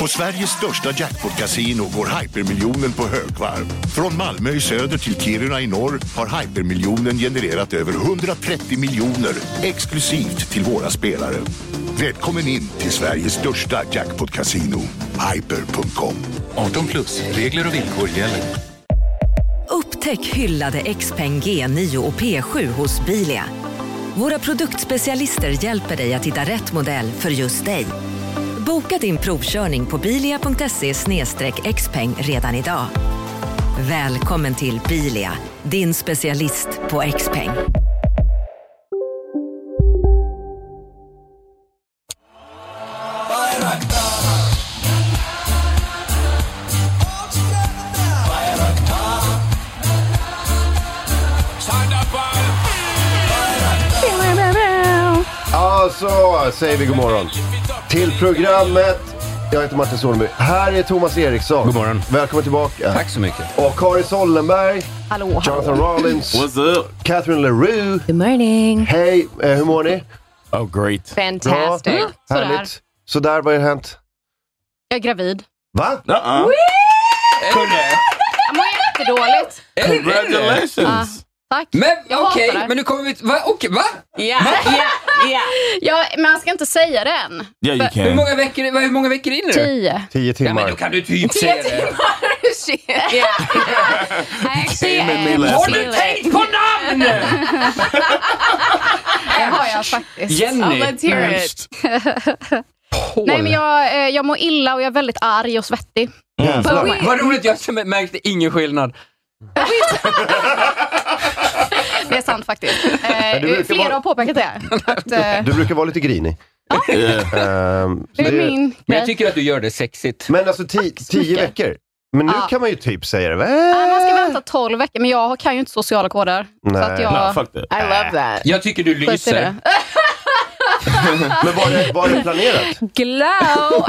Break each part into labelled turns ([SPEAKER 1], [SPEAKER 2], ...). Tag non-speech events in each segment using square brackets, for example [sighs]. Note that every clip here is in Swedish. [SPEAKER 1] På Sveriges största jackpot-kasino går hypermiljonen på högvarv. Från Malmö i söder till Kiruna i norr har hypermiljonen genererat över 130 miljoner exklusivt till våra spelare. Välkommen in till Sveriges största jackpot-kasino, hyper.com.
[SPEAKER 2] 18 plus, regler och villkor gäller.
[SPEAKER 3] Upptäck hyllade XPeng G9 och P7 hos Bilia. Våra produktspecialister hjälper dig att hitta rätt modell för just dig. Boka din provkörning på bilia.se xpeng redan idag. Välkommen till Bilia, din specialist på X-peng.
[SPEAKER 4] Alltså, säger vi god morgon till programmet. Jag heter Martin Solomby. Här är Thomas Eriksson.
[SPEAKER 5] God morgon.
[SPEAKER 4] Välkommen tillbaka.
[SPEAKER 5] Tack så mycket.
[SPEAKER 4] Och Kari Sollenberg,
[SPEAKER 6] Hallå,
[SPEAKER 4] Jonathan Rollins,
[SPEAKER 7] What's up?
[SPEAKER 4] Catherine LaRue.
[SPEAKER 6] Good morning.
[SPEAKER 4] Hej, eh, hur mår ni?
[SPEAKER 5] Oh great.
[SPEAKER 6] Fantastic.
[SPEAKER 5] Mm.
[SPEAKER 6] Sådär.
[SPEAKER 4] Härligt. Sådär, vad har hänt?
[SPEAKER 6] Jag är gravid.
[SPEAKER 4] Va?
[SPEAKER 7] Uh-uh.
[SPEAKER 6] Jag mår jättedåligt.
[SPEAKER 7] Congratulations!
[SPEAKER 6] Tack.
[SPEAKER 5] Men
[SPEAKER 6] Jag
[SPEAKER 5] okej,
[SPEAKER 6] hatar det.
[SPEAKER 5] men nu kommer vi... till- Va? Okej, va?
[SPEAKER 6] [laughs] Ja, men man ska inte säga det än.
[SPEAKER 7] Yeah, you
[SPEAKER 5] Hur
[SPEAKER 7] can.
[SPEAKER 5] många veckor, vad- hur många veckor in är du?
[SPEAKER 6] Tio.
[SPEAKER 4] Tio
[SPEAKER 5] Ja, men
[SPEAKER 4] timmar.
[SPEAKER 5] då kan du typ säga det.
[SPEAKER 6] [laughs]
[SPEAKER 5] [laughs]
[SPEAKER 6] Nej, det
[SPEAKER 7] Same with me
[SPEAKER 6] är-
[SPEAKER 7] last
[SPEAKER 5] Har du tänkt på [laughs] namn?
[SPEAKER 6] Det har jag faktiskt.
[SPEAKER 5] Jenny.
[SPEAKER 6] Oh, let's hear it. [laughs] Nej, men jag, eh, jag mår illa och jag är väldigt arg och svettig.
[SPEAKER 5] Mm.
[SPEAKER 4] Jävlar.
[SPEAKER 5] Vad roligt, jag som märkte ingen skillnad.
[SPEAKER 6] Det är sant faktiskt. Eh,
[SPEAKER 4] du brukar
[SPEAKER 6] flera
[SPEAKER 4] vara-
[SPEAKER 6] har påpekat det. Att, eh,
[SPEAKER 4] Du brukar vara lite
[SPEAKER 5] [laughs]
[SPEAKER 4] grinig.
[SPEAKER 7] Yeah.
[SPEAKER 4] Ehm, så
[SPEAKER 6] det
[SPEAKER 4] det-
[SPEAKER 6] är min
[SPEAKER 5] Men jag
[SPEAKER 6] grej.
[SPEAKER 5] tycker att du gör det sexigt.
[SPEAKER 4] Men alltså ti-
[SPEAKER 6] så
[SPEAKER 4] tio
[SPEAKER 6] mycket.
[SPEAKER 4] veckor. Men nu
[SPEAKER 6] Ja.
[SPEAKER 4] kan man ju typ säga det. Va?
[SPEAKER 6] Nej, man ska vänta 12 veckor, men jag kan ju inte sociala koder. Så
[SPEAKER 4] Nej.
[SPEAKER 6] att jag...
[SPEAKER 7] Nah, fuck that.
[SPEAKER 6] I love that.
[SPEAKER 5] Jag tycker du
[SPEAKER 6] Skit i det.
[SPEAKER 5] lyser.
[SPEAKER 4] Men var det, var det planerat?
[SPEAKER 6] Glow!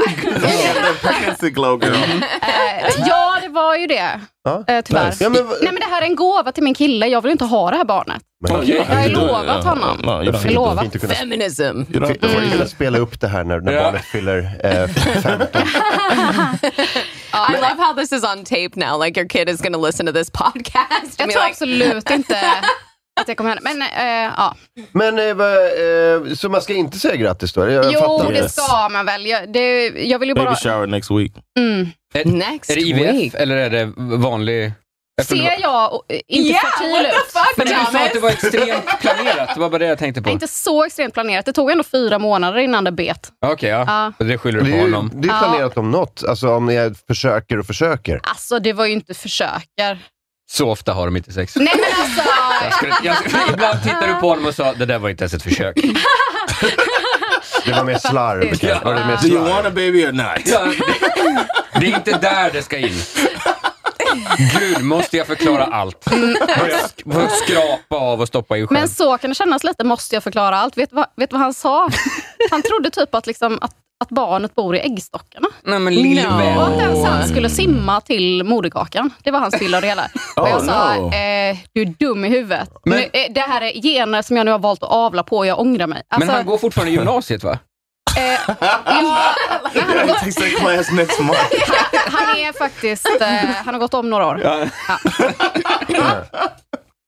[SPEAKER 7] Pregnancy glow Oh, [laughs] girl.
[SPEAKER 6] Eh, ja, det var ju det.
[SPEAKER 4] Ja.
[SPEAKER 6] [laughs] Eh, tyvärr.
[SPEAKER 4] Nice. Ja, men v-
[SPEAKER 6] Nej, men det här är en gåva till min kille. Jag vill ju inte ha det här barnet.
[SPEAKER 7] Okay.
[SPEAKER 6] Jag har ju lovat honom.
[SPEAKER 7] No, you
[SPEAKER 4] Det är
[SPEAKER 7] don't.
[SPEAKER 4] fint-
[SPEAKER 6] Lova.
[SPEAKER 4] fint att kunna-
[SPEAKER 8] Feminism.
[SPEAKER 7] You don't.
[SPEAKER 4] fint att kunna spela upp det här när, när
[SPEAKER 5] Mm. Ja.
[SPEAKER 4] barnet fyller eh, 15.
[SPEAKER 8] I love how this is on tape now. Like your kid is going to listen to this [laughs] podcast.
[SPEAKER 6] Jag
[SPEAKER 8] and be
[SPEAKER 6] tror
[SPEAKER 8] like,
[SPEAKER 6] absolut inte att det kommer hända. Men eh, ja.
[SPEAKER 4] Men eh, va, eh, så man ska inte säga grattis då? Jag
[SPEAKER 6] Jo,
[SPEAKER 4] fattar.
[SPEAKER 6] det
[SPEAKER 7] Yes.
[SPEAKER 6] ska man väl. Jag, det, jag vill ju
[SPEAKER 7] Baby
[SPEAKER 6] bara...
[SPEAKER 7] shower next week.
[SPEAKER 8] next
[SPEAKER 5] Är det
[SPEAKER 8] week.
[SPEAKER 5] IVF eller är det vanlig...
[SPEAKER 6] Ser jag och, eh, inte
[SPEAKER 8] Yeah,
[SPEAKER 6] fertil
[SPEAKER 8] what
[SPEAKER 6] ut?
[SPEAKER 8] the fuck,
[SPEAKER 5] Men du sa att
[SPEAKER 8] Thomas?
[SPEAKER 5] det var extremt planerat. Det var bara det jag tänkte på.
[SPEAKER 6] Det är
[SPEAKER 5] Okej,
[SPEAKER 6] inte så extremt planerat. Det tog ändå fyra månader innan det bet.
[SPEAKER 5] ja.
[SPEAKER 6] Ja.
[SPEAKER 5] Det skyller du
[SPEAKER 4] Det
[SPEAKER 5] på
[SPEAKER 4] är, ju,
[SPEAKER 5] honom.
[SPEAKER 4] det är planerat om något, alltså om ni försöker och försöker.
[SPEAKER 6] Alltså, det var ju inte försöker.
[SPEAKER 5] Så ofta har de inte sex.
[SPEAKER 6] Nej, men
[SPEAKER 5] [laughs]
[SPEAKER 6] alltså.
[SPEAKER 5] Jag skulle, jag skulle, [laughs] ibland tittar du på honom och sa, det där var inte ens ett försök.
[SPEAKER 4] Det var mer slarv. kanske.
[SPEAKER 5] Ja.
[SPEAKER 4] Var det mer
[SPEAKER 7] Do you
[SPEAKER 4] slarv?
[SPEAKER 7] want a baby or [laughs] not?
[SPEAKER 5] Ja, det, det är inte där det ska in. Gud, måste jag förklara allt? Börja sk- börja skrapa av och stoppa in själv.
[SPEAKER 6] Men så kan det kännas lite, måste jag förklara allt. Vet du vad, vet du vad han sa? Han trodde typ att, liksom, att, att barnet bor i äggstockarna.
[SPEAKER 5] Nej, men
[SPEAKER 8] No.
[SPEAKER 5] lille vän.
[SPEAKER 6] Och att ens han skulle simma till moderkakan. Det var hans bild av det
[SPEAKER 5] [laughs]
[SPEAKER 6] hela. och jag sa,
[SPEAKER 7] no.
[SPEAKER 6] eh, du är dum i huvudet.
[SPEAKER 5] Oh, Men-
[SPEAKER 6] Men, eh, det här är gener som jag nu har valt att avla på och jag ångrar mig.
[SPEAKER 5] Men
[SPEAKER 6] Alltså,
[SPEAKER 5] han går Ah! fortfarande i gymnasiet va?
[SPEAKER 7] Takes that class next [laughs] month.
[SPEAKER 6] han är faktiskt, eh, han har gått om några år.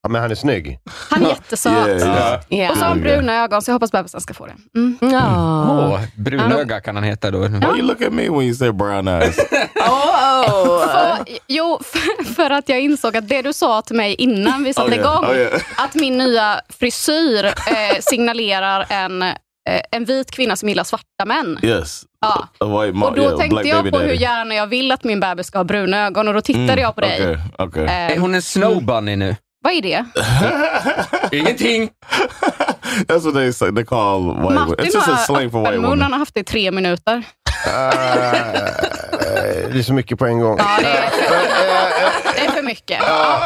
[SPEAKER 4] Ja, men han är snygg.
[SPEAKER 6] Han är jättesöt.
[SPEAKER 7] Yeah, yeah.
[SPEAKER 6] Och så har
[SPEAKER 8] Yeah.
[SPEAKER 6] han bruna ögon, så jag hoppas bebisen ska få det. Mm.
[SPEAKER 8] Oh.
[SPEAKER 5] Åh, brunöga kan han heta då.
[SPEAKER 7] Why you look at me when you say brown eyes?
[SPEAKER 8] oh.
[SPEAKER 6] För, jo, för, för att jag insåg att det du sa till mig innan vi satte igång, att min nya frisyr eh, signalerar en, eh, en vit kvinna som gillar svarta män.
[SPEAKER 7] [laughs] Yes.
[SPEAKER 6] Ja.
[SPEAKER 7] Uh, A white mom.
[SPEAKER 6] Och då
[SPEAKER 7] yeah, black
[SPEAKER 6] tänkte jag
[SPEAKER 7] baby
[SPEAKER 6] på hur
[SPEAKER 7] daddy. Mm,
[SPEAKER 6] gärna jag vill att min bebis ska ha bruna ögon och då tittade jag på dig.
[SPEAKER 7] Okay, okay.
[SPEAKER 5] Är hon en snow bunny nu?
[SPEAKER 6] Vad är det?
[SPEAKER 5] Ingenting.
[SPEAKER 7] That's what they say. They call white. women.
[SPEAKER 6] Martin
[SPEAKER 7] It's just a
[SPEAKER 6] har
[SPEAKER 7] slang for white
[SPEAKER 6] öppen mun,
[SPEAKER 7] women.
[SPEAKER 6] han har haft det i tre minuter.
[SPEAKER 4] Ah, Eh, det är så mycket på en gång.
[SPEAKER 6] Ja,
[SPEAKER 7] [laughs]
[SPEAKER 6] det, är,
[SPEAKER 7] eh,
[SPEAKER 6] det är för mycket. Ja.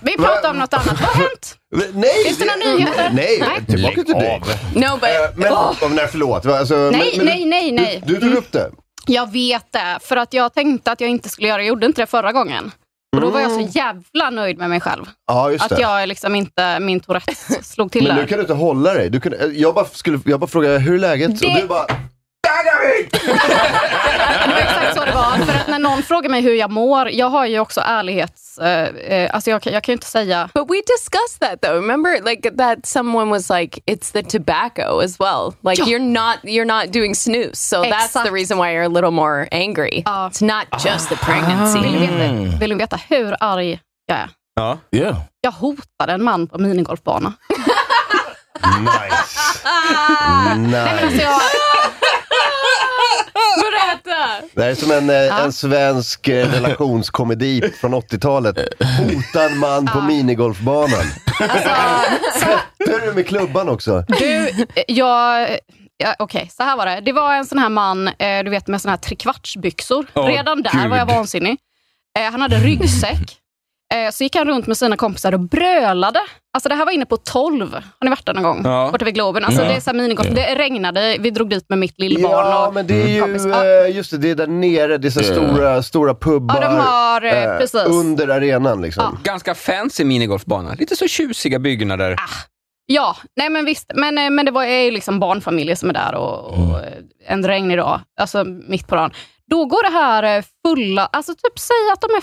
[SPEAKER 6] Vi pratar om något annat. Vad har hänt?
[SPEAKER 4] Nej!
[SPEAKER 6] Finns det några
[SPEAKER 4] eh,
[SPEAKER 6] nyheter?
[SPEAKER 4] Nej,
[SPEAKER 6] Nej.
[SPEAKER 4] tillbaka till dig.
[SPEAKER 8] No,
[SPEAKER 4] Eh,
[SPEAKER 8] but...
[SPEAKER 4] Men, oh, nej, förlåt. Va, Alltså,
[SPEAKER 6] Nej,
[SPEAKER 4] men, men,
[SPEAKER 6] nej, nej, nej.
[SPEAKER 4] Du, du tog upp det.
[SPEAKER 6] Jag vet det, för att jag tänkte att jag inte skulle göra det. Jag gjorde inte det förra gången. Och då var jag så jävla nöjd med mig själv.
[SPEAKER 4] Ja, Mm. just
[SPEAKER 6] Att
[SPEAKER 4] det.
[SPEAKER 6] jag liksom inte, min Tourette slog till
[SPEAKER 4] [laughs] Men nu
[SPEAKER 6] där.
[SPEAKER 4] kan du inte hålla dig. Du kan, eh, jag, bara skulle, jag bara frågade, hur är läget? Och
[SPEAKER 6] Det-
[SPEAKER 4] du
[SPEAKER 6] [laughs]
[SPEAKER 4] bara,
[SPEAKER 6] Men det var exakt så det var. För att när någon frågar mig hur jag mår, jag har ju också ärlighets... Eh, eh, alltså jag, kan- jag kan ju inte säga...
[SPEAKER 8] But we discussed that though. Remember, like that someone was like, "It's the tobacco as well. Like you're not you're not doing snus, so that's
[SPEAKER 6] Exact.
[SPEAKER 8] the reason why you're a little more angry.
[SPEAKER 6] Ja.
[SPEAKER 8] It's not just the pregnancy.
[SPEAKER 6] Vill ni
[SPEAKER 4] Mm.
[SPEAKER 6] veta, vill ni veta hur arg jag är?
[SPEAKER 7] Ja. Yeah.
[SPEAKER 6] Jag hotade en man på minigolfbana.
[SPEAKER 4] nice.
[SPEAKER 6] Nej, men alltså
[SPEAKER 4] nice.
[SPEAKER 6] jag,
[SPEAKER 8] Berätta.
[SPEAKER 4] Det här är som en, eh, en svensk eh, relationskomedi från 80-talet. Hota en man på
[SPEAKER 6] [laughs]
[SPEAKER 4] minigolfbanan.
[SPEAKER 6] alltså-
[SPEAKER 4] Sätter du med klubban också?
[SPEAKER 6] du, eh, jag... Ja, Okej, så här var det. Det var en sån här man, eh, du vet med såna här trekvartsbyxor.
[SPEAKER 5] Åh,
[SPEAKER 6] Redan där var jag
[SPEAKER 5] Gud.
[SPEAKER 6] vansinnig. Eh, han hade ryggsäck. Eh, så gick han runt med sina kompisar och brölade. Alltså det här var inne på 12. Har ni varit där någon gång?
[SPEAKER 5] Ja.
[SPEAKER 6] Borta vid Globen. Alltså, Det är så här minigolf. Det regnade, vi drog dit med mitt lillbarn.
[SPEAKER 4] Ja,
[SPEAKER 6] och,
[SPEAKER 4] men det är
[SPEAKER 6] kompis.
[SPEAKER 4] ju,
[SPEAKER 6] Ja.
[SPEAKER 4] eh, just det, det är där nere, det är så här stora, stora pubbar.
[SPEAKER 6] Ja, de har, eh,
[SPEAKER 4] eh,
[SPEAKER 6] precis.
[SPEAKER 4] under arenan liksom.
[SPEAKER 5] Ganska fancy minigolfbana. Lite så tjusiga byggnader.
[SPEAKER 6] Ja, nej men visst. Men, eh, men det var, är ju liksom barnfamiljer som är där och, och eh, en regnig dag, alltså mitt på dagen. Då går det här eh, fulla, alltså typ säg att de är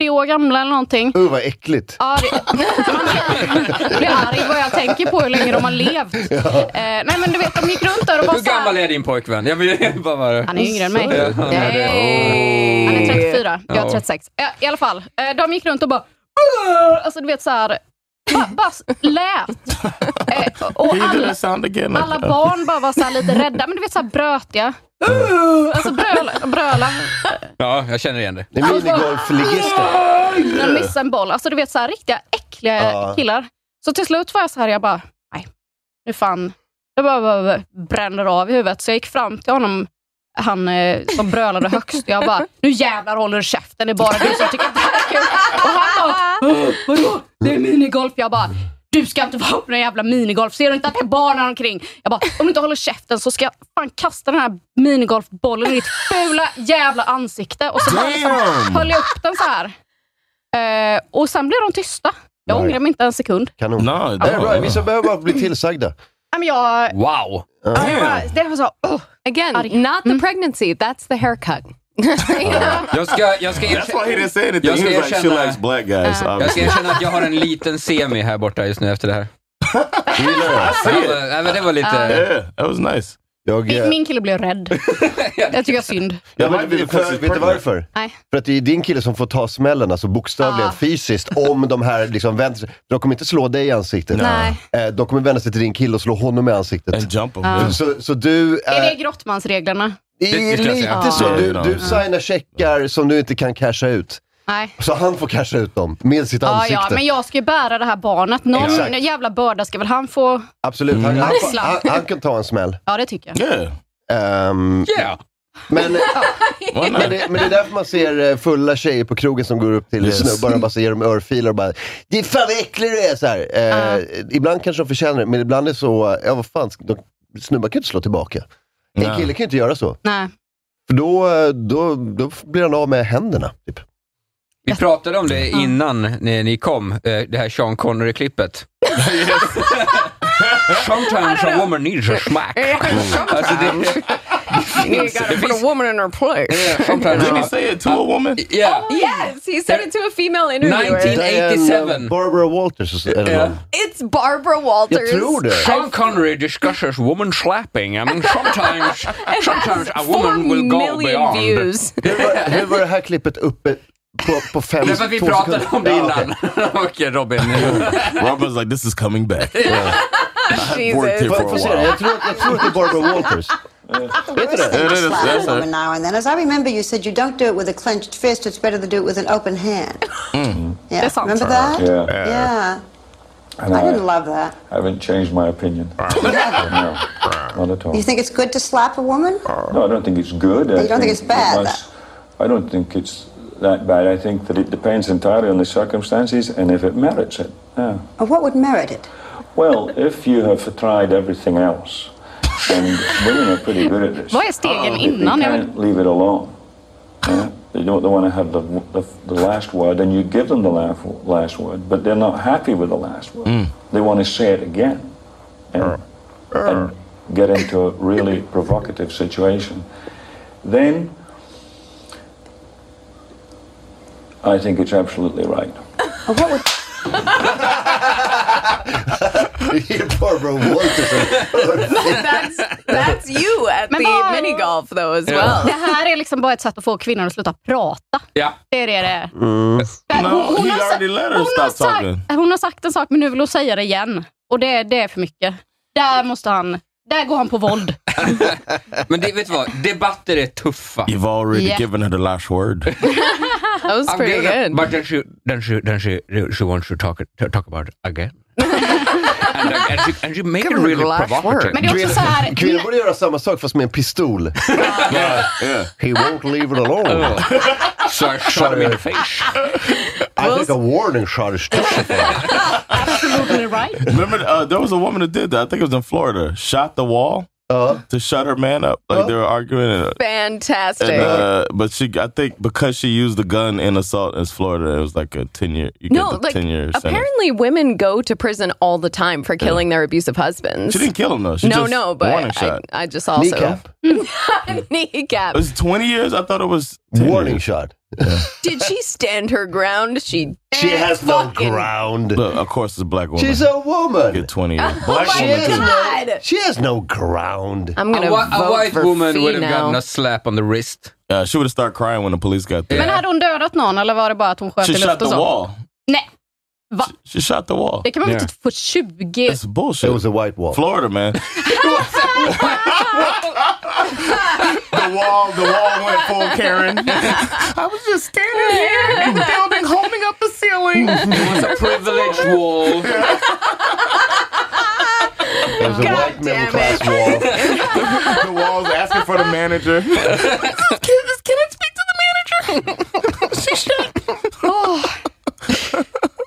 [SPEAKER 6] 40 år gamla eller någonting.
[SPEAKER 4] Uh, vad äckligt.
[SPEAKER 6] Ja, det- Man blir- man blir arg vad jag tänker på hur länge de har levt. Eh, nej men du vet, de gick runt där och bara
[SPEAKER 5] Hur
[SPEAKER 6] så här-
[SPEAKER 5] gammal är din pojkvän? Jag vill [laughs] bara vara...
[SPEAKER 6] Han är yngre än mig.
[SPEAKER 5] Ja, han är det.
[SPEAKER 6] Han är
[SPEAKER 8] Hey.
[SPEAKER 6] 34, jag
[SPEAKER 5] Ja.
[SPEAKER 6] är 36. Eh, I alla fall, eh, de gick runt och bara... Alltså du vet så här... Bara, bara lät. Eh, och
[SPEAKER 7] Can you do
[SPEAKER 6] alla,
[SPEAKER 7] that sound again?
[SPEAKER 6] alla
[SPEAKER 7] Like, uh,
[SPEAKER 6] barn bara var så här lite rädda, men du vet så här brötiga. Alltså bröla. bröla.
[SPEAKER 5] Ja, jag känner igen det.
[SPEAKER 4] Det är
[SPEAKER 6] [laughs]
[SPEAKER 4] minigolfligister.
[SPEAKER 6] När de missade en boll. Alltså du vet så här riktiga äckliga
[SPEAKER 4] Ja.
[SPEAKER 6] killar. Så till slut var jag så här, jag bara, nej, nu fan. Jag bara, bara, bara bränner av i huvudet. Så jag gick fram till honom, han eh, som brölade högst. Jag bara, nu jävlar håller du käften, det är bara du som tycker att det här är kul. Och han bara, "Åh, vadå? Det är minigolf. Jag bara, du ska inte vara på någon jävla minigolf. Ser du inte att det är barn här omkring? Jag bara, om du inte håller käften så ska jag fan kasta den här minigolfbollen i ditt fula jävla ansikte. Och så bara liksom höll jag upp den så här. Eh, och sen blev de tysta. Jag
[SPEAKER 4] Nej.
[SPEAKER 6] ångrar mig inte en sekund.
[SPEAKER 4] Kanon. Eh,
[SPEAKER 7] No,
[SPEAKER 4] Det är bra.
[SPEAKER 7] no.
[SPEAKER 4] Vissa behöver bara bli tillsagda.
[SPEAKER 6] Nej, men jag,
[SPEAKER 5] Wow!
[SPEAKER 6] det var- det var så, åh.
[SPEAKER 8] Again,
[SPEAKER 6] Arg.
[SPEAKER 8] not the pregnancy. That's the [laughs] haircut.
[SPEAKER 5] Jag ska, jag ska,
[SPEAKER 7] That's why he didn't say anything.
[SPEAKER 5] Jag
[SPEAKER 7] He
[SPEAKER 5] ska
[SPEAKER 7] was like, she
[SPEAKER 5] erkänna-
[SPEAKER 7] likes black guys.
[SPEAKER 5] jag ska
[SPEAKER 7] obviously.
[SPEAKER 5] erkänna att jag har en liten semi här borta just nu
[SPEAKER 7] [laughs]
[SPEAKER 5] efter det här. Ja,
[SPEAKER 7] I see it.
[SPEAKER 5] men- Nej, men det var lite...
[SPEAKER 7] Yeah, that was nice.
[SPEAKER 4] Jag, eh,
[SPEAKER 6] Min, min kille
[SPEAKER 4] [laughs]
[SPEAKER 6] blev rädd. jag tycker synd.
[SPEAKER 4] Ja,
[SPEAKER 7] Jag
[SPEAKER 4] men det
[SPEAKER 7] hade
[SPEAKER 4] blir
[SPEAKER 7] ju
[SPEAKER 4] konstigt.
[SPEAKER 7] följt
[SPEAKER 4] Vet du
[SPEAKER 7] på det.
[SPEAKER 4] varför?
[SPEAKER 6] Nej.
[SPEAKER 4] För att det är din kille som får ta smällen, alltså bokstavligen
[SPEAKER 6] Ah.
[SPEAKER 4] fysiskt, om de här liksom vänder sig. De kommer inte slå dig i ansiktet.
[SPEAKER 6] Nej.
[SPEAKER 4] Eh, de kommer vända sig till din kille och slå honom i ansiktet.
[SPEAKER 7] And jump him.
[SPEAKER 8] Uh,
[SPEAKER 6] Ah.
[SPEAKER 4] Så, så du
[SPEAKER 6] Är
[SPEAKER 4] är,
[SPEAKER 6] det grottmansreglerna?
[SPEAKER 4] det är
[SPEAKER 5] det skulle jag
[SPEAKER 4] lite
[SPEAKER 5] säga.
[SPEAKER 4] så.
[SPEAKER 7] Ah.
[SPEAKER 4] Du,
[SPEAKER 7] Ja.
[SPEAKER 4] du signar checkar som du inte kan casha ut.
[SPEAKER 6] Nej.
[SPEAKER 4] Så han får casha ut dem med sitt
[SPEAKER 6] Ja,
[SPEAKER 4] ansikte.
[SPEAKER 6] ja, men jag ska ju bära det här barnet. Någon
[SPEAKER 4] Exakt.
[SPEAKER 6] någon jävla börda ska väl han få...
[SPEAKER 4] Absolut, han, han, får-
[SPEAKER 6] Axla.
[SPEAKER 4] han, han kan ta en smäll.
[SPEAKER 6] Ja, det tycker jag.
[SPEAKER 7] Yeah.
[SPEAKER 4] Ehm,
[SPEAKER 5] Yeah!
[SPEAKER 4] men,
[SPEAKER 7] Why
[SPEAKER 4] men,
[SPEAKER 7] not?
[SPEAKER 4] det, men det är därför man ser eh, fulla tjejer på krogen som går upp till
[SPEAKER 7] Yes.
[SPEAKER 4] snubbar och bara så ger dem örfilar och bara Det är fan vad äcklig du är! Så här. Eh, Ibland kanske de förtjänar det, men ibland är det så, ja vad fan, de, snubbar kan ju inte slå tillbaka. En
[SPEAKER 7] Nej.
[SPEAKER 4] kille kan ju inte göra så.
[SPEAKER 6] Nej.
[SPEAKER 4] För då, eh, då, då blir han av med händerna. Typ.
[SPEAKER 5] Vi pratade om det innan ni, ni kom, eh, det här Sean Connery-klippet. Sometimes a woman needs a smack. Alltså det,
[SPEAKER 8] you gotta put a woman in her place.
[SPEAKER 5] yeah, sometimes
[SPEAKER 7] Did he say it to a
[SPEAKER 8] [laughs]
[SPEAKER 7] woman?
[SPEAKER 5] Oh, Yeah.
[SPEAKER 8] Yes, he said it to a female interviewer.
[SPEAKER 5] 19
[SPEAKER 4] Diane
[SPEAKER 5] 87.
[SPEAKER 4] eh, Barbara Walters och så- eller
[SPEAKER 5] Ja.
[SPEAKER 4] någon.
[SPEAKER 8] It's Barbara
[SPEAKER 4] Jag
[SPEAKER 8] Walters.
[SPEAKER 4] tror det.
[SPEAKER 5] Sean Connery discusses woman slapping. I mean, sometimes, sometimes a woman will go beyond. [laughs]
[SPEAKER 8] views.
[SPEAKER 4] Hur var, hur var det här klippet uppe på, på fem,
[SPEAKER 5] Därför att vi
[SPEAKER 4] två
[SPEAKER 5] pratade
[SPEAKER 4] sekunder?
[SPEAKER 5] om det
[SPEAKER 4] Ja, okej.
[SPEAKER 5] innan. [laughs] Okej Robin.
[SPEAKER 7] Robert's like, this is coming
[SPEAKER 8] [laughs]
[SPEAKER 7] back. I've worked here
[SPEAKER 4] Får-
[SPEAKER 7] for a
[SPEAKER 4] får se det?
[SPEAKER 7] while.
[SPEAKER 4] Jag tror, jag tror att det är Barbara Walters. Vet du det?
[SPEAKER 7] It is. That's her.
[SPEAKER 9] now and then. As I remember, you said you don't do it with a clenched fist. It's better to do it with an open hand. Yeah.
[SPEAKER 6] That's not
[SPEAKER 9] remember that? Yeah. Yeah. I didn't love that. I haven't changed my opinion. [laughs] no, not at all. You think it's good to slap a woman? No, I don't think it's good. You don't think it's bad? I don't think it's that bad. I think that it depends entirely on the circumstances and if it merits it. Yeah. Or what would merit it? Well, if you have tried everything else, and women are pretty good at this.
[SPEAKER 6] Vad är stegen innan?
[SPEAKER 9] They
[SPEAKER 6] Jag vill-
[SPEAKER 9] can't leave it alone. Yeah? They don't they want to have the, the, the last word, and you give them the last, last word, but they're not happy with the last word. They want to say it again and, and get into a really provocative situation. Then I think it's absolutely right.
[SPEAKER 4] Det är Barbro Walters.
[SPEAKER 9] [laughs]
[SPEAKER 8] that's that's you at the
[SPEAKER 6] Men vad-
[SPEAKER 8] mini golf though as
[SPEAKER 5] Ja.
[SPEAKER 8] well.
[SPEAKER 6] Det här är liksom bara ett sätt att få kvinnor att sluta prata.
[SPEAKER 5] Ja.
[SPEAKER 6] Det är det det är.
[SPEAKER 4] Mm.
[SPEAKER 7] No, he
[SPEAKER 6] har sa-
[SPEAKER 7] already let her
[SPEAKER 6] hon har
[SPEAKER 7] stop talking.
[SPEAKER 6] sagt- Hon har sagt en sak, men nu vill hon säga det igen. Och det, det är för mycket. Där måste han... Där går han på våld.
[SPEAKER 5] Men det, vet du vad? Debatter är tuffa.
[SPEAKER 7] You've already
[SPEAKER 6] Yeah.
[SPEAKER 7] given her the last
[SPEAKER 8] [laughs]
[SPEAKER 7] word.
[SPEAKER 8] That was pretty good.
[SPEAKER 5] But then she, then she, then she, she wants to talk, to talk about it
[SPEAKER 8] [laughs]
[SPEAKER 5] again. and, and, she, and she make
[SPEAKER 8] Give
[SPEAKER 5] it
[SPEAKER 8] her the
[SPEAKER 5] really
[SPEAKER 8] last
[SPEAKER 5] provocative.
[SPEAKER 8] word.
[SPEAKER 6] Men det är också
[SPEAKER 4] [laughs]
[SPEAKER 6] så här...
[SPEAKER 4] Kvinnor borde göra samma sak fast med en pistol. He won't leave it alone.
[SPEAKER 5] So I shot him in the face.
[SPEAKER 4] I think a warning shot is
[SPEAKER 6] Absolutely right.
[SPEAKER 7] Remember, uh, there was a woman that did that. I think it was in Florida. Shot the wall to shut her man up. Like they were arguing. And,
[SPEAKER 8] Fantastic.
[SPEAKER 7] and, uh, but she, I think, because she used the gun in assault in Florida, it was like a ten year. You
[SPEAKER 8] no,
[SPEAKER 7] get the
[SPEAKER 8] like
[SPEAKER 7] ten uh, year sentence.
[SPEAKER 8] apparently women go to prison all the time for killing their abusive husbands.
[SPEAKER 7] She didn't kill him though. She
[SPEAKER 8] no,
[SPEAKER 7] just
[SPEAKER 8] no,
[SPEAKER 7] warning
[SPEAKER 8] but I,
[SPEAKER 7] shot.
[SPEAKER 8] I just also
[SPEAKER 4] Kneecap?
[SPEAKER 8] [laughs] Kneecap.
[SPEAKER 7] It was twenty years. I thought it was 10
[SPEAKER 4] Warning
[SPEAKER 7] years.
[SPEAKER 4] shot.
[SPEAKER 8] Did she stand her ground? She
[SPEAKER 4] She
[SPEAKER 8] did
[SPEAKER 4] has no
[SPEAKER 8] fucking-
[SPEAKER 4] ground.
[SPEAKER 7] [laughs] Look, of course, it's a black woman.
[SPEAKER 4] She's a woman.
[SPEAKER 7] get twenty years.
[SPEAKER 8] Oh
[SPEAKER 7] Black
[SPEAKER 8] my
[SPEAKER 7] woman too.
[SPEAKER 8] god!
[SPEAKER 4] She has no ground.
[SPEAKER 8] I'm
[SPEAKER 5] A,
[SPEAKER 8] gonna
[SPEAKER 5] whi-
[SPEAKER 8] vote
[SPEAKER 5] a white
[SPEAKER 8] for
[SPEAKER 5] woman
[SPEAKER 8] Fee
[SPEAKER 5] would have
[SPEAKER 8] now. [laughs]
[SPEAKER 5] gotten a slap on the wrist.
[SPEAKER 7] Uh, she would have started crying when the police got there.
[SPEAKER 6] Men hade hon dödat någon eller var det bara att hon sköt
[SPEAKER 7] She
[SPEAKER 6] i
[SPEAKER 7] shot
[SPEAKER 6] luft
[SPEAKER 7] the
[SPEAKER 6] och så?
[SPEAKER 7] wall.
[SPEAKER 6] Nej, va?
[SPEAKER 7] She shot the wall.
[SPEAKER 6] Det kan man väl
[SPEAKER 5] Ja.
[SPEAKER 6] inte få 20...
[SPEAKER 10] Alltså,
[SPEAKER 7] It's bullshit.
[SPEAKER 4] It was a white wall.
[SPEAKER 7] Florida, man. the wall, the wall went full Karen. I was just standing here in the building, holding up the ceiling.
[SPEAKER 5] It was a privileged wall.
[SPEAKER 4] It was a
[SPEAKER 8] God
[SPEAKER 4] white middle
[SPEAKER 8] damn
[SPEAKER 4] class
[SPEAKER 8] it.
[SPEAKER 4] wall.
[SPEAKER 7] the wall's asking for the [laughs] manager.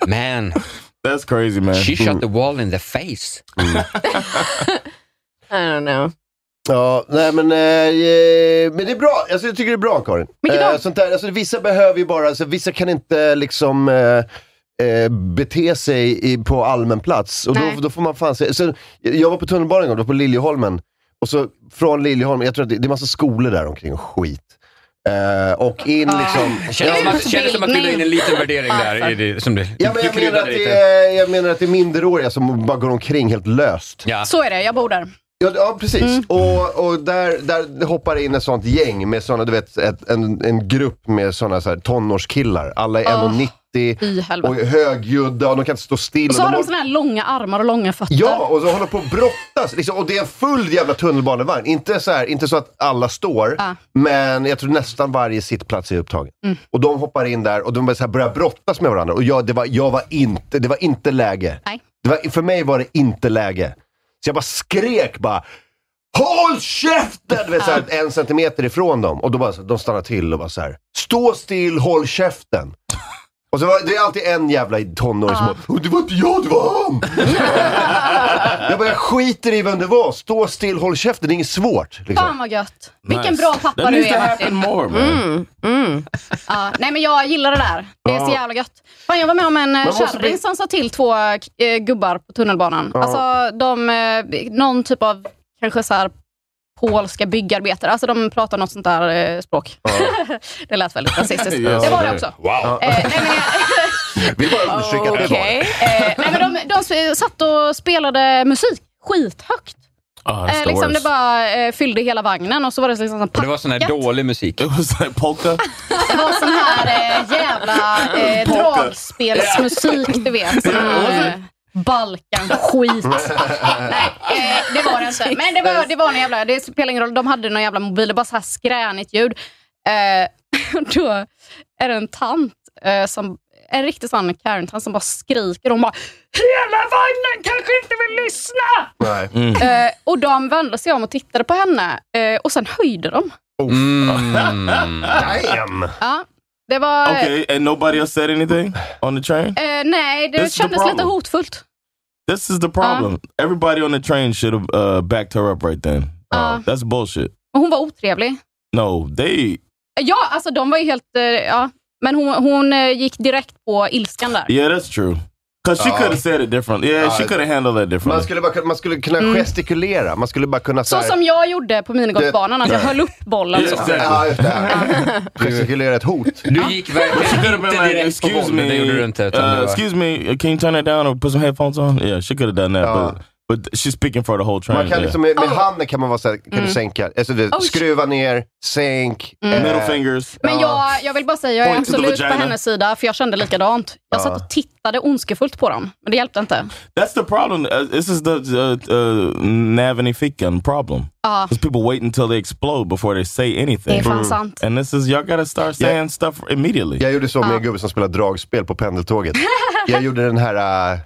[SPEAKER 5] Man,
[SPEAKER 7] That's crazy, man.
[SPEAKER 5] she shot the wall in the face.
[SPEAKER 8] I don't know.
[SPEAKER 4] Ja, nej men, eh, men det är bra. Alltså, jag tycker det är bra Karin.
[SPEAKER 6] Mycket bra.
[SPEAKER 4] Eh, sånt där, alltså, vissa behöver ju bara, alltså, vissa kan inte liksom eh, eh, bete sig i, på allmän plats. Och då,
[SPEAKER 6] Nej.
[SPEAKER 4] då får man fan säga. Så, jag var på tunnelbanan en gång, då på Liljeholmen. Och så från Liljeholmen, jag tror att det, det är massa skolor där omkring och skit. Eh, och in
[SPEAKER 6] Ah.
[SPEAKER 4] liksom...
[SPEAKER 5] Känns som att- känns som att du la in en liten värdering där. i det- Som du,
[SPEAKER 4] Ja, men
[SPEAKER 5] du
[SPEAKER 4] jag, menar
[SPEAKER 5] kryddade
[SPEAKER 4] att det
[SPEAKER 5] lite.
[SPEAKER 4] är, jag menar att det är minderåriga som bara går omkring helt löst.
[SPEAKER 5] Ja.
[SPEAKER 6] Så är det, jag bor där.
[SPEAKER 4] Ja, ja precis.
[SPEAKER 6] Mm.
[SPEAKER 4] Och, och där, där hoppar in ett sånt gäng med såna, du vet, ett, en, en grupp med såna så här, tonårskillar. Alla är
[SPEAKER 6] Ah,
[SPEAKER 4] 1,90
[SPEAKER 6] I
[SPEAKER 4] och
[SPEAKER 6] helvete.
[SPEAKER 4] högljudda och Alltså, de kan inte stå still.
[SPEAKER 6] Och så
[SPEAKER 4] och
[SPEAKER 6] har de
[SPEAKER 4] håller-
[SPEAKER 6] såna här långa armar och långa fötter.
[SPEAKER 4] Ja, och så håller på att brottas. Liksom, och det är en full jävla tunnelbanevagn. Inte så, här, inte så att alla står,
[SPEAKER 6] Ah. Mm.
[SPEAKER 4] men jag tror nästan varje sittplats är upptagen. Och de hoppar in där och de bara så här börjar brottas med varandra. Och jag, det, var, jag var inte, det var inte läge.
[SPEAKER 6] Nej.
[SPEAKER 4] Det var, för mig var det inte läge. Så jag bara skrek bara HÅLL KÄFTEN! Du vet, så här, en centimeter ifrån dem. Och då bara, så- de stannar till och bara så här. Stå still, håll käften! Och så var, det är alltid en jävla tonåring som bara, "Och Det var inte jag, det var
[SPEAKER 6] [laughs]
[SPEAKER 4] han! jag bara, jag skiter i vem det var. Stå still, håll käften. Det är inget svårt.
[SPEAKER 6] Fan
[SPEAKER 4] Liksom.
[SPEAKER 6] vad gött. Vilken bra pappa
[SPEAKER 7] That
[SPEAKER 6] du
[SPEAKER 7] needs to
[SPEAKER 6] är
[SPEAKER 7] happen
[SPEAKER 6] Martin.
[SPEAKER 7] more, man.
[SPEAKER 8] Mm.
[SPEAKER 6] Ja, nej men jag gillar det där. Det är så jävla gött. Fan, jag var med om en eh,
[SPEAKER 4] Man måste
[SPEAKER 6] kärring
[SPEAKER 4] bli-
[SPEAKER 6] som sa till två eh, gubbar på tunnelbanan. Alltså de, eh, någon typ av kanske så här polska byggarbetare. Alltså de pratar något sånt där eh, språk. [laughs] det lät väldigt rasistiskt.
[SPEAKER 7] Yes,
[SPEAKER 6] det
[SPEAKER 7] det
[SPEAKER 6] var det
[SPEAKER 7] är.
[SPEAKER 6] också.
[SPEAKER 4] Wow.
[SPEAKER 6] Eh, nej, men jag,
[SPEAKER 4] Vill bara understryka att det var det.
[SPEAKER 8] Okay.
[SPEAKER 6] Eh, nej, men de, de s- satt och spelade musik skithögt.
[SPEAKER 7] Oh, that's
[SPEAKER 6] Eh,
[SPEAKER 7] the
[SPEAKER 6] liksom det
[SPEAKER 7] worst.
[SPEAKER 6] bara eh, fyllde hela vagnen och så var det liksom sån
[SPEAKER 5] Och det var sån här
[SPEAKER 6] packat.
[SPEAKER 5] dålig musik.
[SPEAKER 7] It was like [laughs] polka.
[SPEAKER 6] Det var sån här eh, jävla eh,
[SPEAKER 7] Polka.
[SPEAKER 6] dragspelsmusik, du vet. Sån här, eh, Balkan-skit. Nej, eh, det var det inte. Men det var, det var en jävla... Det spelar ingen roll. De hade någon jävla mobil. Det var så här skränigt ljud. Eh, [laughs] och då är det en tant, eh, som, en riktig sån Karen-tant, som bara skriker. Hon bara “Hela vagnen kanske inte vill lyssna!”
[SPEAKER 4] Nej.
[SPEAKER 6] eh, Och de vände sig om och tittade på henne eh, och sen höjde de.
[SPEAKER 5] Mm.
[SPEAKER 4] Damn.
[SPEAKER 6] Ja. Det var...
[SPEAKER 7] Okay, and nobody else said anything on the train?
[SPEAKER 6] Eh, nej, det
[SPEAKER 7] This is the
[SPEAKER 6] kändes lite
[SPEAKER 7] problem.
[SPEAKER 6] hotfullt.
[SPEAKER 7] This is the problem. Everybody on the train should have uh, backed her up right then. Uh, that's bullshit.
[SPEAKER 6] Och hon var otrevlig. Eh,
[SPEAKER 7] No, they.
[SPEAKER 6] Ja, alltså de var ju helt... eh, Ja. Men hon, hon eh, gick direkt på ilskan där.
[SPEAKER 7] Yeah, that's true. Because she
[SPEAKER 4] Uh,
[SPEAKER 7] could have said it differently. Yeah, she
[SPEAKER 4] uh,
[SPEAKER 7] could have handled it
[SPEAKER 4] Man
[SPEAKER 7] differently.
[SPEAKER 4] skulle, bara, man skulle kunna gestikulera. Man skulle bara kunna
[SPEAKER 6] Mm. Så
[SPEAKER 4] här-
[SPEAKER 6] som jag gjorde på minigolfbanan, att jag
[SPEAKER 4] Det-
[SPEAKER 6] höll upp bollen så.
[SPEAKER 4] Ja, just det.
[SPEAKER 6] [laughs]
[SPEAKER 4] Gestikulera ett hot.
[SPEAKER 5] Du gick verkligen
[SPEAKER 7] Could've
[SPEAKER 5] inte direkt på
[SPEAKER 7] excuse
[SPEAKER 5] golvet, det gjorde du inte.
[SPEAKER 7] me,
[SPEAKER 5] Utan
[SPEAKER 10] Eh,
[SPEAKER 7] uh,
[SPEAKER 5] det var...
[SPEAKER 7] excuse me, uh, can you turn that down or put some headphones on? Yeah, she could have done that,
[SPEAKER 4] Uh.
[SPEAKER 7] but, but she's speaking for the whole train.
[SPEAKER 4] Man kan
[SPEAKER 7] yeah.
[SPEAKER 4] liksom, med, med handen kan man vara såhär, kan du sänka? Alltså, du,
[SPEAKER 6] Oh, shit.
[SPEAKER 4] skruva ner, sänk.
[SPEAKER 6] Mm.
[SPEAKER 4] eh,
[SPEAKER 7] Middle fingers.
[SPEAKER 6] Men jag, jag vill bara säga, jag är
[SPEAKER 7] Point to the
[SPEAKER 6] absolut på
[SPEAKER 7] vagina.
[SPEAKER 6] hennes sida, för jag kände likadant. Jag satt och tittade ondskefullt på dem, men det hjälpte inte.
[SPEAKER 7] That's the problem. Uh, this is the uh, uh, Navani Fikan problem.
[SPEAKER 6] Ja,
[SPEAKER 7] Because people wait until they explode before they say
[SPEAKER 6] det är
[SPEAKER 7] anything.
[SPEAKER 6] fan sant.
[SPEAKER 7] And this is, y'all gotta start saying stuff immediately.
[SPEAKER 4] Jag gjorde så med en gubbe som spelade dragspel på
[SPEAKER 6] [laughs]
[SPEAKER 4] pendeltåget. Jag gjorde den här uh,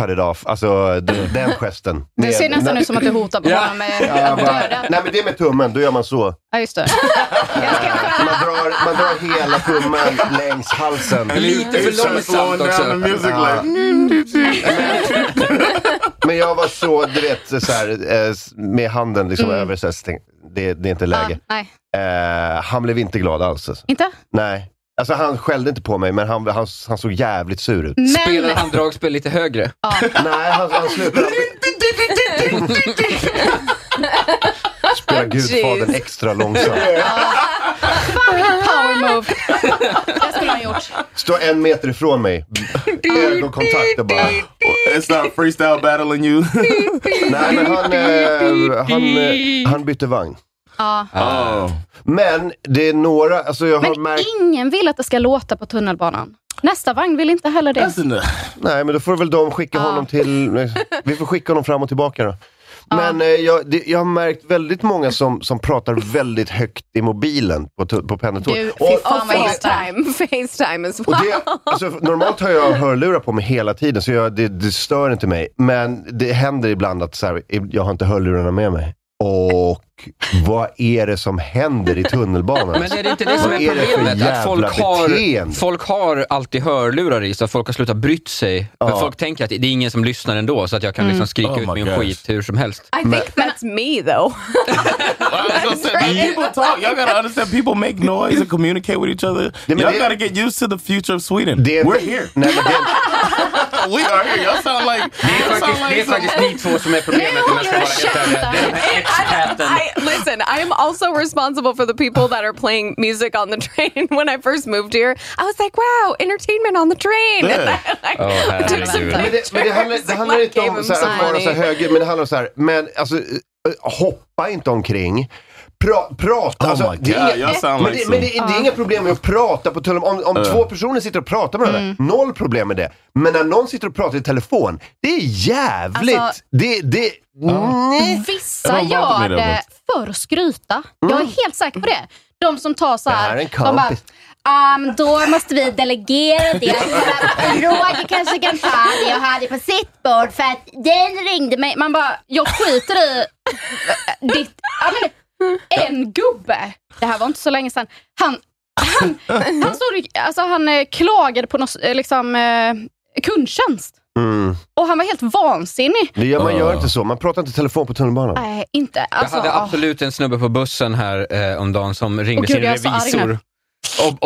[SPEAKER 4] cut it off, alltså den, den gesten.
[SPEAKER 6] Det ser nästan ut som att du hotar på
[SPEAKER 5] Ja.
[SPEAKER 6] honom med
[SPEAKER 4] Ja,
[SPEAKER 6] att
[SPEAKER 4] bara,
[SPEAKER 6] döda.
[SPEAKER 4] nej men det är med tummen, då gör man så.
[SPEAKER 6] Ja, just det.
[SPEAKER 4] Man drar, man drar hela tummen längs halsen.
[SPEAKER 5] Lite för långsamt också.
[SPEAKER 4] Ja. Men jag var så, du vet, så här, eh, s- med handen liksom över, så här, så tänkte, jag, det, det är inte
[SPEAKER 6] Mm. Ja,
[SPEAKER 4] läge.
[SPEAKER 6] nej,
[SPEAKER 4] Eh, han blev inte glad alls. Alltså.
[SPEAKER 6] inte?
[SPEAKER 4] Nej. Alltså han skällde inte på mig, men han, han, han såg jävligt sur ut.
[SPEAKER 5] Spelade
[SPEAKER 6] Men,
[SPEAKER 5] han dragspel lite högre?
[SPEAKER 4] Nej, han, han slutade spela Gudfadern
[SPEAKER 8] jeez.
[SPEAKER 4] extra långsamt.
[SPEAKER 6] power move. Det skulle han gjort.
[SPEAKER 4] Stå en meter ifrån mig, ögonkontakt och bara...
[SPEAKER 7] It's not freestyle battling you. [laughs]
[SPEAKER 4] Nej, men han, eh, han, eh, han bytte vagn.
[SPEAKER 6] Ja.
[SPEAKER 7] oh.
[SPEAKER 4] Men det är några, alltså jag har
[SPEAKER 6] Men
[SPEAKER 4] märkt...
[SPEAKER 6] ingen vill att det ska låta på tunnelbanan. Nästa vagn vill inte heller det.
[SPEAKER 7] That's enough.
[SPEAKER 4] Nej, men då får väl de
[SPEAKER 6] Ah.
[SPEAKER 4] skicka honom till... Vi får skicka honom fram och tillbaka då.
[SPEAKER 6] Ah.
[SPEAKER 4] Men eh, jag, det, jag har märkt väldigt många som, som pratar väldigt högt i mobilen på, tu- på
[SPEAKER 6] Du,
[SPEAKER 4] pendeltåget.
[SPEAKER 6] fy
[SPEAKER 4] Och,
[SPEAKER 6] fan
[SPEAKER 8] Oh,
[SPEAKER 6] vad jag
[SPEAKER 8] FaceTime. [laughs] FaceTime as
[SPEAKER 4] och
[SPEAKER 8] well.
[SPEAKER 4] det, alltså, normalt har jag hörlurar på mig hela tiden, så jag, det, det stör inte mig. Men det händer ibland att så här, jag har inte hörlurarna med mig. Och vad är det som händer i tunnelbanan?
[SPEAKER 5] Men är det inte det som
[SPEAKER 4] Vad
[SPEAKER 5] är
[SPEAKER 4] är det för
[SPEAKER 5] problemet? Att folk
[SPEAKER 4] jävla beteende?
[SPEAKER 5] har, folk har alltid hörlurar i sig, att folk har slutat brytt sig. För
[SPEAKER 4] Ja.
[SPEAKER 5] folk tänker att det är ingen som lyssnar ändå, så att jag kan liksom skrika
[SPEAKER 7] Oh
[SPEAKER 5] ut
[SPEAKER 7] my
[SPEAKER 5] min
[SPEAKER 7] gosh.
[SPEAKER 5] skit hur som helst.
[SPEAKER 8] I think that's me
[SPEAKER 7] I
[SPEAKER 8] though.
[SPEAKER 7] was gonna say, people talk. Y'all gotta understand. People make noise and communicate with each other.
[SPEAKER 4] Yeah,
[SPEAKER 7] Y'all
[SPEAKER 4] but they-
[SPEAKER 7] gotta get used to the future of Sweden.
[SPEAKER 4] Det är-
[SPEAKER 7] We're here.
[SPEAKER 4] Nej, men det,
[SPEAKER 7] we are here. Y'all sound like.
[SPEAKER 5] Det är
[SPEAKER 7] y'all sound
[SPEAKER 5] faktiskt, det är
[SPEAKER 7] like some-
[SPEAKER 5] faktiskt ni två som är problemet om jag ska vara helt ärlig. Det är den här expaten.
[SPEAKER 8] I, listen, I am also responsible for the people that are playing music on the [laughs] train. When I first moved here, I was like, wow, entertainment on the train.
[SPEAKER 7] [laughs]
[SPEAKER 8] And
[SPEAKER 7] Yeah.
[SPEAKER 8] I, [laughs] like,
[SPEAKER 5] Oh,
[SPEAKER 8] I took some
[SPEAKER 5] herregud.
[SPEAKER 4] Men det, men det handlar, det handlar inte om så här, att vara så här höger, men det handlar om så här, men alltså, eh, hoppa inte omkring. Pra, prata,
[SPEAKER 7] Oh
[SPEAKER 4] alltså,
[SPEAKER 7] my
[SPEAKER 4] det är
[SPEAKER 7] God,
[SPEAKER 4] inga-
[SPEAKER 7] jag liksom- sound
[SPEAKER 4] men,
[SPEAKER 7] like
[SPEAKER 4] det, men det,
[SPEAKER 7] some-
[SPEAKER 4] det är inga problem med att prata på tullen. Om, om
[SPEAKER 7] Eh.
[SPEAKER 4] två personer sitter och pratar med varandra,
[SPEAKER 7] Mm.
[SPEAKER 4] noll problem med det. Men när någon sitter och pratar i telefon, det är jävligt.
[SPEAKER 6] Alltså-
[SPEAKER 4] det, det, nej.
[SPEAKER 6] Vissa
[SPEAKER 7] Jag var van
[SPEAKER 6] gör
[SPEAKER 7] vid det,
[SPEAKER 6] det för att skryta. Jag är helt säker på det. De som tar så
[SPEAKER 4] Mm. Det här
[SPEAKER 6] här,
[SPEAKER 4] är en
[SPEAKER 6] de bara,
[SPEAKER 4] kompis.
[SPEAKER 6] "Ehm, då måste vi delegera det. Roger kanske kan ta det jag hade på sitt bord för att den ringde mig. Man bara, jag skiter i eh, ditt, ja, men, en gubbe. Det här var inte så länge sedan. Han, han, han, stod, alltså, han eh, klagade på något, eh, liksom, eh, kundtjänst.
[SPEAKER 4] Mm.
[SPEAKER 6] Och han var helt vansinnig.
[SPEAKER 4] Det gör, man
[SPEAKER 7] Ah.
[SPEAKER 4] gör inte så, man pratar inte i telefon på tunnelbanan.
[SPEAKER 6] Nej, inte.
[SPEAKER 5] Jag
[SPEAKER 6] Alltså,
[SPEAKER 5] hade
[SPEAKER 6] ah.
[SPEAKER 5] absolut en snubbe på bussen här eh, om dagen som ringde
[SPEAKER 6] Åh, gud,
[SPEAKER 5] sin
[SPEAKER 6] jag är alltså så arg
[SPEAKER 5] revisor
[SPEAKER 6] nu.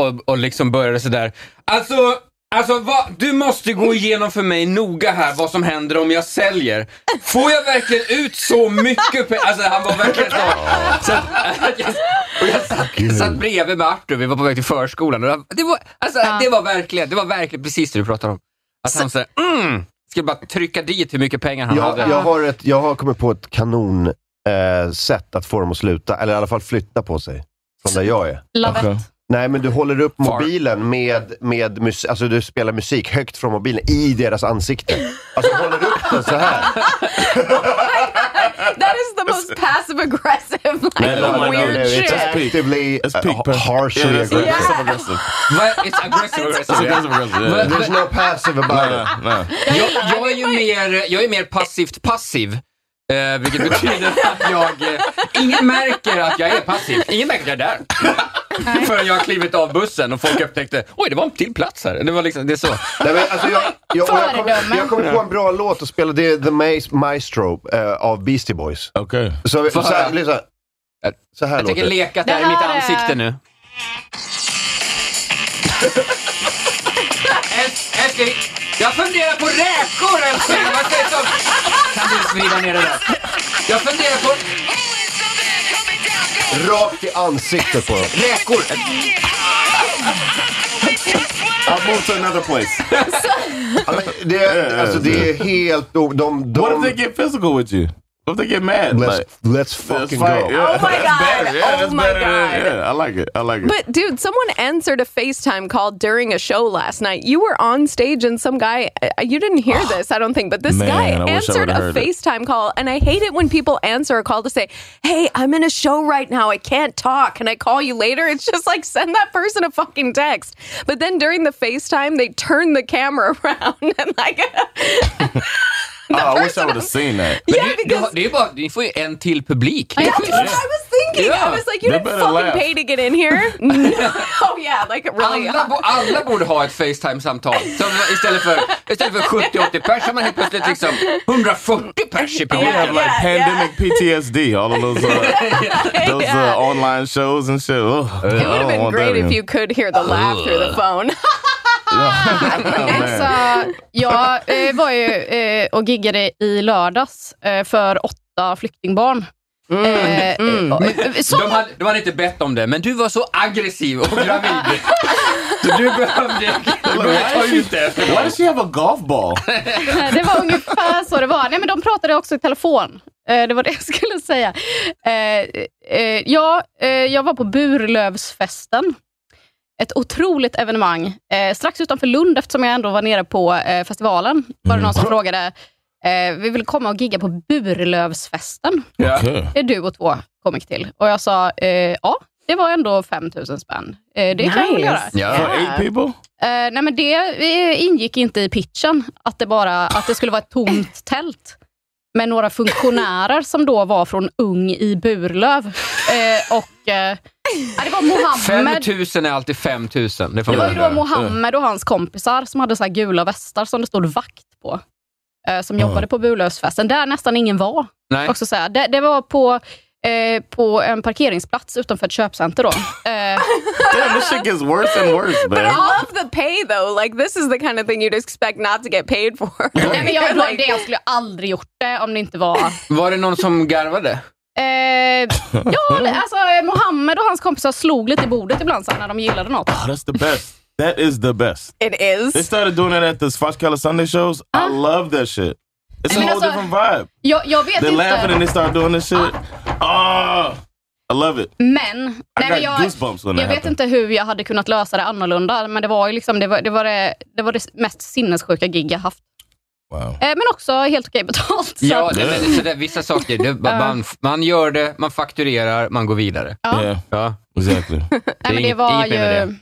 [SPEAKER 5] och, och, och liksom började sådär. Alltså, alltså va, du måste gå igenom för mig noga här vad som händer om jag säljer. Får jag verkligen ut så mycket pengar? Alltså han var verkligen så. så att, att jag, och jag satt, satt bredvid med Arthur, vi var på väg till förskolan. Och det var- det, var, alltså, det var verkligen, det var verkligen precis det du pratade om. Att han såhär, mm, ska bara trycka dit hur mycket pengar han
[SPEAKER 4] Jag,
[SPEAKER 5] hade.
[SPEAKER 4] jag, har ett, jag har kommit på ett kanon eh, sätt att få dem att sluta, eller i alla fall flytta på sig. Från där jag är.
[SPEAKER 6] Love it.
[SPEAKER 7] Okay.
[SPEAKER 4] Nej, men du håller upp
[SPEAKER 5] Far.
[SPEAKER 4] mobilen med, med mus- alltså du spelar musik högt från mobilen i deras ansikte. Alltså håller upp den så här.
[SPEAKER 8] That is the most passive aggressive like,
[SPEAKER 7] Man, no, no,
[SPEAKER 8] weird
[SPEAKER 7] no,
[SPEAKER 4] it's
[SPEAKER 8] shit.
[SPEAKER 7] just-
[SPEAKER 4] actively
[SPEAKER 7] It's peak
[SPEAKER 4] uh,
[SPEAKER 7] pressure.
[SPEAKER 4] harshly
[SPEAKER 7] Yeah, that's, that's some
[SPEAKER 4] aggressive.
[SPEAKER 7] aggressive.
[SPEAKER 5] Va, it's aggressive
[SPEAKER 10] Alltså,
[SPEAKER 5] aggressive.
[SPEAKER 7] That's aggressive aggressive.
[SPEAKER 5] Va-
[SPEAKER 7] Yeah.
[SPEAKER 4] There's no passive about
[SPEAKER 7] Nah,
[SPEAKER 4] it.
[SPEAKER 7] nah.
[SPEAKER 5] Jag, jag, är ju mer, jag är mer passivt passiv. Eh, [laughs] vilket betyder att jag... Eh, ingen märker att jag är passiv. Ingen märker att jag är där. förrän jag klivit av bussen och folk upptäckte, oj det var en till plats här. Det var liksom, det är så.
[SPEAKER 4] Nej, men alltså jag, jag, och jag, kom, jag kom på en bra låt att spela, det är The Maze Maestro eh, av Beastie Boys.
[SPEAKER 10] Okej.
[SPEAKER 4] Så, vi- så
[SPEAKER 5] Får
[SPEAKER 4] här,
[SPEAKER 5] höra.
[SPEAKER 4] lyssna. så här
[SPEAKER 5] Jag
[SPEAKER 4] låter
[SPEAKER 5] tänker
[SPEAKER 4] det.
[SPEAKER 5] leka där i mitt ansikte nu. Äls- Älskling, jag funderar på räkor älskling. Vad sägs om... Kan du smida ner det där? Jag funderar på
[SPEAKER 4] Rakt i ansiktet på dem.
[SPEAKER 5] räkor.
[SPEAKER 8] [laughs]
[SPEAKER 7] I'll move to another [laughs] place.
[SPEAKER 4] Ja, men det, alltså, det är helt... o- De, de,
[SPEAKER 10] Mm. What if they get physical with you? What if they get mad?
[SPEAKER 4] let's,
[SPEAKER 10] Like,
[SPEAKER 4] let's
[SPEAKER 10] that's
[SPEAKER 7] [laughs]
[SPEAKER 4] fucking
[SPEAKER 10] fine.
[SPEAKER 4] go.
[SPEAKER 10] Yeah,
[SPEAKER 8] Oh my
[SPEAKER 10] that's
[SPEAKER 8] God.
[SPEAKER 10] better. Yeah,
[SPEAKER 8] Oh
[SPEAKER 10] that's
[SPEAKER 8] my
[SPEAKER 10] better than-
[SPEAKER 8] God.
[SPEAKER 10] yeah, I like it. I like it.
[SPEAKER 8] But dude, someone answered a FaceTime call during a show last night. You were on stage and some guy, I- you didn't
[SPEAKER 10] [sighs]
[SPEAKER 8] hear this, I don't think, but this
[SPEAKER 10] Man, I
[SPEAKER 8] guy
[SPEAKER 10] wish I
[SPEAKER 8] answered
[SPEAKER 10] would've
[SPEAKER 8] a
[SPEAKER 10] heard it.
[SPEAKER 8] FaceTime call. And I hate it when people answer a call to say, hey, I'm in a show right now. I can't talk. Can I call you later? It's just like, send that person a fucking text. But then during the FaceTime, they turn the camera [laughs] around and like,
[SPEAKER 10] oh, I wish I would have seen that.
[SPEAKER 5] Men
[SPEAKER 8] Yeah,
[SPEAKER 5] det, det,
[SPEAKER 8] because-
[SPEAKER 5] det är ju bara, ni får ju en till publik. Det är
[SPEAKER 8] that's
[SPEAKER 5] schysst.
[SPEAKER 8] what I was thinking. I
[SPEAKER 5] Yeah.
[SPEAKER 8] was like, you
[SPEAKER 10] They
[SPEAKER 8] didn't
[SPEAKER 10] better
[SPEAKER 8] fucking
[SPEAKER 10] laugh.
[SPEAKER 8] pay to get in here. [laughs]
[SPEAKER 10] [laughs]
[SPEAKER 8] No. oh, yeah. Like, really.
[SPEAKER 5] Alla, bo- alla borde ha ett Facetime-samtal. Som Istället för, istället för 70-80 pers har man helt plötsligt liksom 140 pers i
[SPEAKER 10] We have
[SPEAKER 5] publiken.
[SPEAKER 10] like
[SPEAKER 8] yeah,
[SPEAKER 10] pandemic PTSD, all of those uh, those
[SPEAKER 8] [laughs] Yeah.
[SPEAKER 10] uh, online shows and shit. Ugh,
[SPEAKER 8] It would have been great if you could hear the laugh through the phone. [laughs]
[SPEAKER 10] [laughs] Oh,
[SPEAKER 6] Så jag Alltså, eh, var ju eh, och giggade i lördags eh, för åtta flyktingbarn. Eh, eh, eh, som-
[SPEAKER 5] De hade, de hade inte bett om det, men du var så aggressiv och gravid.
[SPEAKER 6] [laughs]
[SPEAKER 5] Så du behövde, du behövde ta ut det efter
[SPEAKER 10] Why does she have a golf [laughs] ball?
[SPEAKER 6] Det var ungefär så det var. Nej, men de pratade också i telefon. Eh, Det var det jag skulle säga. Eh, eh, Ja, eh, jag var på Burlövsfesten. Ett otroligt evenemang. Eh, Strax utanför Lund, eftersom jag ändå var nere på eh, festivalen, var det någon som frågade eh, vi vill komma och gigga på Burlövsfesten.
[SPEAKER 10] Okay.
[SPEAKER 6] Det är du och två komiker till. Och jag sa, eh, ja, det var ändå 5 000 spänn. Eh, Det kan jag väl
[SPEAKER 8] Nice.
[SPEAKER 6] göra.
[SPEAKER 10] For eight people?
[SPEAKER 6] Eh, nej men det eh, ingick inte i pitchen, att det, bara, att det skulle vara ett tomt tält med några funktionärer som då var från Ung i Burlöv. Eh, och, eh, ja, det var Mohammed.
[SPEAKER 5] 5000 är alltid 5000. Det får
[SPEAKER 6] Det var
[SPEAKER 5] man
[SPEAKER 6] ju då
[SPEAKER 5] göra.
[SPEAKER 6] Mohammed och hans kompisar som hade så här gula västar som det stod vakt på. eh, Som jobbade på Burlövsfesten, där nästan ingen var.
[SPEAKER 5] Nej.
[SPEAKER 6] Också säga. Det, det var på, eh, på en parkeringsplats utanför ett köpcenter. Då. Eh,
[SPEAKER 10] Damn, this shit gets worse and worse, man.
[SPEAKER 8] I love the pay though. Like this is the kind of thing you'd expect not to get paid [laughs] for.
[SPEAKER 6] nej, men [laughs] jag, det, jag skulle aldrig gjort det om det inte var
[SPEAKER 5] Var det någon som garvade?
[SPEAKER 6] [laughs] Eh, ja, det- alltså eh, Mohammed och hans kompisar slog lite i bordet ibland så här, när de gillade något.
[SPEAKER 10] Oh, that's the best. That is the best.
[SPEAKER 8] it
[SPEAKER 10] They
[SPEAKER 8] is.
[SPEAKER 10] started doing that at the Svartkalla Sunday shows. I love that shit. It's a
[SPEAKER 6] mean,
[SPEAKER 10] whole
[SPEAKER 6] that's a-
[SPEAKER 10] different vibe.
[SPEAKER 6] Jag, jag vet
[SPEAKER 10] They're laughing and
[SPEAKER 6] inte,
[SPEAKER 10] they start doing this shit. Oh, I love it.
[SPEAKER 6] men...
[SPEAKER 10] I
[SPEAKER 6] Nej, men
[SPEAKER 10] got
[SPEAKER 6] jag,
[SPEAKER 10] goosebumps when that
[SPEAKER 6] jag vet
[SPEAKER 10] happened.
[SPEAKER 6] inte hur jag hade kunnat lösa det annorlunda, men det var ju liksom, det, var, det, var det, det, var det mest sinnessjuka gig jag haft.
[SPEAKER 10] Wow.
[SPEAKER 6] Eh, men också helt okej betalt. Så.
[SPEAKER 5] Ja,
[SPEAKER 6] att-
[SPEAKER 5] det, men, så det, vissa saker. Det, man, man gör det, man fakturerar, man går vidare.
[SPEAKER 10] Yeah,
[SPEAKER 5] Ja.
[SPEAKER 8] [laughs]
[SPEAKER 10] exactly.
[SPEAKER 5] Det,
[SPEAKER 6] nej,
[SPEAKER 5] är
[SPEAKER 6] men det
[SPEAKER 5] inget-
[SPEAKER 6] var
[SPEAKER 5] inget mer med
[SPEAKER 6] ju...
[SPEAKER 5] det.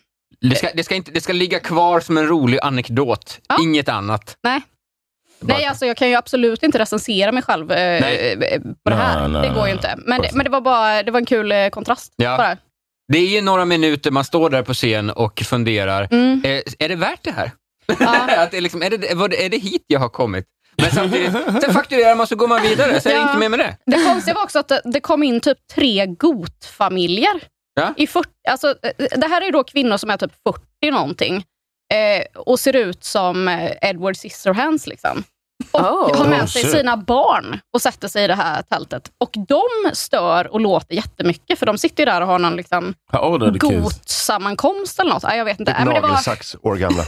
[SPEAKER 5] Det ska, det, ska inte, det ska ligga kvar som en rolig anekdot,
[SPEAKER 6] Ja.
[SPEAKER 5] inget annat.
[SPEAKER 6] Nej. Nej, alltså jag kan ju absolut inte recensera mig själv eh,
[SPEAKER 5] Nej.
[SPEAKER 6] eh, på det här.
[SPEAKER 10] Nej,
[SPEAKER 6] det
[SPEAKER 10] nej,
[SPEAKER 6] går ju
[SPEAKER 10] nej.
[SPEAKER 6] inte. Men, det, men det var bara det var en kul eh, kontrast.
[SPEAKER 5] Ja.
[SPEAKER 6] Bara.
[SPEAKER 5] Det är ju några minuter man står där på scen och funderar,
[SPEAKER 6] Mm.
[SPEAKER 5] eh, är det värt det här? [laughs] att det är, liksom, är, det, var det- är det hit jag har kommit? Men samtidigt, sen fakturerar man så går man vidare, så är det
[SPEAKER 6] Ja.
[SPEAKER 5] inte mer med det.
[SPEAKER 6] Det konstiga var också att det- det kom in typ tre gotfamiljer.
[SPEAKER 5] Ja.
[SPEAKER 6] I 40, alltså, eh, det här är ju då kvinnor som är typ 40 någonting eh, och ser ut som eh, Edward Scissorhands. Liksom. Och
[SPEAKER 8] Oh.
[SPEAKER 6] har
[SPEAKER 10] Oh,
[SPEAKER 6] med sig
[SPEAKER 10] shit.
[SPEAKER 6] sina barn och sätter sig i det här tältet. Och de stör och låter jättemycket, för de sitter ju där och har någon liksom,
[SPEAKER 10] How old are the kids?
[SPEAKER 6] gotsammankomst eller något. Nej, jag vet inte. Nej, men det var,
[SPEAKER 4] Nagelsax år
[SPEAKER 6] [laughs]
[SPEAKER 4] gamla.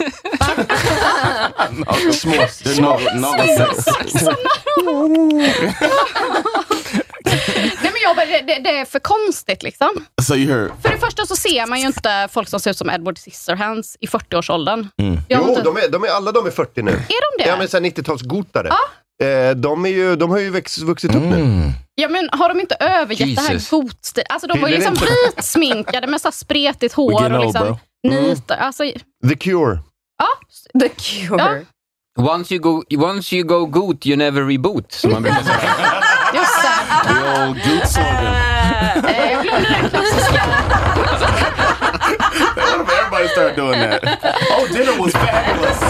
[SPEAKER 10] Små, they're novel, novel sex.
[SPEAKER 6] nej, men jag bara, det, det, det är för konstigt. liksom.
[SPEAKER 10] So you heard
[SPEAKER 6] För det första så ser man ju inte folk som ser ut som Edward Scissorhands i 40-årsåldern. Jag har
[SPEAKER 4] Jo,
[SPEAKER 6] inte-
[SPEAKER 4] de är, de är, alla de är 40 nu.
[SPEAKER 6] Är de det?
[SPEAKER 4] Ja, men sen 90-talsgotare. Eh, de, är ju, de har ju växt, vuxit upp nu.
[SPEAKER 10] Mm.
[SPEAKER 6] Ja, men har de inte övergett det här
[SPEAKER 5] Jesus.
[SPEAKER 6] gotstilen? Alltså, de var ju
[SPEAKER 5] Tydligen
[SPEAKER 6] liksom vitsminkade med så här spretigt hår
[SPEAKER 10] getting
[SPEAKER 6] och
[SPEAKER 10] old,
[SPEAKER 6] liksom nitar. Alltså,
[SPEAKER 4] The Cure.
[SPEAKER 8] The cure.
[SPEAKER 6] Ja.
[SPEAKER 5] Once you go, once you go good, you never reboot, som man brukar säga.
[SPEAKER 6] just det.
[SPEAKER 10] the old goot slogan.
[SPEAKER 6] Eh, Jag glömde den klassiska.
[SPEAKER 10] everybody start doing that. Oh, dinner was fabulous.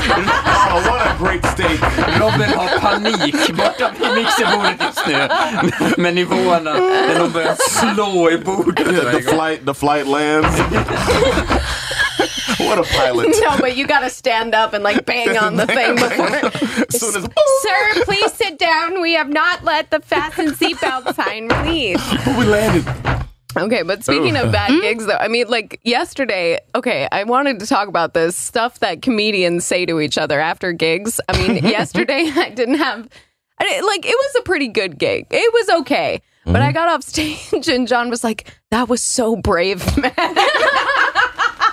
[SPEAKER 10] Oh, what a great steak.
[SPEAKER 5] Robin har panik borta vid mixerbordet just nu. Med nivåerna. När de börjar slå i bordet.
[SPEAKER 10] The flight, the flight lands. [laughs] what a pilot.
[SPEAKER 8] No, but you gotta stand up and like bang on the thing before.
[SPEAKER 10] As soon as
[SPEAKER 8] Sir, please sit down. We have not let the fasten seatbelt sign release.
[SPEAKER 10] we landed.
[SPEAKER 8] Okay, but speaking of bad gigs, though, I mean, like yesterday, okay, I wanted to talk about this stuff that comedians say to each other after gigs. I mean, yesterday [laughs] I didn't have, I didn't- like, it was a pretty good gig. It was okay. But I got off [laughs] stage and John was like, that was so brave, [laughs] man.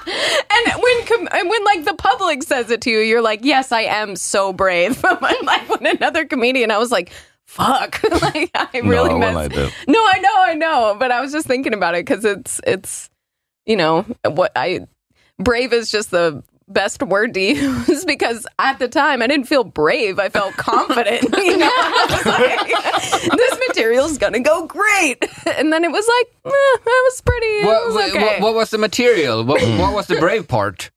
[SPEAKER 8] and when com- and when like the public says it to you, you're like, yes, I am so brave. [laughs] But like when another comedian, I was like, fuck, [laughs] like I really messed no, I know, I know, but I was just thinking about it because it's it's you know what I brave is just the best word to [laughs] use because at the time I didn't feel brave. I felt confident. [laughs] you know, I was like, [laughs] this material's gonna go great, [laughs] and then it was like eh, that was pretty. It
[SPEAKER 5] What,
[SPEAKER 8] was
[SPEAKER 5] what,
[SPEAKER 8] okay.
[SPEAKER 5] what, what was the material? [clears throat] What, what was the brave part?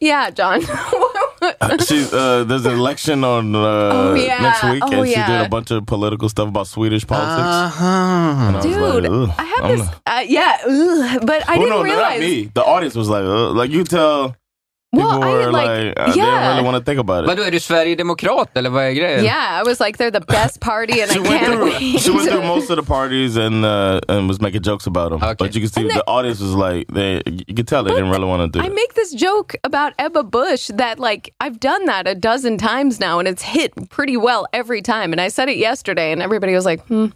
[SPEAKER 8] yeah, John. [laughs]
[SPEAKER 10] She's, uh, there's an election on uh,
[SPEAKER 8] Oh, yeah.
[SPEAKER 10] next week,
[SPEAKER 8] Oh,
[SPEAKER 10] and she
[SPEAKER 8] yeah.
[SPEAKER 10] did a bunch of political stuff about Swedish politics.
[SPEAKER 5] Uh-huh.
[SPEAKER 10] And I was
[SPEAKER 8] Dude,
[SPEAKER 10] like, "Ugh,
[SPEAKER 8] I have
[SPEAKER 10] I'm
[SPEAKER 8] this.
[SPEAKER 10] not-"
[SPEAKER 8] Uh, yeah, ugh, but I
[SPEAKER 10] Well,
[SPEAKER 8] didn't
[SPEAKER 10] Oh, no, no,
[SPEAKER 8] realize.
[SPEAKER 10] not me. The audience was like, Ugh. like you tell people
[SPEAKER 8] Well, I
[SPEAKER 10] were
[SPEAKER 8] like,
[SPEAKER 10] like, uh, they
[SPEAKER 8] yeah.
[SPEAKER 10] don't really want to think about it.
[SPEAKER 5] Vadå, är du Sverigedemokrat eller vad är grejen?
[SPEAKER 8] Yeah, I was like, they're the best party, and I
[SPEAKER 10] [laughs] she went
[SPEAKER 8] can't
[SPEAKER 10] through
[SPEAKER 8] wait.
[SPEAKER 10] she
[SPEAKER 8] [laughs]
[SPEAKER 10] went through most of the parties and uh, and was making jokes about them.
[SPEAKER 5] Okay.
[SPEAKER 10] But you can see the audience was like they you could tell they didn't really want to do
[SPEAKER 8] I
[SPEAKER 10] it.
[SPEAKER 8] make this joke about Ebba Bush that like I've done that a dozen times now and it's hit pretty well every time. And I said it yesterday and everybody was like, hmm.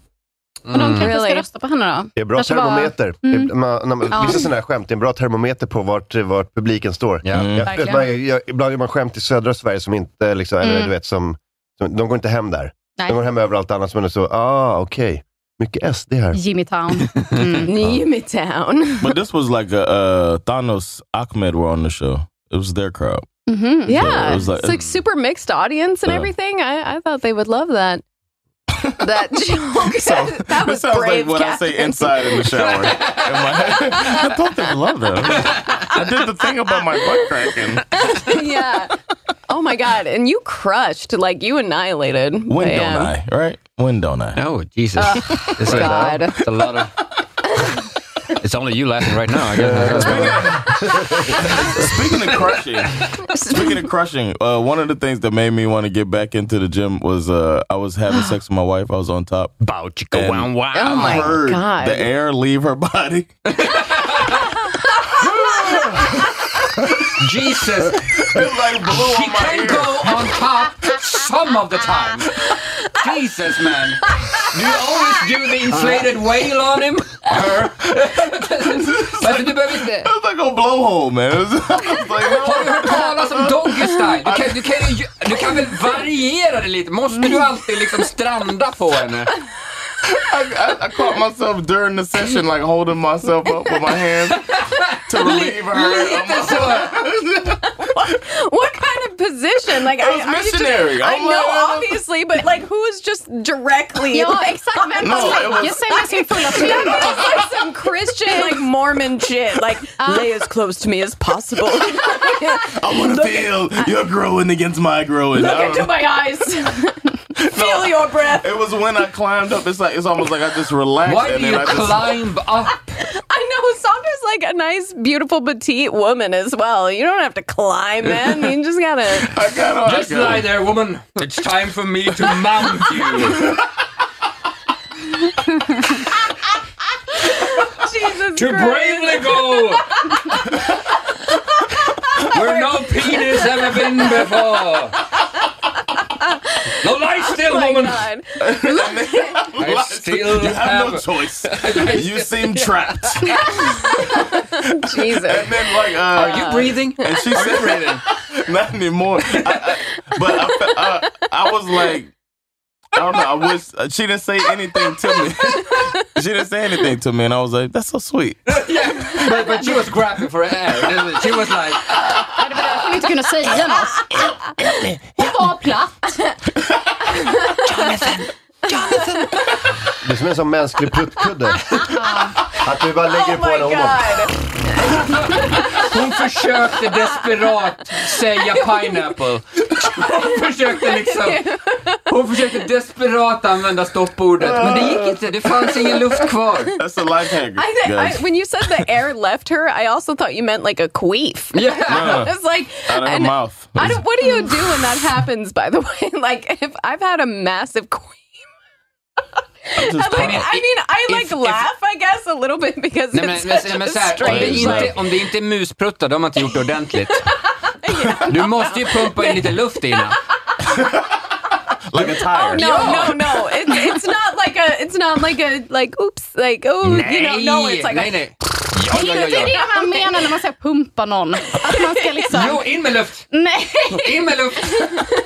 [SPEAKER 6] Men de kanske
[SPEAKER 8] Really?
[SPEAKER 6] ska rösta på henne då?
[SPEAKER 4] Det är bra
[SPEAKER 6] Kanske bara-
[SPEAKER 4] termometer.
[SPEAKER 6] Mm.
[SPEAKER 4] Det är- Man, när man, Vissa sådana här skämt, det är en bra termometer på vart, vart publiken står.
[SPEAKER 5] Ja.
[SPEAKER 10] Mm.
[SPEAKER 4] Jag,
[SPEAKER 6] Verkligen.
[SPEAKER 4] man, jag, ibland gör man skämt i södra Sverige som inte, liksom, eller du vet, som, som, de går inte hem där.
[SPEAKER 6] Nej.
[SPEAKER 4] De går hem överallt annars, men det är så, ah, okej. Mycket SD här.
[SPEAKER 6] Jimmy Town.
[SPEAKER 10] Uh.
[SPEAKER 6] Mm.
[SPEAKER 8] Nimi Town.
[SPEAKER 10] But this was like uh, uh, Thanos Ahmed were on the show. It was their crowd.
[SPEAKER 6] Mhm.
[SPEAKER 10] [laughs] Yeah,
[SPEAKER 8] Yeah.
[SPEAKER 10] it was like-
[SPEAKER 8] it's like super mixed audience and
[SPEAKER 10] Yeah.
[SPEAKER 8] everything. I, I thought they would love
[SPEAKER 10] [laughs]
[SPEAKER 8] that. that [laughs] joke. [laughs] [laughs] that
[SPEAKER 10] That
[SPEAKER 8] was
[SPEAKER 10] sounds
[SPEAKER 8] brave.
[SPEAKER 10] like what I say
[SPEAKER 8] Captain.
[SPEAKER 10] inside in the
[SPEAKER 8] [laughs]
[SPEAKER 10] shower. In my head. I thought they would love that. I did the thing about my butt cracking.
[SPEAKER 8] [laughs] yeah. Oh my God. And you crushed. Like you annihilated.
[SPEAKER 10] When
[SPEAKER 8] Yeah.
[SPEAKER 10] don't I? Right? When don't I?
[SPEAKER 5] Oh, Jesus. It's a-
[SPEAKER 8] Ah, oh God.
[SPEAKER 5] it's a lot of... It's only you laughing right now. I guess.
[SPEAKER 10] Speaking
[SPEAKER 8] [laughs]
[SPEAKER 10] of crushing, speaking of crushing, uh, one of the things that made me want to get back into the gym was uh, I
[SPEAKER 8] [gasps]
[SPEAKER 10] was having sex with my wife. I was on top.
[SPEAKER 5] Bow, chicka, wow, wow.
[SPEAKER 8] Oh
[SPEAKER 10] I
[SPEAKER 8] my
[SPEAKER 10] heard
[SPEAKER 8] God.
[SPEAKER 10] the air leave her body. [laughs]
[SPEAKER 5] Jesus,
[SPEAKER 10] It like blew
[SPEAKER 8] Oh
[SPEAKER 5] she
[SPEAKER 10] on my
[SPEAKER 5] can
[SPEAKER 10] ear.
[SPEAKER 5] go on top some of the time. Jesus, man. Do you always do the
[SPEAKER 8] Ah.
[SPEAKER 5] inflated whale on
[SPEAKER 8] [laughs]
[SPEAKER 5] him? Her. alltså, du behöver inte...
[SPEAKER 10] It was like a blowhole, man. It was, [laughs] I was like, no.
[SPEAKER 5] Har du hört talas om Doggy Style? Du kan, du, kan, ju- du kan väl variera det lite? Måste du alltid liksom stranda på henne?
[SPEAKER 10] I, I, I caught myself during the session, like holding myself up with my hands to relieve her. I'm
[SPEAKER 5] Lite
[SPEAKER 10] like,
[SPEAKER 5] så.
[SPEAKER 8] [laughs] What kind of position? Like
[SPEAKER 10] I was
[SPEAKER 8] I, just-
[SPEAKER 10] missionary.
[SPEAKER 8] I
[SPEAKER 10] I'm
[SPEAKER 8] know,
[SPEAKER 10] like-
[SPEAKER 8] obviously, but like, who is just directly?
[SPEAKER 6] Ja,
[SPEAKER 8] like,
[SPEAKER 6] exakt. Men
[SPEAKER 10] No, it was-
[SPEAKER 6] jag säger sin fulla
[SPEAKER 8] [laughs] that
[SPEAKER 6] tyngd.
[SPEAKER 8] was like some Christian, like Mormon shit. Like, lay as close to me as possible. Look
[SPEAKER 10] I want to feel your growing against my growing. I don't
[SPEAKER 8] into my
[SPEAKER 10] [laughs]
[SPEAKER 8] eyes. Feel your breath.
[SPEAKER 10] It was when I climbed up. It's like it's almost like I just relaxed.
[SPEAKER 5] Why do
[SPEAKER 10] and then
[SPEAKER 5] you
[SPEAKER 10] I just,
[SPEAKER 5] climb up?
[SPEAKER 8] I know Sandra's like a nice, beautiful, petite woman as well. You don't have to climb in. You just
[SPEAKER 10] [laughs]
[SPEAKER 8] gotta.
[SPEAKER 10] I got on.
[SPEAKER 5] Just lie there, woman. It's time for me to mount you.
[SPEAKER 8] Jesus
[SPEAKER 5] To
[SPEAKER 8] Christ.
[SPEAKER 5] bravely go. Where no penis ever been before. No, lie still,
[SPEAKER 8] Oh [laughs] my
[SPEAKER 5] woman.
[SPEAKER 8] God.
[SPEAKER 5] I still
[SPEAKER 10] you have no
[SPEAKER 5] have-
[SPEAKER 10] choice. [laughs] you seem trapped. [laughs]
[SPEAKER 8] Jesus.
[SPEAKER 10] And then like, uh,
[SPEAKER 5] Are you breathing?
[SPEAKER 10] and she said, [laughs] "Not anymore." I, I, but I, fe- I, I was like, I don't know. I wish uh, she didn't say anything to me. [laughs] she didn't say anything to me, and I was like, "That's so sweet."
[SPEAKER 5] yeah, but, but she was grabbing for air. She was like,
[SPEAKER 6] Det var därför hon inte kunde säga något. Hon var platt.
[SPEAKER 4] Det är som en sån mänsklig pruttkudde. Att du bara lägger
[SPEAKER 8] Oh
[SPEAKER 4] på en
[SPEAKER 8] my
[SPEAKER 4] och hon bara-
[SPEAKER 8] god.
[SPEAKER 5] Hon försökte desperat säga pineapple. Hon försökte liksom, hon försökte desperat använda stoppordet, men det gick inte. Det fanns ingen luft kvar.
[SPEAKER 10] That's a life hack.
[SPEAKER 8] I thi- I, when you said the
[SPEAKER 10] [laughs]
[SPEAKER 8] air left her, I also thought you meant like a queef.
[SPEAKER 5] Yeah.
[SPEAKER 10] No.
[SPEAKER 8] [laughs] it's like
[SPEAKER 10] Out of her
[SPEAKER 8] and
[SPEAKER 10] mouth.
[SPEAKER 8] I don't, what do you do when that happens? By the [laughs] way, like if I've had a massive queef.
[SPEAKER 10] I'm just
[SPEAKER 8] Like, I mean, I like
[SPEAKER 5] if-
[SPEAKER 8] laugh, I guess, a little bit because
[SPEAKER 5] Nej, men,
[SPEAKER 8] it's
[SPEAKER 5] men,
[SPEAKER 8] such
[SPEAKER 5] men
[SPEAKER 8] a
[SPEAKER 5] så här, om, det
[SPEAKER 8] strange.
[SPEAKER 5] inte, om det inte är muspruttar, då har man inte gjort det ordentligt. Du måste ju pumpa in lite luft innan.
[SPEAKER 10] like a tire.
[SPEAKER 8] No, no, no. It's, it's not like a. It's not like a. Like oops. Like oh, you know. No, it's like
[SPEAKER 5] nej,
[SPEAKER 8] a,
[SPEAKER 5] nej. Ja,
[SPEAKER 6] Det
[SPEAKER 5] ja,
[SPEAKER 6] är
[SPEAKER 5] ja,
[SPEAKER 6] inte
[SPEAKER 5] ja.
[SPEAKER 6] det man menar när man ska pumpa någon. Att man ska liksom...
[SPEAKER 5] Jo, in med luft!
[SPEAKER 6] Nej!
[SPEAKER 5] In med luft!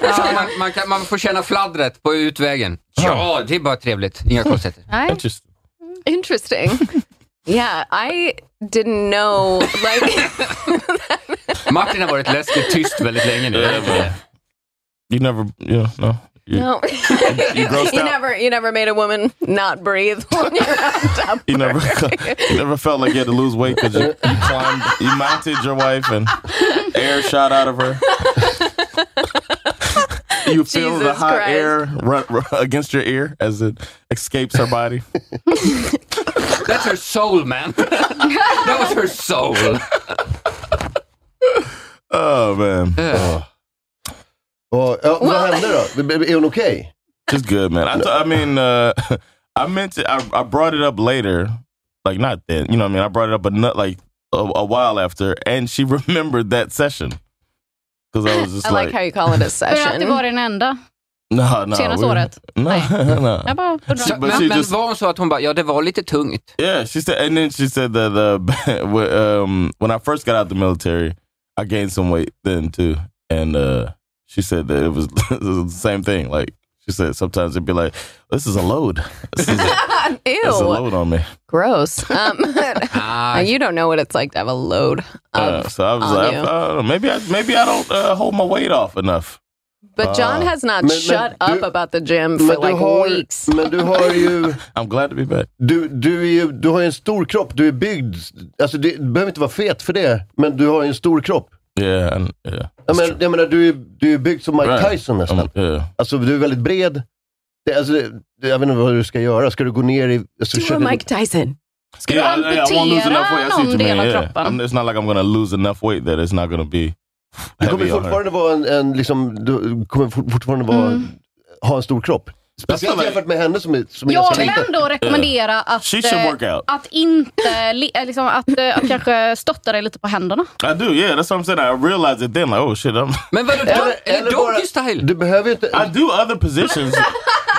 [SPEAKER 5] Så man, man, kan, man får känna fladdret på utvägen. Ja, det är bara trevligt. Inga konstigheter.
[SPEAKER 6] Nej.
[SPEAKER 10] Just,
[SPEAKER 8] interesting. [laughs] Yeah, I didn't know.
[SPEAKER 5] [laughs]
[SPEAKER 8] Like,
[SPEAKER 5] Martin har varit läskigt tyst väldigt länge nu.
[SPEAKER 10] Yeah, man. you never, yeah, no. You,
[SPEAKER 8] no,
[SPEAKER 10] you grossed
[SPEAKER 8] you
[SPEAKER 10] out.
[SPEAKER 8] never, you never made a woman not breathe [laughs] when you're on top.
[SPEAKER 10] you never, [laughs] you never felt like you had to lose weight
[SPEAKER 8] [laughs]
[SPEAKER 10] because you, you climbed, you mounted your wife and air shot out of her. you feel the
[SPEAKER 8] Jesus
[SPEAKER 10] hot
[SPEAKER 8] Christ.
[SPEAKER 10] air run, run against your ear as it escapes her body.
[SPEAKER 5] That's her soul man. That was her soul.
[SPEAKER 10] Oh man,
[SPEAKER 4] Och, ja, vad hände då? Är hon okej?
[SPEAKER 10] just good man. I, t- I mean, uh, [laughs] I meant to. I, I brought it up later, like not then. You know what I mean? I brought it up, but not like a, a while after, and she [laughs] remembered that session because I was just
[SPEAKER 8] I like how you [laughs] call it a
[SPEAKER 6] För att det
[SPEAKER 8] session.
[SPEAKER 6] var den enda.
[SPEAKER 10] no, no,
[SPEAKER 6] Senaste
[SPEAKER 10] we- [laughs]
[SPEAKER 6] året?
[SPEAKER 10] no,
[SPEAKER 6] Nej.
[SPEAKER 10] no.
[SPEAKER 6] Jag bara
[SPEAKER 5] Så,
[SPEAKER 6] undrar.
[SPEAKER 10] But
[SPEAKER 5] men
[SPEAKER 10] she
[SPEAKER 5] men
[SPEAKER 10] just-
[SPEAKER 5] var hon så att hon bara, ja det var lite tungt.
[SPEAKER 10] Yeah, she said, and then she said that uh, wh- um, [laughs] when I first got out of the military, I gained some weight then too, and uh, she said that it was, [laughs] it was the same thing. Like she said, sometimes it'd be like, "This is a load. This is a,
[SPEAKER 8] [laughs]
[SPEAKER 10] it's a
[SPEAKER 8] Ew,
[SPEAKER 10] load on me."
[SPEAKER 8] gross. Um,
[SPEAKER 5] Ah,
[SPEAKER 8] you don't know what it's like to have a load.
[SPEAKER 10] Uh,
[SPEAKER 8] of-
[SPEAKER 10] so I was
[SPEAKER 8] on
[SPEAKER 10] like,
[SPEAKER 8] you.
[SPEAKER 10] I, I don't know, maybe I maybe I don't uh, hold my weight off enough.
[SPEAKER 8] but John has not
[SPEAKER 4] men- men
[SPEAKER 8] shut
[SPEAKER 4] du-
[SPEAKER 8] up about the gym for
[SPEAKER 4] Men du,
[SPEAKER 8] like
[SPEAKER 4] har,
[SPEAKER 8] weeks.
[SPEAKER 4] men du har ju...
[SPEAKER 10] I'm glad to be back.
[SPEAKER 4] Du, du, är ju, du har ju en stor kropp, du är byggd. Alltså, det, du behöver inte vara fet för det, men du har ju en stor kropp.
[SPEAKER 10] Yeah, and, yeah.
[SPEAKER 4] Jag, men, jag menar, du är, du är byggd som Mike
[SPEAKER 10] Right.
[SPEAKER 4] Tyson nästan.
[SPEAKER 10] Um, yeah.
[SPEAKER 4] Alltså, du är väldigt bred. Det, alltså, det, det- jag vet inte vad du ska göra. Ska du gå ner i... Alltså,
[SPEAKER 8] You are Mike Tyson.
[SPEAKER 6] Ska du amputera någon del av
[SPEAKER 10] I'm,
[SPEAKER 6] kroppen?
[SPEAKER 10] it's not like I'm gonna lose enough weight that it's not gonna be.
[SPEAKER 4] du kommer
[SPEAKER 10] heavy on her.
[SPEAKER 4] fortfarande vara en, en liksom, du kommer fort- fortfarande vara, ha en stor kropp. Speciellt
[SPEAKER 10] like-
[SPEAKER 4] jämfört med henne som är, som är
[SPEAKER 6] Jag
[SPEAKER 4] ganska
[SPEAKER 6] vill
[SPEAKER 4] liten.
[SPEAKER 6] ändå rekommendera att,
[SPEAKER 10] She should
[SPEAKER 6] eh,
[SPEAKER 10] work out.
[SPEAKER 6] att inte, li- eh, liksom, att, eh, att kanske stötta dig lite på händerna.
[SPEAKER 10] I do, yeah. That's what I'm saying. I realized it then, like, oh shit, I'm, [laughs]
[SPEAKER 5] Men vadå,
[SPEAKER 4] Eller-
[SPEAKER 5] do- eh, är det
[SPEAKER 4] eller bara-
[SPEAKER 5] doggy style?
[SPEAKER 4] Du behöver ju inte...
[SPEAKER 10] I do other [laughs] positions,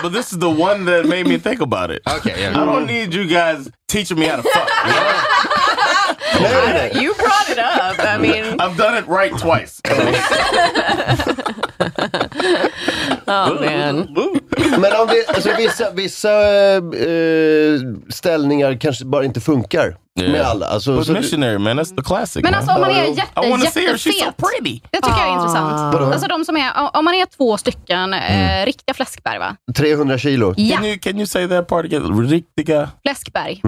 [SPEAKER 10] but this is the one that made me think about it. I
[SPEAKER 5] Okej, ja.
[SPEAKER 10] don't need you guys teaching me how to fuck. you know? [laughs]
[SPEAKER 8] You brought it up. I mean,
[SPEAKER 10] I've done it right [laughs] twice.
[SPEAKER 8] oh man.
[SPEAKER 4] Men om det, alltså vissa, vissa eh, ställningar kanske bara inte funkar med alla. Alltså,
[SPEAKER 10] But
[SPEAKER 4] så,
[SPEAKER 10] missionary, man, that's the classic.
[SPEAKER 6] Men
[SPEAKER 10] man.
[SPEAKER 6] alltså om man är jätte,
[SPEAKER 10] I want to see her. She's so
[SPEAKER 6] jättefet.
[SPEAKER 10] pretty.
[SPEAKER 6] Det tycker jag är intressant. Alltså de som är, om man är två stycken eh, riktiga fläskberg va?
[SPEAKER 4] 300 kilo.
[SPEAKER 6] Ja,
[SPEAKER 10] Can you can you say that part again? Riktiga.
[SPEAKER 6] fläskberg.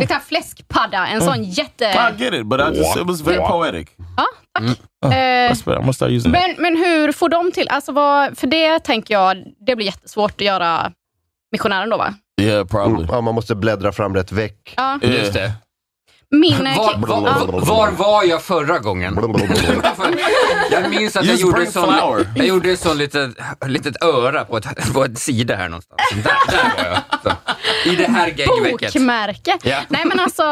[SPEAKER 6] Det tar fläskpadda, en sån
[SPEAKER 10] I
[SPEAKER 6] jätte...
[SPEAKER 10] get it, but I just it was very poetic.
[SPEAKER 6] Ja, tack. Eh,
[SPEAKER 10] That's better. I'm gonna start using that.
[SPEAKER 6] Men, men hur får de till... Alltså vad, för det tänker jag, det blir jättesvårt att göra missionären då va?
[SPEAKER 10] Yeah, probably.
[SPEAKER 4] Ja, man måste bläddra fram rätt väck.
[SPEAKER 6] Ja.
[SPEAKER 10] Yeah.
[SPEAKER 5] Just det.
[SPEAKER 6] Min... eh,
[SPEAKER 5] Var,
[SPEAKER 6] ki- ja.
[SPEAKER 5] var, var var jag förra gången? [laughs] Jag minns att jag
[SPEAKER 10] Just
[SPEAKER 5] gjorde,
[SPEAKER 10] bring
[SPEAKER 5] sån,
[SPEAKER 10] flower.
[SPEAKER 5] jag gjorde ett sånt litet, litet öra på ett, på ett sida här någonstans. Där, där var jag. Så. I det här geggvecket.
[SPEAKER 6] Bokmärke.
[SPEAKER 5] Ja.
[SPEAKER 6] Nej men alltså,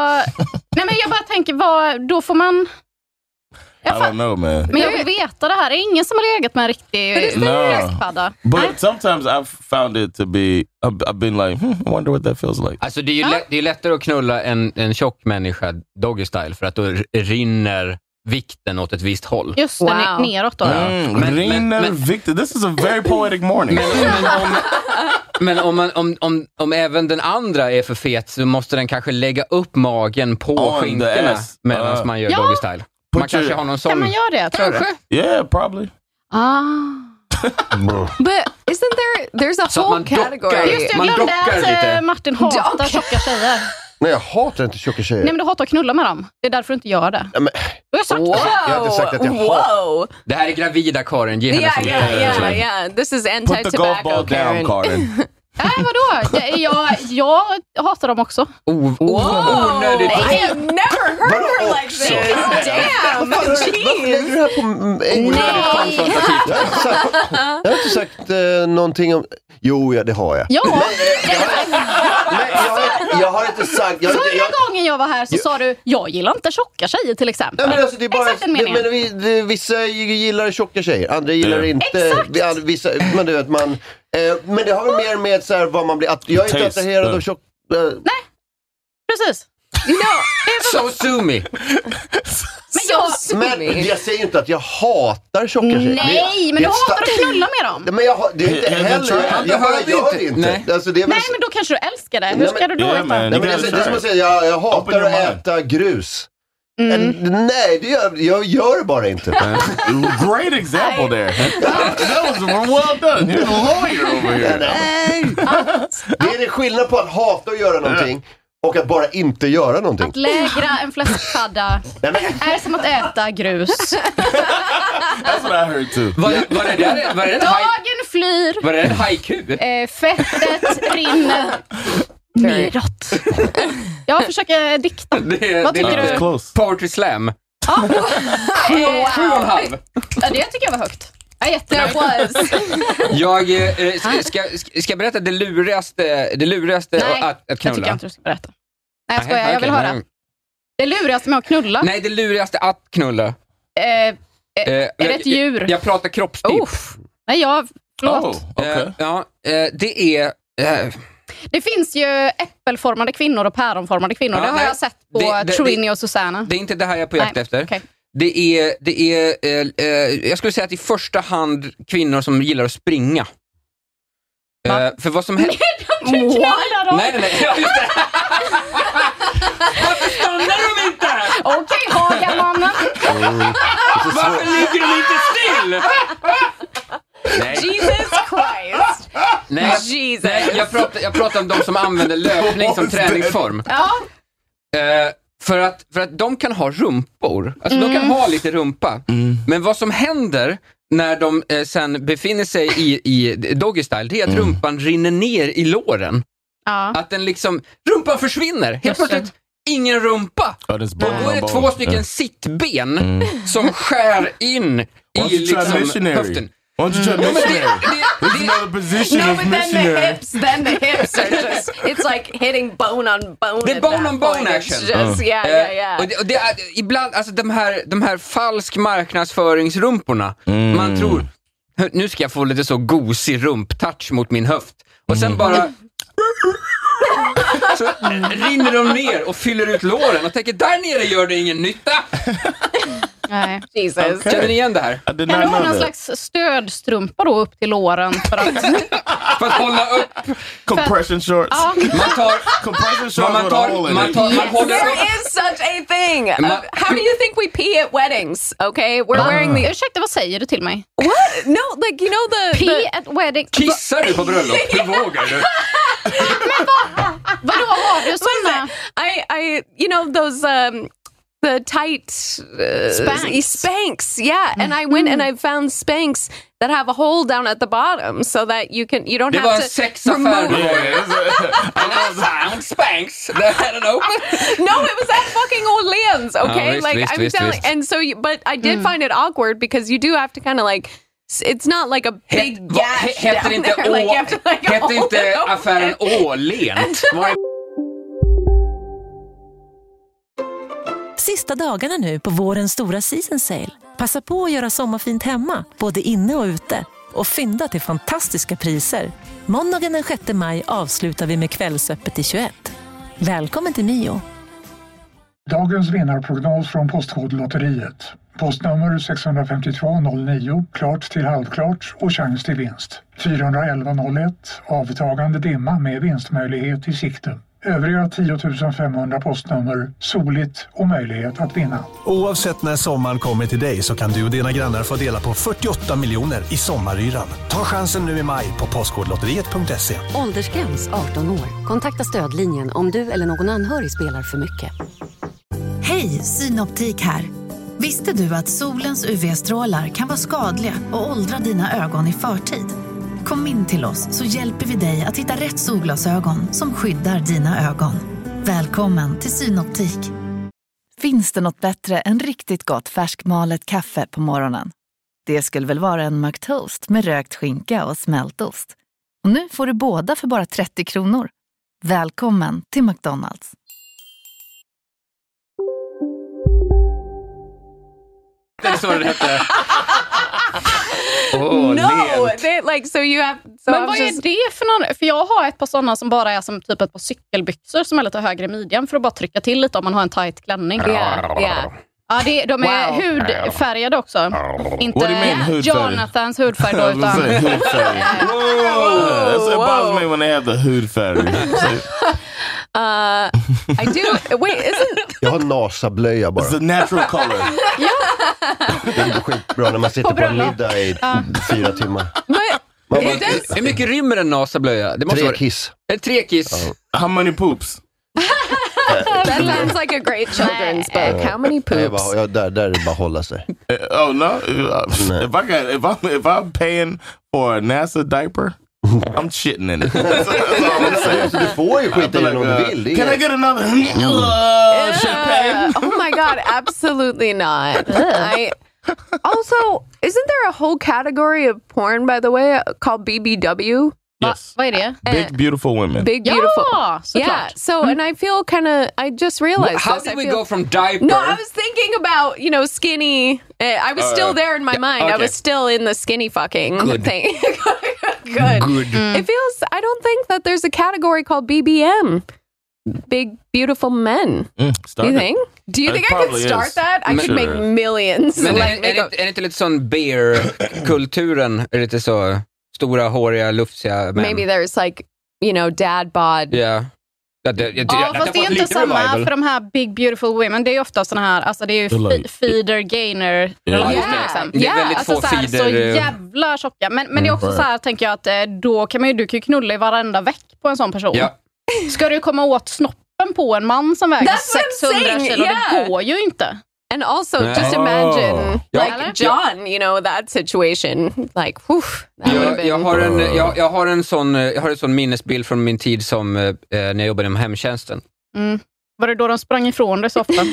[SPEAKER 6] nej men jag bara tänker, vad, då får man...
[SPEAKER 10] I don't know, man.
[SPEAKER 6] Men jag vill veta det här. Det är ingen som har legat med en riktig
[SPEAKER 10] No.
[SPEAKER 6] fläskpadda.
[SPEAKER 10] But sometimes I've found it to be. I've, I've been like, hmm, I wonder what that feels like.
[SPEAKER 5] Alltså det är ju lä- det är lättare att knulla en, en tjock människa doggy style för att då r- rinner vikten åt ett visst håll.
[SPEAKER 6] Just
[SPEAKER 8] Wow.
[SPEAKER 6] det, ne- neråt då.
[SPEAKER 10] Mm,
[SPEAKER 5] Men-
[SPEAKER 10] Rina
[SPEAKER 5] men- men-
[SPEAKER 10] Victor, this is a very poetic morning.
[SPEAKER 5] Men, men, om, men om, man, om, om, om även den andra är för fet så måste den kanske lägga upp magen på
[SPEAKER 10] On the
[SPEAKER 5] skinkorna
[SPEAKER 10] ass.
[SPEAKER 5] medan
[SPEAKER 10] Ah.
[SPEAKER 5] man gör
[SPEAKER 6] Ja.
[SPEAKER 5] doggy style. Man
[SPEAKER 10] Put your-
[SPEAKER 5] kanske har någon sån...
[SPEAKER 6] Kan man göra det? Tror du?
[SPEAKER 5] Kanske.
[SPEAKER 10] yeah, probably.
[SPEAKER 6] Ah.
[SPEAKER 8] But isn't there? There's a
[SPEAKER 5] Så att
[SPEAKER 8] whole
[SPEAKER 5] man dockar.
[SPEAKER 8] category.
[SPEAKER 6] Just det, jag
[SPEAKER 5] Man
[SPEAKER 6] glömde
[SPEAKER 5] dockar
[SPEAKER 6] att
[SPEAKER 5] lite.
[SPEAKER 6] eh, Martin hatar
[SPEAKER 8] Dockar.
[SPEAKER 6] tjocka tjejer.
[SPEAKER 4] Nej, jag hatar inte tjocka tjejer.
[SPEAKER 6] Nej men du hatar att knulla med dem. Det är därför du inte gör det.
[SPEAKER 4] Ja, men,
[SPEAKER 6] Du har sagt
[SPEAKER 4] Wow. Jag har inte sagt att jag har-
[SPEAKER 8] Whoa.
[SPEAKER 5] Det här är gravida Karin, ge henne
[SPEAKER 8] Yeah,
[SPEAKER 5] som
[SPEAKER 8] yeah, yeah,
[SPEAKER 5] yeah.
[SPEAKER 8] yeah. This is
[SPEAKER 10] Put the golf
[SPEAKER 8] anti-tobacco,
[SPEAKER 10] ball
[SPEAKER 8] Karen.
[SPEAKER 10] down, Karin.
[SPEAKER 6] Nej vadå? Jag, jag, jag hatar dem också.
[SPEAKER 5] Onödigt!
[SPEAKER 8] I have never heard her like this. Damn,
[SPEAKER 4] Varför lägger du
[SPEAKER 8] jeez.
[SPEAKER 4] det här på mm, en- Jag har inte sagt, jag har inte sagt eh, någonting om... Jo, ja, det har jag.
[SPEAKER 6] Ja,
[SPEAKER 4] Men jag, har- jag har inte sagt... Jag, har inte-
[SPEAKER 6] förra
[SPEAKER 4] jag,
[SPEAKER 6] gången jag var här så sa du jag gillar inte tjocka tjejer till exempel.
[SPEAKER 4] Nej, men alltså, det är bara,
[SPEAKER 6] Exakt den
[SPEAKER 4] det,
[SPEAKER 6] meningen.
[SPEAKER 4] men vi, det, vissa gillar tjocka tjejer, andra gillar
[SPEAKER 10] Ja.
[SPEAKER 4] inte.
[SPEAKER 6] Exakt.
[SPEAKER 4] Vi, andra, vissa, men du vet, man... Eh, men det har väl mer med så här, vad man blir... Att, jag är inte
[SPEAKER 10] Taste.
[SPEAKER 4] attraherad
[SPEAKER 10] Ja.
[SPEAKER 4] av tjock... Eh,
[SPEAKER 6] Precis.
[SPEAKER 5] So sue me!
[SPEAKER 6] Men jag,
[SPEAKER 4] men jag säger ju inte att jag hatar tjocka tjejer.
[SPEAKER 6] nej, men
[SPEAKER 4] det är
[SPEAKER 6] du
[SPEAKER 4] ett
[SPEAKER 6] hatar
[SPEAKER 4] starkt-
[SPEAKER 6] att knulla med dem.
[SPEAKER 4] Nej, men jag, har- det är inte
[SPEAKER 10] Jag- jag
[SPEAKER 4] heller...
[SPEAKER 10] tror-
[SPEAKER 4] Jag,
[SPEAKER 5] jag
[SPEAKER 4] bara
[SPEAKER 5] hörde
[SPEAKER 4] gör det
[SPEAKER 5] inte.
[SPEAKER 4] inte.
[SPEAKER 5] Nej.
[SPEAKER 4] Alltså, det är väl
[SPEAKER 6] Nej,
[SPEAKER 4] så-
[SPEAKER 6] men då kanske du älskar det. Hur
[SPEAKER 4] Nej,
[SPEAKER 6] ska
[SPEAKER 4] men-
[SPEAKER 6] du då
[SPEAKER 10] Ja,
[SPEAKER 6] veta?
[SPEAKER 10] men-
[SPEAKER 4] Nej, men det, är, det är som att säga, jag, jag hatar att äta grus. Eh, Nej, det gör, jag gör det bara inte.
[SPEAKER 10] [laughs] Great example there. That, was well done. You're a lawyer over here.
[SPEAKER 4] Det är det skillnad på att hata att göra någonting och att bara inte göra någonting.
[SPEAKER 6] Att lägra en fläskpadda
[SPEAKER 4] Nej, men,
[SPEAKER 6] är som att äta [laughs] grus.
[SPEAKER 10] That's what I heard too.
[SPEAKER 5] Var, det- var, det, där- var, det en hai-
[SPEAKER 6] Dagen flyr,
[SPEAKER 5] var det en haiku?
[SPEAKER 6] eh, fettet rinner neråt. Jag försöker dikta.
[SPEAKER 5] Det, är-
[SPEAKER 6] Vad
[SPEAKER 5] det är
[SPEAKER 6] tycker
[SPEAKER 5] lite
[SPEAKER 10] That was
[SPEAKER 6] du?
[SPEAKER 10] close.
[SPEAKER 5] Poetry slam. Sju och en
[SPEAKER 6] Wow.
[SPEAKER 5] halv.
[SPEAKER 6] Ja, det tycker jag var högt. Jag är jättenöjd.
[SPEAKER 5] Jag eh, ska, ska, ska jag berätta det lurigaste, det lurigaste
[SPEAKER 6] Nej,
[SPEAKER 5] att, att
[SPEAKER 6] Jag tycker
[SPEAKER 5] knulla.
[SPEAKER 6] inte du ska berätta. Nej, jag
[SPEAKER 5] Nej,
[SPEAKER 6] skojar. Jag vill
[SPEAKER 5] okej,
[SPEAKER 6] höra.
[SPEAKER 5] nej.
[SPEAKER 6] Det lurigaste med att knulla,
[SPEAKER 5] Nej, det lurigaste att knulla.
[SPEAKER 6] eh,
[SPEAKER 5] är
[SPEAKER 6] det ett djur?
[SPEAKER 5] Jag, jag pratar kroppstips.
[SPEAKER 6] uff. Nej, jag... Förlåt.
[SPEAKER 10] Oh, okay.
[SPEAKER 5] Eh, ja, eh, det är... eh,
[SPEAKER 6] Det finns ju äppelformade kvinnor och päronformade kvinnor.
[SPEAKER 5] Ja,
[SPEAKER 6] det har
[SPEAKER 5] nej.
[SPEAKER 6] jag sett på
[SPEAKER 5] Det- det-
[SPEAKER 6] Trini och Susanna.
[SPEAKER 5] det är inte det här jag är på jakt
[SPEAKER 6] Nej,
[SPEAKER 5] efter.
[SPEAKER 6] okej.
[SPEAKER 5] Det är, det är eh, eh, jag skulle säga att i första hand kvinnor som gillar att springa.
[SPEAKER 6] Va?
[SPEAKER 5] Eh, för vad som händer...
[SPEAKER 6] Du knullar dem.
[SPEAKER 5] nej, nej, nej. Ja, just det. [laughs] Varför stannar de inte?
[SPEAKER 6] Okej, Hagamannen.
[SPEAKER 5] Varför ligger de inte still? Nej,
[SPEAKER 8] Jesus Christ.
[SPEAKER 5] nej,
[SPEAKER 8] Jesus.
[SPEAKER 5] nej jag, pratar, jag pratar om de som använder löpning som träningsform.
[SPEAKER 6] Ja,
[SPEAKER 5] Eh, för, att, för att de kan ha rumpor. Alltså de
[SPEAKER 6] Mm.
[SPEAKER 5] kan ha lite rumpa. Men vad som händer när de eh, sen befinner sig i, i doggy style, det är att rumpan rinner ner i låren.
[SPEAKER 6] ja.
[SPEAKER 5] Att den liksom, rumpan försvinner. Helt
[SPEAKER 6] Just det.
[SPEAKER 5] plötsligt, ingen rumpa.
[SPEAKER 10] Oh, this
[SPEAKER 5] Och då är det två stycken sittben som skär in
[SPEAKER 10] Why don't
[SPEAKER 5] i
[SPEAKER 10] you try
[SPEAKER 5] liksom
[SPEAKER 10] Mm. missionary?
[SPEAKER 5] höften.
[SPEAKER 10] Why don't you try
[SPEAKER 5] Men det,
[SPEAKER 10] missionary?
[SPEAKER 5] det,
[SPEAKER 10] There's
[SPEAKER 5] det,
[SPEAKER 10] another position
[SPEAKER 8] Mm. No,
[SPEAKER 10] of
[SPEAKER 8] but then the
[SPEAKER 10] missionary.
[SPEAKER 8] hips, then the hips are just, it's like hitting bone on bone.
[SPEAKER 5] The
[SPEAKER 8] at
[SPEAKER 5] bone
[SPEAKER 8] that
[SPEAKER 5] on bone
[SPEAKER 8] point. It's
[SPEAKER 5] action.
[SPEAKER 8] just- yeah,
[SPEAKER 5] Eh,
[SPEAKER 8] yeah, yeah.
[SPEAKER 5] Och det, och det är, ibland, alltså de här, de här falsk marknadsföringsrumporna.
[SPEAKER 10] Mm.
[SPEAKER 5] Man tror, "Hö, nu ska jag få lite så gosig rumptouch mot min höft. Och
[SPEAKER 10] Mm.
[SPEAKER 5] sen bara så rinner de ner och fyller ut låren och tänker, där nere gör det ingen nytta.
[SPEAKER 6] Nej.
[SPEAKER 8] Jesus.
[SPEAKER 5] Känner ni igen det här?
[SPEAKER 10] I
[SPEAKER 6] Kan
[SPEAKER 10] did
[SPEAKER 6] du
[SPEAKER 10] not
[SPEAKER 6] ha
[SPEAKER 10] know
[SPEAKER 6] någon
[SPEAKER 10] that.
[SPEAKER 6] slags stödstrumpa då upp till låren? För att,
[SPEAKER 5] För att hålla upp,
[SPEAKER 10] Compression shorts.
[SPEAKER 6] ja,
[SPEAKER 5] man tar,
[SPEAKER 10] Compression shorts
[SPEAKER 5] man
[SPEAKER 10] with a hole
[SPEAKER 5] tar,
[SPEAKER 10] in
[SPEAKER 5] man
[SPEAKER 10] it.
[SPEAKER 5] tar, man håller
[SPEAKER 8] There
[SPEAKER 5] upp.
[SPEAKER 8] is such a thing.
[SPEAKER 5] Ma-
[SPEAKER 8] Uh, how do you think we pee at weddings? Okay, we're wearing the
[SPEAKER 6] ursäkta, vad säger du till mig?
[SPEAKER 8] what? No, like you know the,
[SPEAKER 6] Pee at wedding.
[SPEAKER 5] Kissar du på [laughs] bröllop? Hur vågar du?
[SPEAKER 6] Vadå,
[SPEAKER 5] [laughs]
[SPEAKER 6] har du såna?
[SPEAKER 8] the- I I you know those um the tight uh,
[SPEAKER 6] Spanx.
[SPEAKER 8] Spanx, yeah. And I went and I found Spanx that have a hole down at the bottom so that you can you don't
[SPEAKER 5] Det var
[SPEAKER 8] have
[SPEAKER 5] en
[SPEAKER 8] to
[SPEAKER 5] sexaffär.
[SPEAKER 8] remove.
[SPEAKER 5] du var i.
[SPEAKER 8] No,
[SPEAKER 10] Yeah,
[SPEAKER 5] And I found Spanx that had an open.
[SPEAKER 8] it was at fucking Orleans. Okay,
[SPEAKER 5] wrist,
[SPEAKER 8] like
[SPEAKER 5] wrist,
[SPEAKER 8] I'm
[SPEAKER 5] wrist,
[SPEAKER 8] telling.
[SPEAKER 5] wrist.
[SPEAKER 8] And so, you, but I did find it awkward because you do have to kind of like. s- It's not like a big
[SPEAKER 5] Hette- va- he-
[SPEAKER 8] gash
[SPEAKER 5] Hette
[SPEAKER 8] down
[SPEAKER 5] inte,
[SPEAKER 8] there. [laughs] Like
[SPEAKER 5] Å-
[SPEAKER 8] you have to like
[SPEAKER 5] hette
[SPEAKER 8] hold it
[SPEAKER 5] inte
[SPEAKER 8] open.
[SPEAKER 5] affären Åhlent? Var-
[SPEAKER 11] Sista dagarna nu på vårens stora season sale. Passa på att göra sommarfint hemma, både inne och ute. Och fynda till fantastiska priser. Måndagen den 6 maj avslutar vi med Kvällsöppet i 21. Välkommen till Mio.
[SPEAKER 12] Dagens vinnarprognos från Postkodlotteriet. Postnummer 65209, klart till halvklart och chans till vinst. 41101, avtagande dimma med vinstmöjlighet i sikte. Övriga 10 500 postnummer soligt och möjlighet att vinna.
[SPEAKER 13] Oavsett när sommaren kommer till dig så kan du och dina grannar få dela på 48 miljoner i sommaryran. Ta chansen nu i maj på Postkodlotteriet.se.
[SPEAKER 14] Åldersgräns 18 år. Kontakta stödlinjen om du eller någon anhörig spelar för mycket.
[SPEAKER 15] Hej, Synoptik här. Visste du att solens UV-strålar kan vara skadliga och åldra dina ögon i förtid? Kom in till oss så hjälper vi dig att hitta rätt solglasögon som skyddar dina ögon. Välkommen till Synoptik.
[SPEAKER 16] Finns det något bättre än riktigt gott färskmalet kaffe på morgonen? Det skulle väl vara en McToast med rökt skinka och smältost? Och nu får du båda för bara 30 kronor. Välkommen till McDonalds.
[SPEAKER 5] Det är så den hette.
[SPEAKER 8] no,
[SPEAKER 5] Åh, lent.
[SPEAKER 8] they, like so you have. So
[SPEAKER 6] Men
[SPEAKER 8] I'm
[SPEAKER 6] vad
[SPEAKER 8] just,
[SPEAKER 6] är det för någon? För jag har ett par sådana som bara är som typ ett par cykelbyxor som är lite högre i midjan för att bara trycka till lite om man har en tight klänning.
[SPEAKER 8] Yeah, yeah.
[SPEAKER 6] Ja, det, de är
[SPEAKER 8] Wow.
[SPEAKER 6] hudfärgade också. Inte
[SPEAKER 10] What do you mean, hudfärg?
[SPEAKER 6] Jonathans hudfärg då,
[SPEAKER 10] I was
[SPEAKER 6] utan...
[SPEAKER 10] gonna say hood [laughs] fairy. That's what bothers me when they have the hood [laughs] fairy.
[SPEAKER 8] Uh, I do. Wait, isn't
[SPEAKER 4] Jag har NASA-blöja bara. It's
[SPEAKER 10] a natural color.
[SPEAKER 4] Det är skitbra när man sitter
[SPEAKER 8] På
[SPEAKER 4] på, en
[SPEAKER 8] bröllop.
[SPEAKER 4] middag i
[SPEAKER 8] Ja.
[SPEAKER 4] fyra timmar.
[SPEAKER 5] Hur mycket- Hur mycket rymmer en NASA-blöja? Det måste
[SPEAKER 4] Tre
[SPEAKER 5] vara-
[SPEAKER 4] kiss.
[SPEAKER 5] Eh, Tre kiss.
[SPEAKER 10] How many poops?
[SPEAKER 8] [laughs] that sounds like a great children's book? um, How many
[SPEAKER 4] Nej, jag
[SPEAKER 8] poops?
[SPEAKER 4] bara, jag, där, där är det bara att hålla sig.
[SPEAKER 10] Uh, oh no! Uh, If I got if I'm if I'm paying for a NASA diaper, I'm shitting [laughs] in it. That's all I'm saying.
[SPEAKER 4] Så du får ju skita i den om du vill. Det är-
[SPEAKER 10] Can I get another? Uh,
[SPEAKER 8] Uh, oh my god, absolutely not. I also isn't there a whole category of porn by the way uh, called BBW?
[SPEAKER 10] Yes.
[SPEAKER 6] Vad är det?
[SPEAKER 10] Big beautiful women.
[SPEAKER 8] Big
[SPEAKER 6] Ja,
[SPEAKER 8] beautiful.
[SPEAKER 6] såklart.
[SPEAKER 8] yeah. So and I feel kind of I just realized
[SPEAKER 5] How
[SPEAKER 8] this.
[SPEAKER 5] did
[SPEAKER 8] I
[SPEAKER 5] we
[SPEAKER 8] feel-
[SPEAKER 5] go from diaper?
[SPEAKER 8] No, I was thinking about, you know, skinny. Uh, I was
[SPEAKER 5] Uh,
[SPEAKER 8] still there in my
[SPEAKER 5] yeah,
[SPEAKER 8] mind. I
[SPEAKER 5] okay.
[SPEAKER 8] was still in the skinny fucking
[SPEAKER 5] Good.
[SPEAKER 8] thing. [laughs] Good.
[SPEAKER 5] Good.
[SPEAKER 8] It feels I don't think that there's a category called BBM. Big beautiful men.
[SPEAKER 10] Mm,
[SPEAKER 8] Do you think? Do you
[SPEAKER 5] It
[SPEAKER 8] think I could
[SPEAKER 5] probably
[SPEAKER 8] start
[SPEAKER 5] is.
[SPEAKER 8] that? I
[SPEAKER 5] Mm.
[SPEAKER 8] could make
[SPEAKER 5] Sure.
[SPEAKER 8] millions.
[SPEAKER 5] Men
[SPEAKER 8] like,
[SPEAKER 5] är, är,
[SPEAKER 8] make a-
[SPEAKER 5] det, är det inte lite sån bear-kulturen? Är det Lite så stora, håriga, lufsiga män?
[SPEAKER 8] maybe there's like, you know, dad bod.
[SPEAKER 5] Ja. Ja, det, det,
[SPEAKER 6] Ja,
[SPEAKER 5] det,
[SPEAKER 6] fast det är inte samma för de här big beautiful women. Det är ju ofta sådana här, alltså det är ju
[SPEAKER 5] Eller-
[SPEAKER 6] fe- feeder gainer
[SPEAKER 5] Ja, just det.
[SPEAKER 6] liksom.
[SPEAKER 5] Det är väldigt
[SPEAKER 6] alltså
[SPEAKER 5] få
[SPEAKER 6] så, här, så
[SPEAKER 5] feeder, eh.
[SPEAKER 6] jävla tjocka. Men, men det är också
[SPEAKER 5] Mm.
[SPEAKER 6] så här, tänker jag, att eh, då kan man ju, du kan ju knulla i varenda veck på en sån person.
[SPEAKER 5] Ja.
[SPEAKER 6] Ska du komma åt snoppen på en man som väger
[SPEAKER 8] That's what I'm
[SPEAKER 6] 600
[SPEAKER 8] saying,
[SPEAKER 6] kilo?
[SPEAKER 8] yeah.
[SPEAKER 6] Det går ju inte.
[SPEAKER 8] And also,
[SPEAKER 5] Yeah.
[SPEAKER 8] just
[SPEAKER 5] Oh.
[SPEAKER 8] imagine
[SPEAKER 5] Yeah.
[SPEAKER 8] like John, you know, that situation. Like, whew, that would have
[SPEAKER 5] Jag,
[SPEAKER 8] been.
[SPEAKER 5] jag, har en, jag, jag, har en sån, eh, jag har en sån minnesbild från min tid som eh, när jag jobbade
[SPEAKER 6] [laughs]
[SPEAKER 5] inom hemtjänsten.
[SPEAKER 6] Mm. Var det då de sprang ifrån dig så ofta?
[SPEAKER 5] Ja,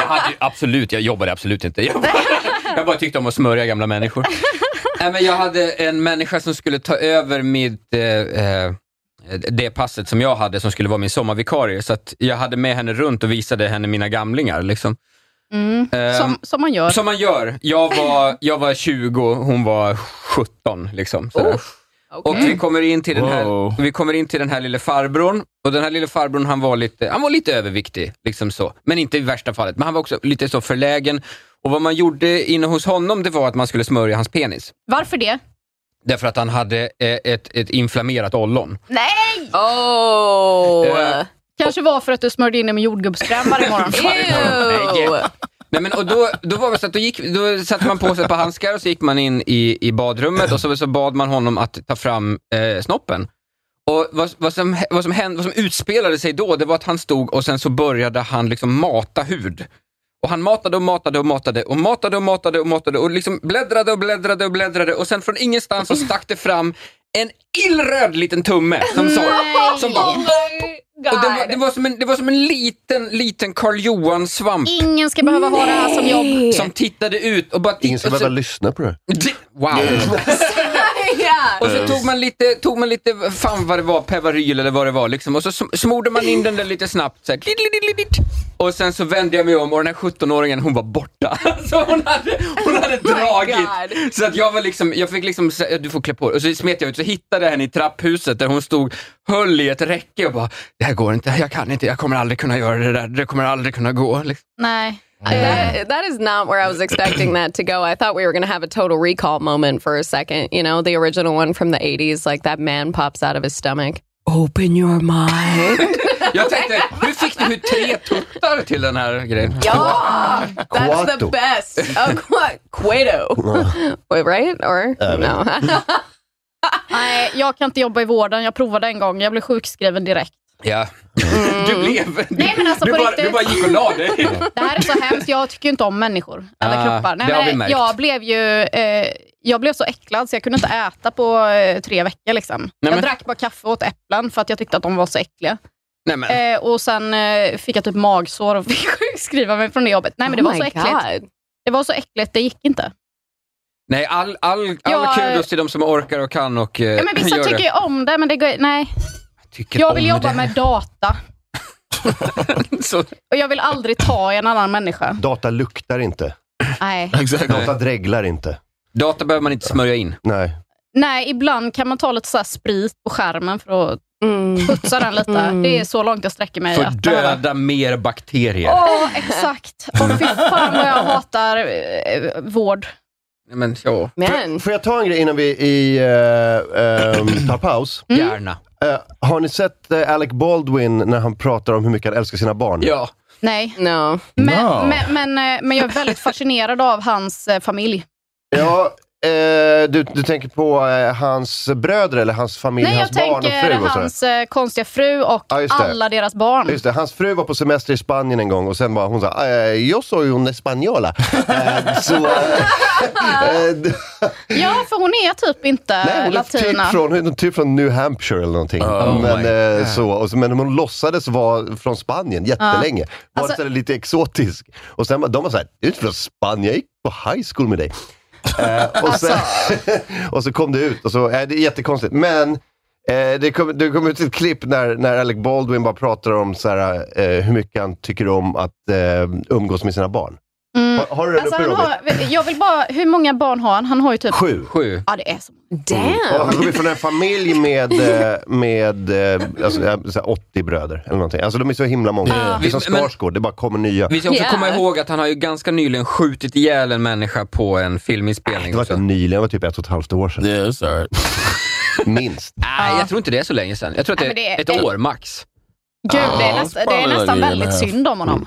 [SPEAKER 5] jag hade ju absolut, jag jobbade absolut inte. Jag bara, jag bara tyckte om att smörja gamla människor. Nej, men jag hade en människa som skulle ta över mitt, eh, eh, det passet som jag hade, som skulle vara min sommarvikarie. Så att jag hade med henne runt och visade henne mina gamlingar. Liksom.
[SPEAKER 6] Mm. Som,
[SPEAKER 5] Ehm,
[SPEAKER 6] som man gör.
[SPEAKER 5] Som man gör. Jag var, jag var 20, hon var 17. Liksom, sådär. Och vi kommer, in till den här, vi kommer in till den här lilla farbrorn. Och den här lilla farbrorn han var lite, han var lite överviktig, liksom så. men inte i värsta fallet. Men han var också lite så förlägen. Och vad man gjorde inne hos honom, det var att man skulle smörja hans penis.
[SPEAKER 6] Varför det?
[SPEAKER 5] Därför att han hade eh, ett, ett inflammerat ollon.
[SPEAKER 6] Nej!
[SPEAKER 8] Oh!
[SPEAKER 6] Kanske var för att du smörjde in dig med jordgubbskräm varje
[SPEAKER 5] [laughs]
[SPEAKER 6] morgon.
[SPEAKER 8] Oh
[SPEAKER 5] Nej, men, och då, då, var det så att då, gick, då satte man på sig ett par handskar och så gick man in i, i badrummet och så, så bad man honom att ta fram eh, snoppen. Och vad, vad, som, hä- vad, som hände, vad som utspelade sig då, det var att han stod och sen så började han liksom mata hud. Och han matade och matade och matade och matade och matade och matade och liksom bläddrade och bläddrade och bläddrade och sen från ingenstans så stack det fram en illröd liten tumme som så. Som bara, och det, var, det, var som en, det var som en liten, liten Karl Johan-svamp.
[SPEAKER 6] Ingen ska behöva ha det här som jobb.
[SPEAKER 5] Som tittade ut och bara alltså, tittade.
[SPEAKER 4] Ingen ska behöva lyssna på det.
[SPEAKER 5] Wow.
[SPEAKER 8] [laughs] yeah.
[SPEAKER 5] Och så tog man lite, tog man lite fan vad det var, Pevaryl eller vad det var liksom. Och så sm- smorde man in den där lite snabbt så här, klitt, klitt, klitt, klitt. Och sen så vände jag mig om och den här 17-åringen hon var borta. [laughs] Så hon hade, hon hade dragit. Så att jag var liksom, jag fick liksom, så här, du får klä på dig. Och så smet jag ut, så hittade jag henne i trapphuset där hon stod, höll i ett räcke och bara, det här går inte, jag kan inte, jag kommer aldrig kunna göra det där, det kommer aldrig kunna gå. Liksom.
[SPEAKER 6] Nej.
[SPEAKER 8] That, that is not where I was expecting that to go. I thought we were going to have a total recall moment for a second. You know, the original one from the 80s, like that man pops out of his stomach. Open your mind.
[SPEAKER 5] [laughs] Jag tänkte, hur fick du tre tuttar till den här grejen?
[SPEAKER 8] Ja, that's the
[SPEAKER 5] Quato.
[SPEAKER 8] best. Oh, [laughs] qu- Quato. Wait, right? Or
[SPEAKER 5] Jag vet
[SPEAKER 8] no? [laughs]
[SPEAKER 6] Nej, jag kan inte jobba i vården. Jag provade en gång. Jag blev sjukskriven direkt.
[SPEAKER 5] Ja. Mm. Du blev...
[SPEAKER 6] Nej, men alltså
[SPEAKER 5] du,
[SPEAKER 6] på
[SPEAKER 5] bara,
[SPEAKER 6] riktigt.
[SPEAKER 5] du bara gick och la dig.
[SPEAKER 6] Det här är så hemskt. Jag tycker ju inte om människor. Eller
[SPEAKER 5] Ah,
[SPEAKER 6] kroppar.
[SPEAKER 5] det har vi
[SPEAKER 6] men
[SPEAKER 5] märkt.
[SPEAKER 6] jag blev ju eh, jag blev så äcklad så jag kunde inte äta på eh, tre veckor. Liksom. jag
[SPEAKER 5] men-
[SPEAKER 6] drack bara kaffe och åt äpplen för att jag tyckte att de var så äckliga.
[SPEAKER 5] Nej, men.
[SPEAKER 6] Eh, och sen eh, fick jag typ magsår och [laughs] fick sjukskriva mig från det jobbet. Nej, men det
[SPEAKER 5] Oh
[SPEAKER 6] var så
[SPEAKER 5] my
[SPEAKER 6] äckligt. Det var så äckligt, det gick inte.
[SPEAKER 5] Nej, all, all, all
[SPEAKER 6] Ja,
[SPEAKER 5] kudos till de som orkar och kan och eh,
[SPEAKER 6] Ja, men vissa
[SPEAKER 5] gör
[SPEAKER 6] tycker ju
[SPEAKER 5] det.
[SPEAKER 6] om det, men det går, nej.
[SPEAKER 5] Tycker
[SPEAKER 6] Jag vill
[SPEAKER 5] om
[SPEAKER 6] jobba
[SPEAKER 5] det.
[SPEAKER 6] med data
[SPEAKER 5] [laughs] Så,
[SPEAKER 6] och jag vill aldrig ta i en annan människa.
[SPEAKER 4] Data luktar inte.
[SPEAKER 6] Nej.
[SPEAKER 4] Data dreglar inte.
[SPEAKER 5] Data behöver man inte smörja in.
[SPEAKER 4] Nej.
[SPEAKER 6] Nej, ibland kan man ta lite så här sprit på skärmen för att putsa den lite. Det är så långt jag sträcker mig.
[SPEAKER 5] för
[SPEAKER 6] att
[SPEAKER 5] att
[SPEAKER 6] behöva-
[SPEAKER 5] döda mer bakterier.
[SPEAKER 6] Åh, exakt. Och fy fan vad jag hatar eh, vård.
[SPEAKER 5] Nej, Men, ja.
[SPEAKER 4] Får, får jag ta en grej innan vi i, eh, ehm, tar paus?
[SPEAKER 6] Mm.
[SPEAKER 5] Gärna.
[SPEAKER 4] Eh, har ni sett eh, Alec Baldwin när han pratar om hur mycket han älskar sina barn?
[SPEAKER 5] Ja.
[SPEAKER 6] Nej.
[SPEAKER 8] No.
[SPEAKER 6] Men,
[SPEAKER 4] No.
[SPEAKER 6] men, men, eh, men jag är väldigt fascinerad av hans eh, familj.
[SPEAKER 4] Ja, eh, du, du tänker på eh, hans bröder eller hans familj,
[SPEAKER 6] Nej, jag
[SPEAKER 4] hans barn och
[SPEAKER 6] tänker
[SPEAKER 4] fru och sådär.
[SPEAKER 6] hans eh, konstiga fru och
[SPEAKER 4] Ja, just det.
[SPEAKER 6] alla deras barn.
[SPEAKER 4] Just det, hans fru var på semester i Spanien en gång och sen var hon sa eh, “Jag soy un
[SPEAKER 6] [laughs]
[SPEAKER 4] española”. eh, så, eh, [laughs] eh, d-
[SPEAKER 6] Ja, för hon är typ inte
[SPEAKER 4] nej, hon är
[SPEAKER 6] latina.
[SPEAKER 4] typ från, hon är typ från New Hampshire eller någonting. men, eh, så, och så, men hon låtsades vara från Spanien jättelänge.
[SPEAKER 6] Ja.
[SPEAKER 4] Var
[SPEAKER 6] Alltså-
[SPEAKER 4] sådär lite exotisk. Och sen var de var såhär, du är inte från Spanien, jag gick på high school med dig. Eh, och, sen,
[SPEAKER 6] Alltså-
[SPEAKER 4] [laughs] och så kom det ut och så, eh, det är jättekonstigt. Men eh, det, kom, det kom ut ett klipp när, när Alec Baldwin bara pratar om såhär, eh, hur mycket han tycker om att eh, umgås med sina barn.
[SPEAKER 6] Mm.
[SPEAKER 4] Har, har du den
[SPEAKER 6] Alltså,
[SPEAKER 4] uppe
[SPEAKER 6] han
[SPEAKER 4] Robin?
[SPEAKER 6] har, jag vill bara, hur många barn har han? Han har ju typ...
[SPEAKER 4] Sju.
[SPEAKER 5] Sju.
[SPEAKER 6] Ja, det är så många.
[SPEAKER 4] Ja, han kommer från en familj med, eh, med eh, alltså, eh, så här 80 bröder eller någonting. Alltså de är så himla många.
[SPEAKER 5] Ja.
[SPEAKER 4] Det är som
[SPEAKER 5] Men-
[SPEAKER 4] Skarsgård, det bara kommer nya.
[SPEAKER 5] Vi ska också komma ihåg att han har ju ganska nyligen skjutit ihjäl en människa på en filminspelning.
[SPEAKER 4] Äh, Det var
[SPEAKER 5] också.
[SPEAKER 4] inte nyligen, det var typ ett och ett halvt år sedan.
[SPEAKER 10] Yeah, sorry.
[SPEAKER 4] Minst.
[SPEAKER 5] Nej, jag tror inte det är så länge sedan. Jag tror att
[SPEAKER 6] Nej,
[SPEAKER 5] det är
[SPEAKER 6] men
[SPEAKER 5] ett
[SPEAKER 6] det är-
[SPEAKER 5] år max.
[SPEAKER 6] Gud, det är, nästa, det är nästan väldigt synd om honom.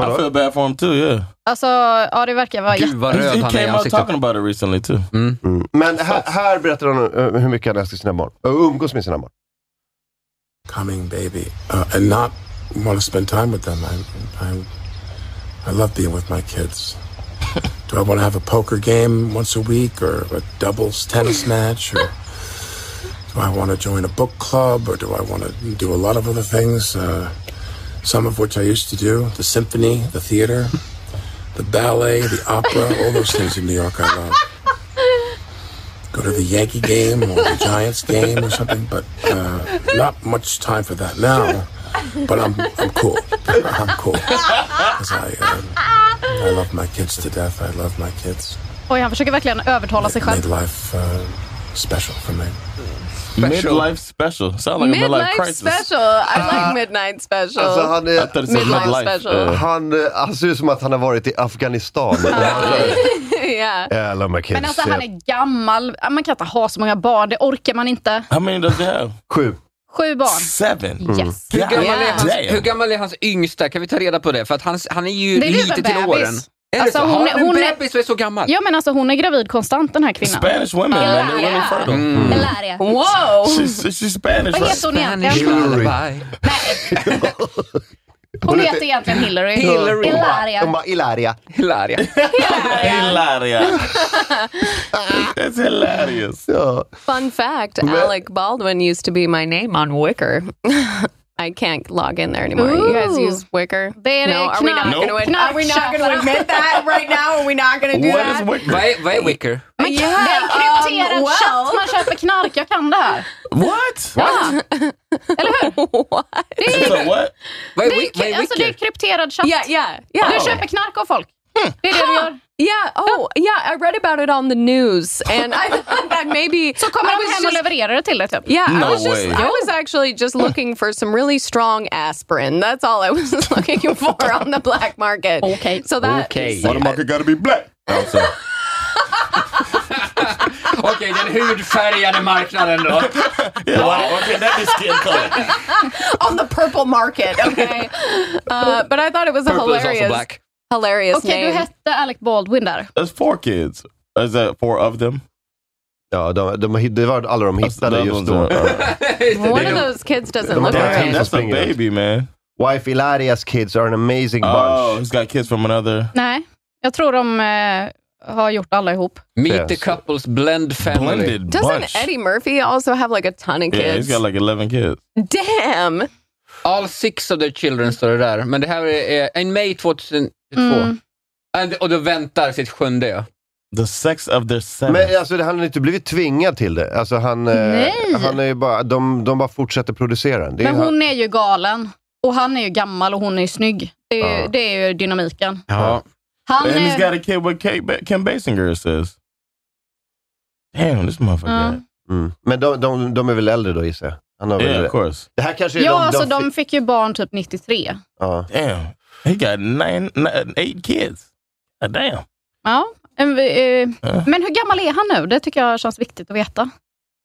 [SPEAKER 10] I feel bad for him too, yeah.
[SPEAKER 6] Alltså, ja, det verkar vara jätte...
[SPEAKER 5] vad röd
[SPEAKER 10] he,
[SPEAKER 5] han är
[SPEAKER 10] he
[SPEAKER 5] i
[SPEAKER 10] came out
[SPEAKER 5] ansiktet.
[SPEAKER 10] talking about it recently too.
[SPEAKER 4] Mm. Men här, här berättar han eh, hur mycket han älskar sina barn. Och umgås med sina barn.
[SPEAKER 17] coming baby uh, and not want to spend time with them. I, I, I love being with my kids. Do I want to have a poker game once a week or a doubles tennis match? Or do I want to join a book club or do I want to do a lot of other things? Uh, some of which I used to do the symphony, the theater, the ballet, the opera, all those things in New York I love. Go to the Yankee game or the Giants game or something, but uh, not much time for that now. But I'm, I'm cool. [laughs] I'm cool. 'Cause I, um, I love my kids to death. I love my kids.
[SPEAKER 6] Oj, han försöker verkligen övertala sig själv.
[SPEAKER 17] Made life uh, special for me.
[SPEAKER 10] Midlife special. Sound like a midlife
[SPEAKER 8] Midnight
[SPEAKER 10] crisis.
[SPEAKER 8] special. I like midnight special.
[SPEAKER 4] Alltså, han, är-
[SPEAKER 8] midlife special.
[SPEAKER 4] han, eh, han ser ut som att han har varit i Afghanistan.
[SPEAKER 8] [laughs] yeah.
[SPEAKER 4] Jävlar my kids.
[SPEAKER 6] Men alltså, han är gammal. Man kan inte ha så många barn. Det orkar man inte.
[SPEAKER 10] How many does he have?
[SPEAKER 4] Sju.
[SPEAKER 6] Sju barn.
[SPEAKER 10] Seven.
[SPEAKER 6] Yes.
[SPEAKER 5] Hur gammal, är hans,
[SPEAKER 10] Damn.
[SPEAKER 5] hur gammal är hans yngsta? Kan vi ta reda på det? För att han, han är ju
[SPEAKER 6] Det är ju
[SPEAKER 5] lite
[SPEAKER 6] en
[SPEAKER 5] till
[SPEAKER 6] bebis.
[SPEAKER 5] åren. Är det
[SPEAKER 6] Alltså,
[SPEAKER 5] så?
[SPEAKER 6] hon
[SPEAKER 5] Har
[SPEAKER 6] är-
[SPEAKER 5] han en
[SPEAKER 6] hon är-
[SPEAKER 5] bebis och är så gammal?
[SPEAKER 6] Ja, men alltså, hon är gravid konstant, den här kvinnan.
[SPEAKER 10] Spanish women, man. They're really fertile.
[SPEAKER 6] Hilaria.
[SPEAKER 10] [laughs] She's, she's Spanish.
[SPEAKER 6] Vad heter
[SPEAKER 10] [laughs]
[SPEAKER 6] hon egentligen? Hon heter egentligen Hillary.
[SPEAKER 4] Hillary. Hon
[SPEAKER 6] Hilaria.
[SPEAKER 4] bara, Ilaria.
[SPEAKER 5] Hilaria.
[SPEAKER 10] Hilaria. That's hilarious.
[SPEAKER 4] Ja.
[SPEAKER 8] Fun fact
[SPEAKER 10] Men-
[SPEAKER 8] Alec Baldwin used to be my name on Wicker. [laughs] I can't log in there anymore. You guys
[SPEAKER 6] Ooh.
[SPEAKER 8] use Wicker?
[SPEAKER 6] Det är
[SPEAKER 8] no,
[SPEAKER 6] det
[SPEAKER 8] are we not
[SPEAKER 6] knark-
[SPEAKER 8] going to admit? Are we not going to
[SPEAKER 6] knarkköparna.
[SPEAKER 8] admit that right now? Are we not going to do that?
[SPEAKER 5] Vad är, vad är Wicker?
[SPEAKER 6] Men
[SPEAKER 8] Yeah,
[SPEAKER 6] det är en krypterad
[SPEAKER 8] um, well.
[SPEAKER 6] chatt. Man köper knark. Jag kan det här.
[SPEAKER 10] What?
[SPEAKER 6] Ja.
[SPEAKER 8] [laughs]
[SPEAKER 6] Eller hur? Det är,
[SPEAKER 10] what?
[SPEAKER 5] Vad är,
[SPEAKER 6] det
[SPEAKER 5] wi- vad
[SPEAKER 6] är,
[SPEAKER 5] är
[SPEAKER 6] alltså, det är
[SPEAKER 5] Wicker?
[SPEAKER 6] krypterad chatt.
[SPEAKER 8] Yeah, yeah, yeah.
[SPEAKER 6] Du köper knark av folk. Det är det du gör.
[SPEAKER 8] Yeah. Oh, yeah. I read about it on the news, and [laughs] I thought that [laughs] maybe
[SPEAKER 6] Så kommer
[SPEAKER 8] I
[SPEAKER 6] de
[SPEAKER 8] was
[SPEAKER 6] hem och
[SPEAKER 8] just-
[SPEAKER 6] levererar det till dig typ.
[SPEAKER 8] Yeah, I
[SPEAKER 10] No
[SPEAKER 8] was just
[SPEAKER 10] way.
[SPEAKER 8] I was actually just looking for some really strong aspirin. That's all I was [laughs] looking for on the black market.
[SPEAKER 6] Okay.
[SPEAKER 8] So that [laughs]
[SPEAKER 10] Why the market gotta be black? Oh, I'm sorry.
[SPEAKER 5] Okej, okej, den hudfärgade marknaden
[SPEAKER 6] [laughs]
[SPEAKER 5] då.
[SPEAKER 10] Wow, okay, that is skin color.
[SPEAKER 8] on the purple market. Okay, uh, but I thought it was a
[SPEAKER 10] Purple is also
[SPEAKER 8] hilarious,
[SPEAKER 10] black.
[SPEAKER 8] hilarious
[SPEAKER 6] Okej,
[SPEAKER 8] name.
[SPEAKER 6] du hette Alec Baldwin där.
[SPEAKER 10] That's four kids. Is that four of them?
[SPEAKER 4] Ja, de, de, det var alla de
[SPEAKER 6] Alltså,
[SPEAKER 4] hittade
[SPEAKER 10] That's-
[SPEAKER 4] just
[SPEAKER 10] that
[SPEAKER 4] då.
[SPEAKER 10] one's a-
[SPEAKER 8] One of those kids doesn't look right.
[SPEAKER 10] man.
[SPEAKER 4] Wife Ilarias kids are an amazing bunch.
[SPEAKER 10] Oh, he's got kids from another.
[SPEAKER 6] Nej, jag tror de eh, har gjort alla ihop.
[SPEAKER 5] [laughs] Meet the couples blend family.
[SPEAKER 10] Blended
[SPEAKER 8] Doesn't Eddie Murphy also have like a ton of
[SPEAKER 5] Yeah,
[SPEAKER 8] kids?
[SPEAKER 5] he's got
[SPEAKER 10] like 11 kids.
[SPEAKER 8] Damn.
[SPEAKER 5] All six of their children står det där, men det här är eh, in May 2002.
[SPEAKER 8] Mm.
[SPEAKER 5] And, och då väntar sitt sjunde ja.
[SPEAKER 10] The sex of their seven.
[SPEAKER 4] Men alltså, han har inte blivit tvingad till det. Alltså, han, eh,
[SPEAKER 6] Nej.
[SPEAKER 4] han är ju bara, de, de bara fortsätter producera den. Det är
[SPEAKER 6] Men
[SPEAKER 4] han-
[SPEAKER 6] hon är ju galen. Och han är ju gammal och hon är ju snygg. Det är, ju-
[SPEAKER 10] Ja.
[SPEAKER 6] det är ju dynamiken.
[SPEAKER 10] Oh.
[SPEAKER 6] Han
[SPEAKER 10] and he's
[SPEAKER 6] är-
[SPEAKER 10] got a kid with Kate ba- Kim Basinger, it says. Damn, this motherfucker.
[SPEAKER 4] Mm. Men de, de, de är väl äldre då gissar jag? Han har
[SPEAKER 10] Yeah,
[SPEAKER 4] väl,
[SPEAKER 10] of course.
[SPEAKER 4] Det här kanske är
[SPEAKER 6] Ja,
[SPEAKER 4] de...
[SPEAKER 6] alltså
[SPEAKER 4] de,
[SPEAKER 6] de fick ju barn typ 93.
[SPEAKER 10] Damn. He got nine, nine, eight kids. Ah, damn.
[SPEAKER 6] Ja. en- eh,
[SPEAKER 10] Ja.
[SPEAKER 6] Men hur gammal är han nu? Det tycker jag känns viktigt att veta.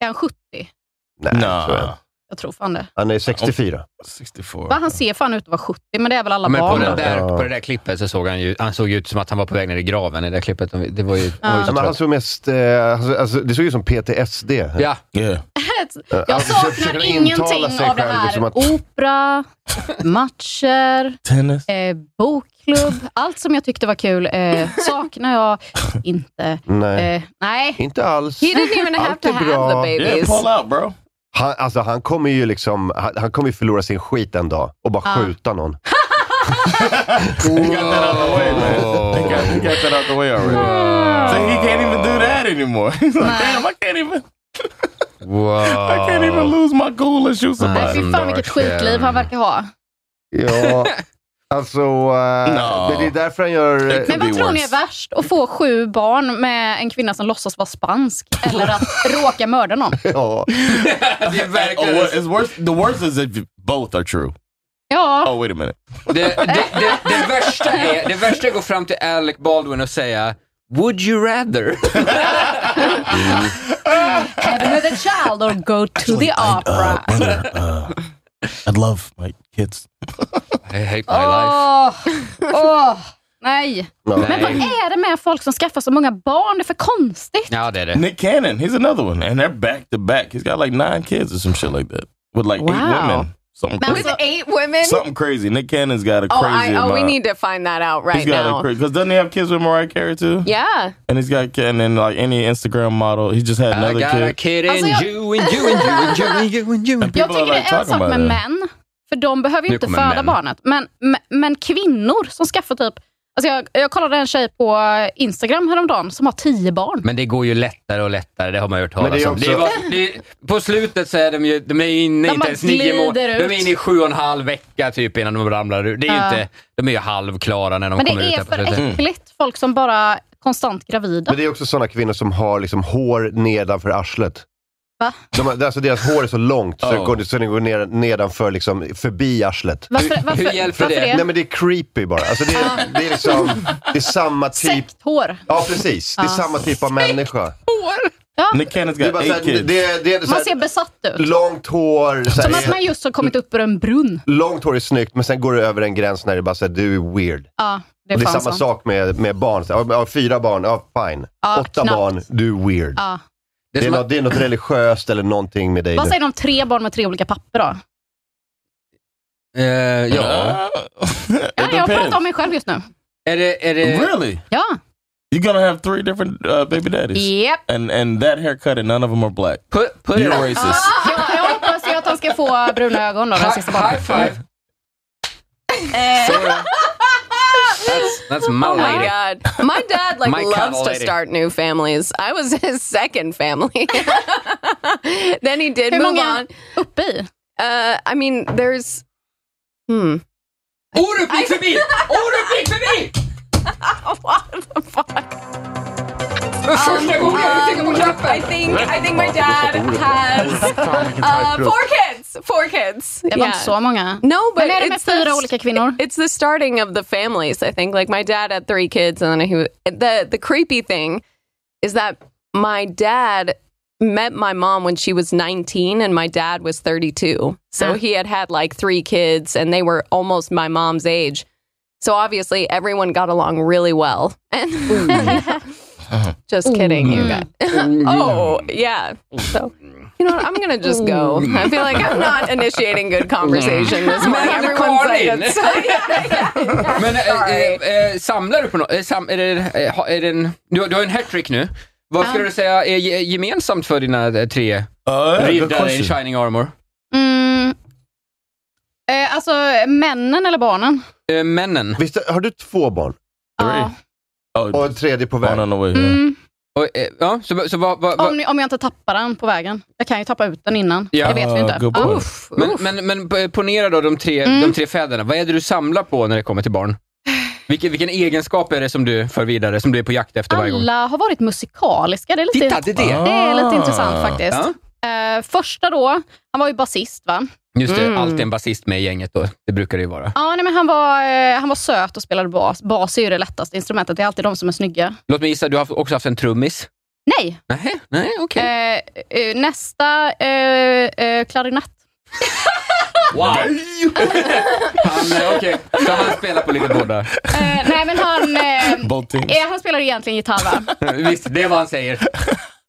[SPEAKER 6] Är han 70?
[SPEAKER 4] Nej, tror jag inte.
[SPEAKER 6] Jag tror fan det.
[SPEAKER 4] Han är 64.
[SPEAKER 10] 64.
[SPEAKER 6] Va, han ser fan ut att vara 70, men det är väl alla
[SPEAKER 5] Men på
[SPEAKER 6] barn?
[SPEAKER 5] det,
[SPEAKER 6] då?
[SPEAKER 5] där, på det där klippet så såg han ju, han såg ju ut som att han var på väg ner i graven i det där klippet. Det var ju, det var ju
[SPEAKER 4] Ja,
[SPEAKER 5] så
[SPEAKER 4] men han
[SPEAKER 5] trött.
[SPEAKER 4] såg mest... Eh, alltså, alltså, det såg ut som PTSD.
[SPEAKER 10] [laughs]
[SPEAKER 5] Ja.
[SPEAKER 6] Jag
[SPEAKER 4] alltså,
[SPEAKER 6] saknar ingenting av det
[SPEAKER 4] liksom
[SPEAKER 6] här. Oh. Opera, matcher,
[SPEAKER 10] Tennis.
[SPEAKER 6] Eh, bokklubb. Allt som jag tyckte var kul eh, saknar jag inte.
[SPEAKER 4] Nej.
[SPEAKER 6] Eh, [laughs] nej.
[SPEAKER 4] Inte alls.
[SPEAKER 8] He didn't even have
[SPEAKER 4] Allt är
[SPEAKER 8] to have
[SPEAKER 4] bra.
[SPEAKER 8] the babies.
[SPEAKER 10] bro.
[SPEAKER 4] Han, alltså, han kommer ju liksom, han, han kommer ju förlora sin skit en dag och bara
[SPEAKER 10] Ja.
[SPEAKER 4] skjuta någon.
[SPEAKER 10] They got, he got that out the way already. So he can't even do that anymore. [laughs] He's like, damn, I can't even.
[SPEAKER 5] Wow.
[SPEAKER 10] I can't even lose my cool and shoot
[SPEAKER 6] Nej,
[SPEAKER 10] somebody.
[SPEAKER 6] fy fan vilket skitliv han verkar ha.
[SPEAKER 4] Ja, alltså... eh, men Det är därför han gör...
[SPEAKER 6] [laughs]
[SPEAKER 4] eh,
[SPEAKER 6] Men vad tror ni är värst? Att få sju barn med en kvinna som låtsas vara spansk eller [laughs] att råka mörda någon?
[SPEAKER 4] Ja.
[SPEAKER 10] oh, what is worse, the worst is if both are true.
[SPEAKER 6] Ja.
[SPEAKER 10] Oh, wait a minute.
[SPEAKER 5] [laughs] Det, det, det, det, värsta är, det värsta är att gå fram till Alec Baldwin och säga Would you rather? [laughs]
[SPEAKER 6] Have another child or go to the opera.
[SPEAKER 10] uh, [laughs] I'd love my kids.
[SPEAKER 5] I hate
[SPEAKER 10] my
[SPEAKER 6] Åh, åh, Mm. nej.
[SPEAKER 10] No.
[SPEAKER 6] Men vad är det med folk som skaffar så många barn? Det är för konstigt.
[SPEAKER 5] Now that it.
[SPEAKER 10] [laughs] Nick Cannon, he's another one, and they're back to back. He's got like nine kids or some shit like that with like
[SPEAKER 8] Wow.
[SPEAKER 10] eight women. Something crazy.
[SPEAKER 8] With eight women?
[SPEAKER 10] Something crazy. Nick Cannon's got a
[SPEAKER 8] oh,
[SPEAKER 10] crazy.
[SPEAKER 8] I, oh we
[SPEAKER 10] amount.
[SPEAKER 8] need to find that out right
[SPEAKER 10] he's got
[SPEAKER 8] now.
[SPEAKER 10] a crazy because doesn't he have kids with Mariah Carey too?
[SPEAKER 8] yeah.
[SPEAKER 10] And he's got and then like any Instagram model, he just had another
[SPEAKER 5] I got
[SPEAKER 10] kid.
[SPEAKER 5] a kid
[SPEAKER 6] Alltså,
[SPEAKER 5] in
[SPEAKER 6] jag-
[SPEAKER 5] you and you and you and you and you and you.
[SPEAKER 6] Jag tycker det är en sak med män, för de behöver ju
[SPEAKER 5] Nu
[SPEAKER 6] inte
[SPEAKER 5] kommer
[SPEAKER 6] föda
[SPEAKER 5] män.
[SPEAKER 6] barnet. Men, men, men kvinnor som skaffar typ... Alltså jag, jag kollade en tjej på Instagram häromdagen som har tio barn.
[SPEAKER 5] Men det går ju lättare och lättare, det har man ju hört
[SPEAKER 4] Men det
[SPEAKER 5] talas
[SPEAKER 4] är
[SPEAKER 5] om.
[SPEAKER 4] också-
[SPEAKER 5] Det var, det, på slutet så är de ju, de är ju inne
[SPEAKER 6] De
[SPEAKER 5] inte
[SPEAKER 6] bara
[SPEAKER 5] ens nio
[SPEAKER 6] glider
[SPEAKER 5] månader, de är
[SPEAKER 6] ut.
[SPEAKER 5] inne i sju och en halv vecka typ innan de ramlar ur. Det är ju
[SPEAKER 6] Ja.
[SPEAKER 5] inte, de är ju halvklara när de
[SPEAKER 6] men
[SPEAKER 5] kommer
[SPEAKER 6] det
[SPEAKER 5] ut.
[SPEAKER 6] är
[SPEAKER 5] här på
[SPEAKER 6] för
[SPEAKER 4] Mm.
[SPEAKER 5] slutet.
[SPEAKER 6] äckligt. Folk som bara konstant gravida.
[SPEAKER 4] Men det är också sådana kvinnor som har liksom hår nedanför arslet.
[SPEAKER 6] Va?
[SPEAKER 4] De, har- alltså deras hår är så långt så,
[SPEAKER 5] Oh.
[SPEAKER 4] går, det- så det går ner, nedanför, liksom, förbi arslet.
[SPEAKER 6] Varför, varför, varför
[SPEAKER 4] Nej men det är creepy bara. Alltså, det, är, det är liksom, det är samma typ.
[SPEAKER 6] Hår.
[SPEAKER 4] Ja precis, det är
[SPEAKER 6] Ja.
[SPEAKER 4] samma typ av människa.
[SPEAKER 6] Ja.
[SPEAKER 10] Nick Cannon's
[SPEAKER 4] Det är
[SPEAKER 10] got
[SPEAKER 4] bara
[SPEAKER 10] eight
[SPEAKER 4] såhär, det,
[SPEAKER 10] kids.
[SPEAKER 4] det, det är
[SPEAKER 6] Man ser
[SPEAKER 4] såhär,
[SPEAKER 6] besatt ut.
[SPEAKER 4] långt hår. såhär-
[SPEAKER 6] Som att man just har kommit upp ur en brunn.
[SPEAKER 4] Långt hår är snyggt, men sen går det över en gräns när det bara såhär, du är weird.
[SPEAKER 6] Ja, det är,
[SPEAKER 4] Och det är
[SPEAKER 6] fan
[SPEAKER 4] samma
[SPEAKER 6] sant.
[SPEAKER 4] sak med, med barn. Så, ja, ja, fyra barn, ja fine.
[SPEAKER 6] Ja,
[SPEAKER 4] Åtta
[SPEAKER 6] knappt.
[SPEAKER 4] barn, du är weird.
[SPEAKER 6] Ja.
[SPEAKER 4] Det, är något, det är något religiöst eller någonting med dig
[SPEAKER 6] Vad
[SPEAKER 4] nu.
[SPEAKER 6] säger de om tre barn med tre olika papper då?
[SPEAKER 5] Eh,
[SPEAKER 8] [laughs]
[SPEAKER 5] ja.
[SPEAKER 6] Ja, jag pratar om mig själv just nu.
[SPEAKER 5] Är det, är det...
[SPEAKER 10] Really?
[SPEAKER 6] Ja.
[SPEAKER 10] You're gonna have three different uh, baby daddies.
[SPEAKER 6] Yep.
[SPEAKER 10] And and that haircut and none of them are black.
[SPEAKER 5] Put put
[SPEAKER 8] [laughs]
[SPEAKER 10] You're
[SPEAKER 5] it on.
[SPEAKER 10] racist.
[SPEAKER 6] Jag, jag hoppas ju att han ska få bruna ögon då, den sista barnet.
[SPEAKER 5] High five!
[SPEAKER 6] Eh.
[SPEAKER 5] That's my
[SPEAKER 8] oh my
[SPEAKER 5] lady.
[SPEAKER 8] god. My dad like
[SPEAKER 5] My kind
[SPEAKER 8] loves
[SPEAKER 5] of
[SPEAKER 8] to
[SPEAKER 5] lady.
[SPEAKER 8] start new families. I was [laughs] his second family. [laughs] then he did
[SPEAKER 6] Hur
[SPEAKER 8] move
[SPEAKER 6] många
[SPEAKER 8] on.
[SPEAKER 6] Uppe i?
[SPEAKER 8] Uh, I mean, there's. Hmm.
[SPEAKER 5] Orup gick förbi! Orup gick förbi! För första gången jag fick
[SPEAKER 8] Um,
[SPEAKER 5] på knappen!
[SPEAKER 8] I think I think my dad has uh, four kids. Four kids.
[SPEAKER 6] Det var inte så många.
[SPEAKER 8] No, but
[SPEAKER 6] Men är det med
[SPEAKER 8] it's
[SPEAKER 6] fyra
[SPEAKER 8] the-
[SPEAKER 6] olika kvinnor?
[SPEAKER 8] It's the starting of the families. I think. Like my dad had three kids, and then he was the the creepy thing is that my dad met my mom when she was 19 and my dad was 32. So
[SPEAKER 6] Ah.
[SPEAKER 18] Huh.
[SPEAKER 8] he had had like three kids and they were almost my mom's age. So obviously everyone got along really well. And just kidding, you guys. [laughs] oh, yeah. So you know what? I'm gonna just go. I feel like I'm not initiating good conversation this morning. [laughs]
[SPEAKER 5] Men,
[SPEAKER 8] Everyone's like
[SPEAKER 5] Karin! Men eh, eh, eh, samlar du på något? Eh, sam, är det, eh, ha- är det en, du, har- du har en hattrick nu. Vad skulle
[SPEAKER 6] Ja.
[SPEAKER 5] du säga är ge- gemensamt för dina eh, tre
[SPEAKER 10] Uh, good
[SPEAKER 5] riddare i
[SPEAKER 10] question.
[SPEAKER 5] Shining Armor?
[SPEAKER 6] Mm. Eh, alltså männen eller barnen?
[SPEAKER 5] Eh, männen.
[SPEAKER 4] Visst, har du två barn?
[SPEAKER 6] Ja.
[SPEAKER 10] Oh,
[SPEAKER 4] Och en tredje på väg?
[SPEAKER 6] Mm.
[SPEAKER 5] Och, eh, ja, så, så vad... vad, vad
[SPEAKER 6] Om, ni, om jag inte tappar den på vägen. Jag kan ju tappa ut den innan.
[SPEAKER 5] Ja.
[SPEAKER 6] Det vet vi inte.
[SPEAKER 5] Good
[SPEAKER 6] Ah,
[SPEAKER 5] point.
[SPEAKER 6] uff.
[SPEAKER 5] men, men, men po- ponera då de tre,
[SPEAKER 6] Mm.
[SPEAKER 5] de tre fäderna. Vad är det du samlar på när det kommer till barn? Vilken, vilken egenskap är det som du för vidare, som du är på jakt efter varje gång?
[SPEAKER 6] Alla har varit musikaliska. Det är lite,
[SPEAKER 5] Titta, det är det.
[SPEAKER 6] är lite
[SPEAKER 5] Ah.
[SPEAKER 6] intressant faktiskt. Eh, första då, han var ju basist va?
[SPEAKER 5] Just det,
[SPEAKER 6] Mm.
[SPEAKER 5] alltid en basist med i gänget då. Det brukar det ju vara.
[SPEAKER 6] Ja, nej, men han, var, eh, han var söt och spelade bas. Bas är ju det lättaste instrumentet. Det är alltid de som är snygga.
[SPEAKER 5] Låt mig gissa, du har också haft en trummis?
[SPEAKER 6] Nej.
[SPEAKER 5] Nej, nej okej.
[SPEAKER 6] Eh, eh, nästa, eh, eh, klarinett.
[SPEAKER 5] Wow! [laughs] Han, eh, okej, så han spelar på lite båda.
[SPEAKER 6] Eh, nej, men han,
[SPEAKER 10] Oh,
[SPEAKER 6] eh,
[SPEAKER 5] Bolting.
[SPEAKER 6] eh, han spelar egentligen gitarr va?
[SPEAKER 5] Visst, det är vad han säger.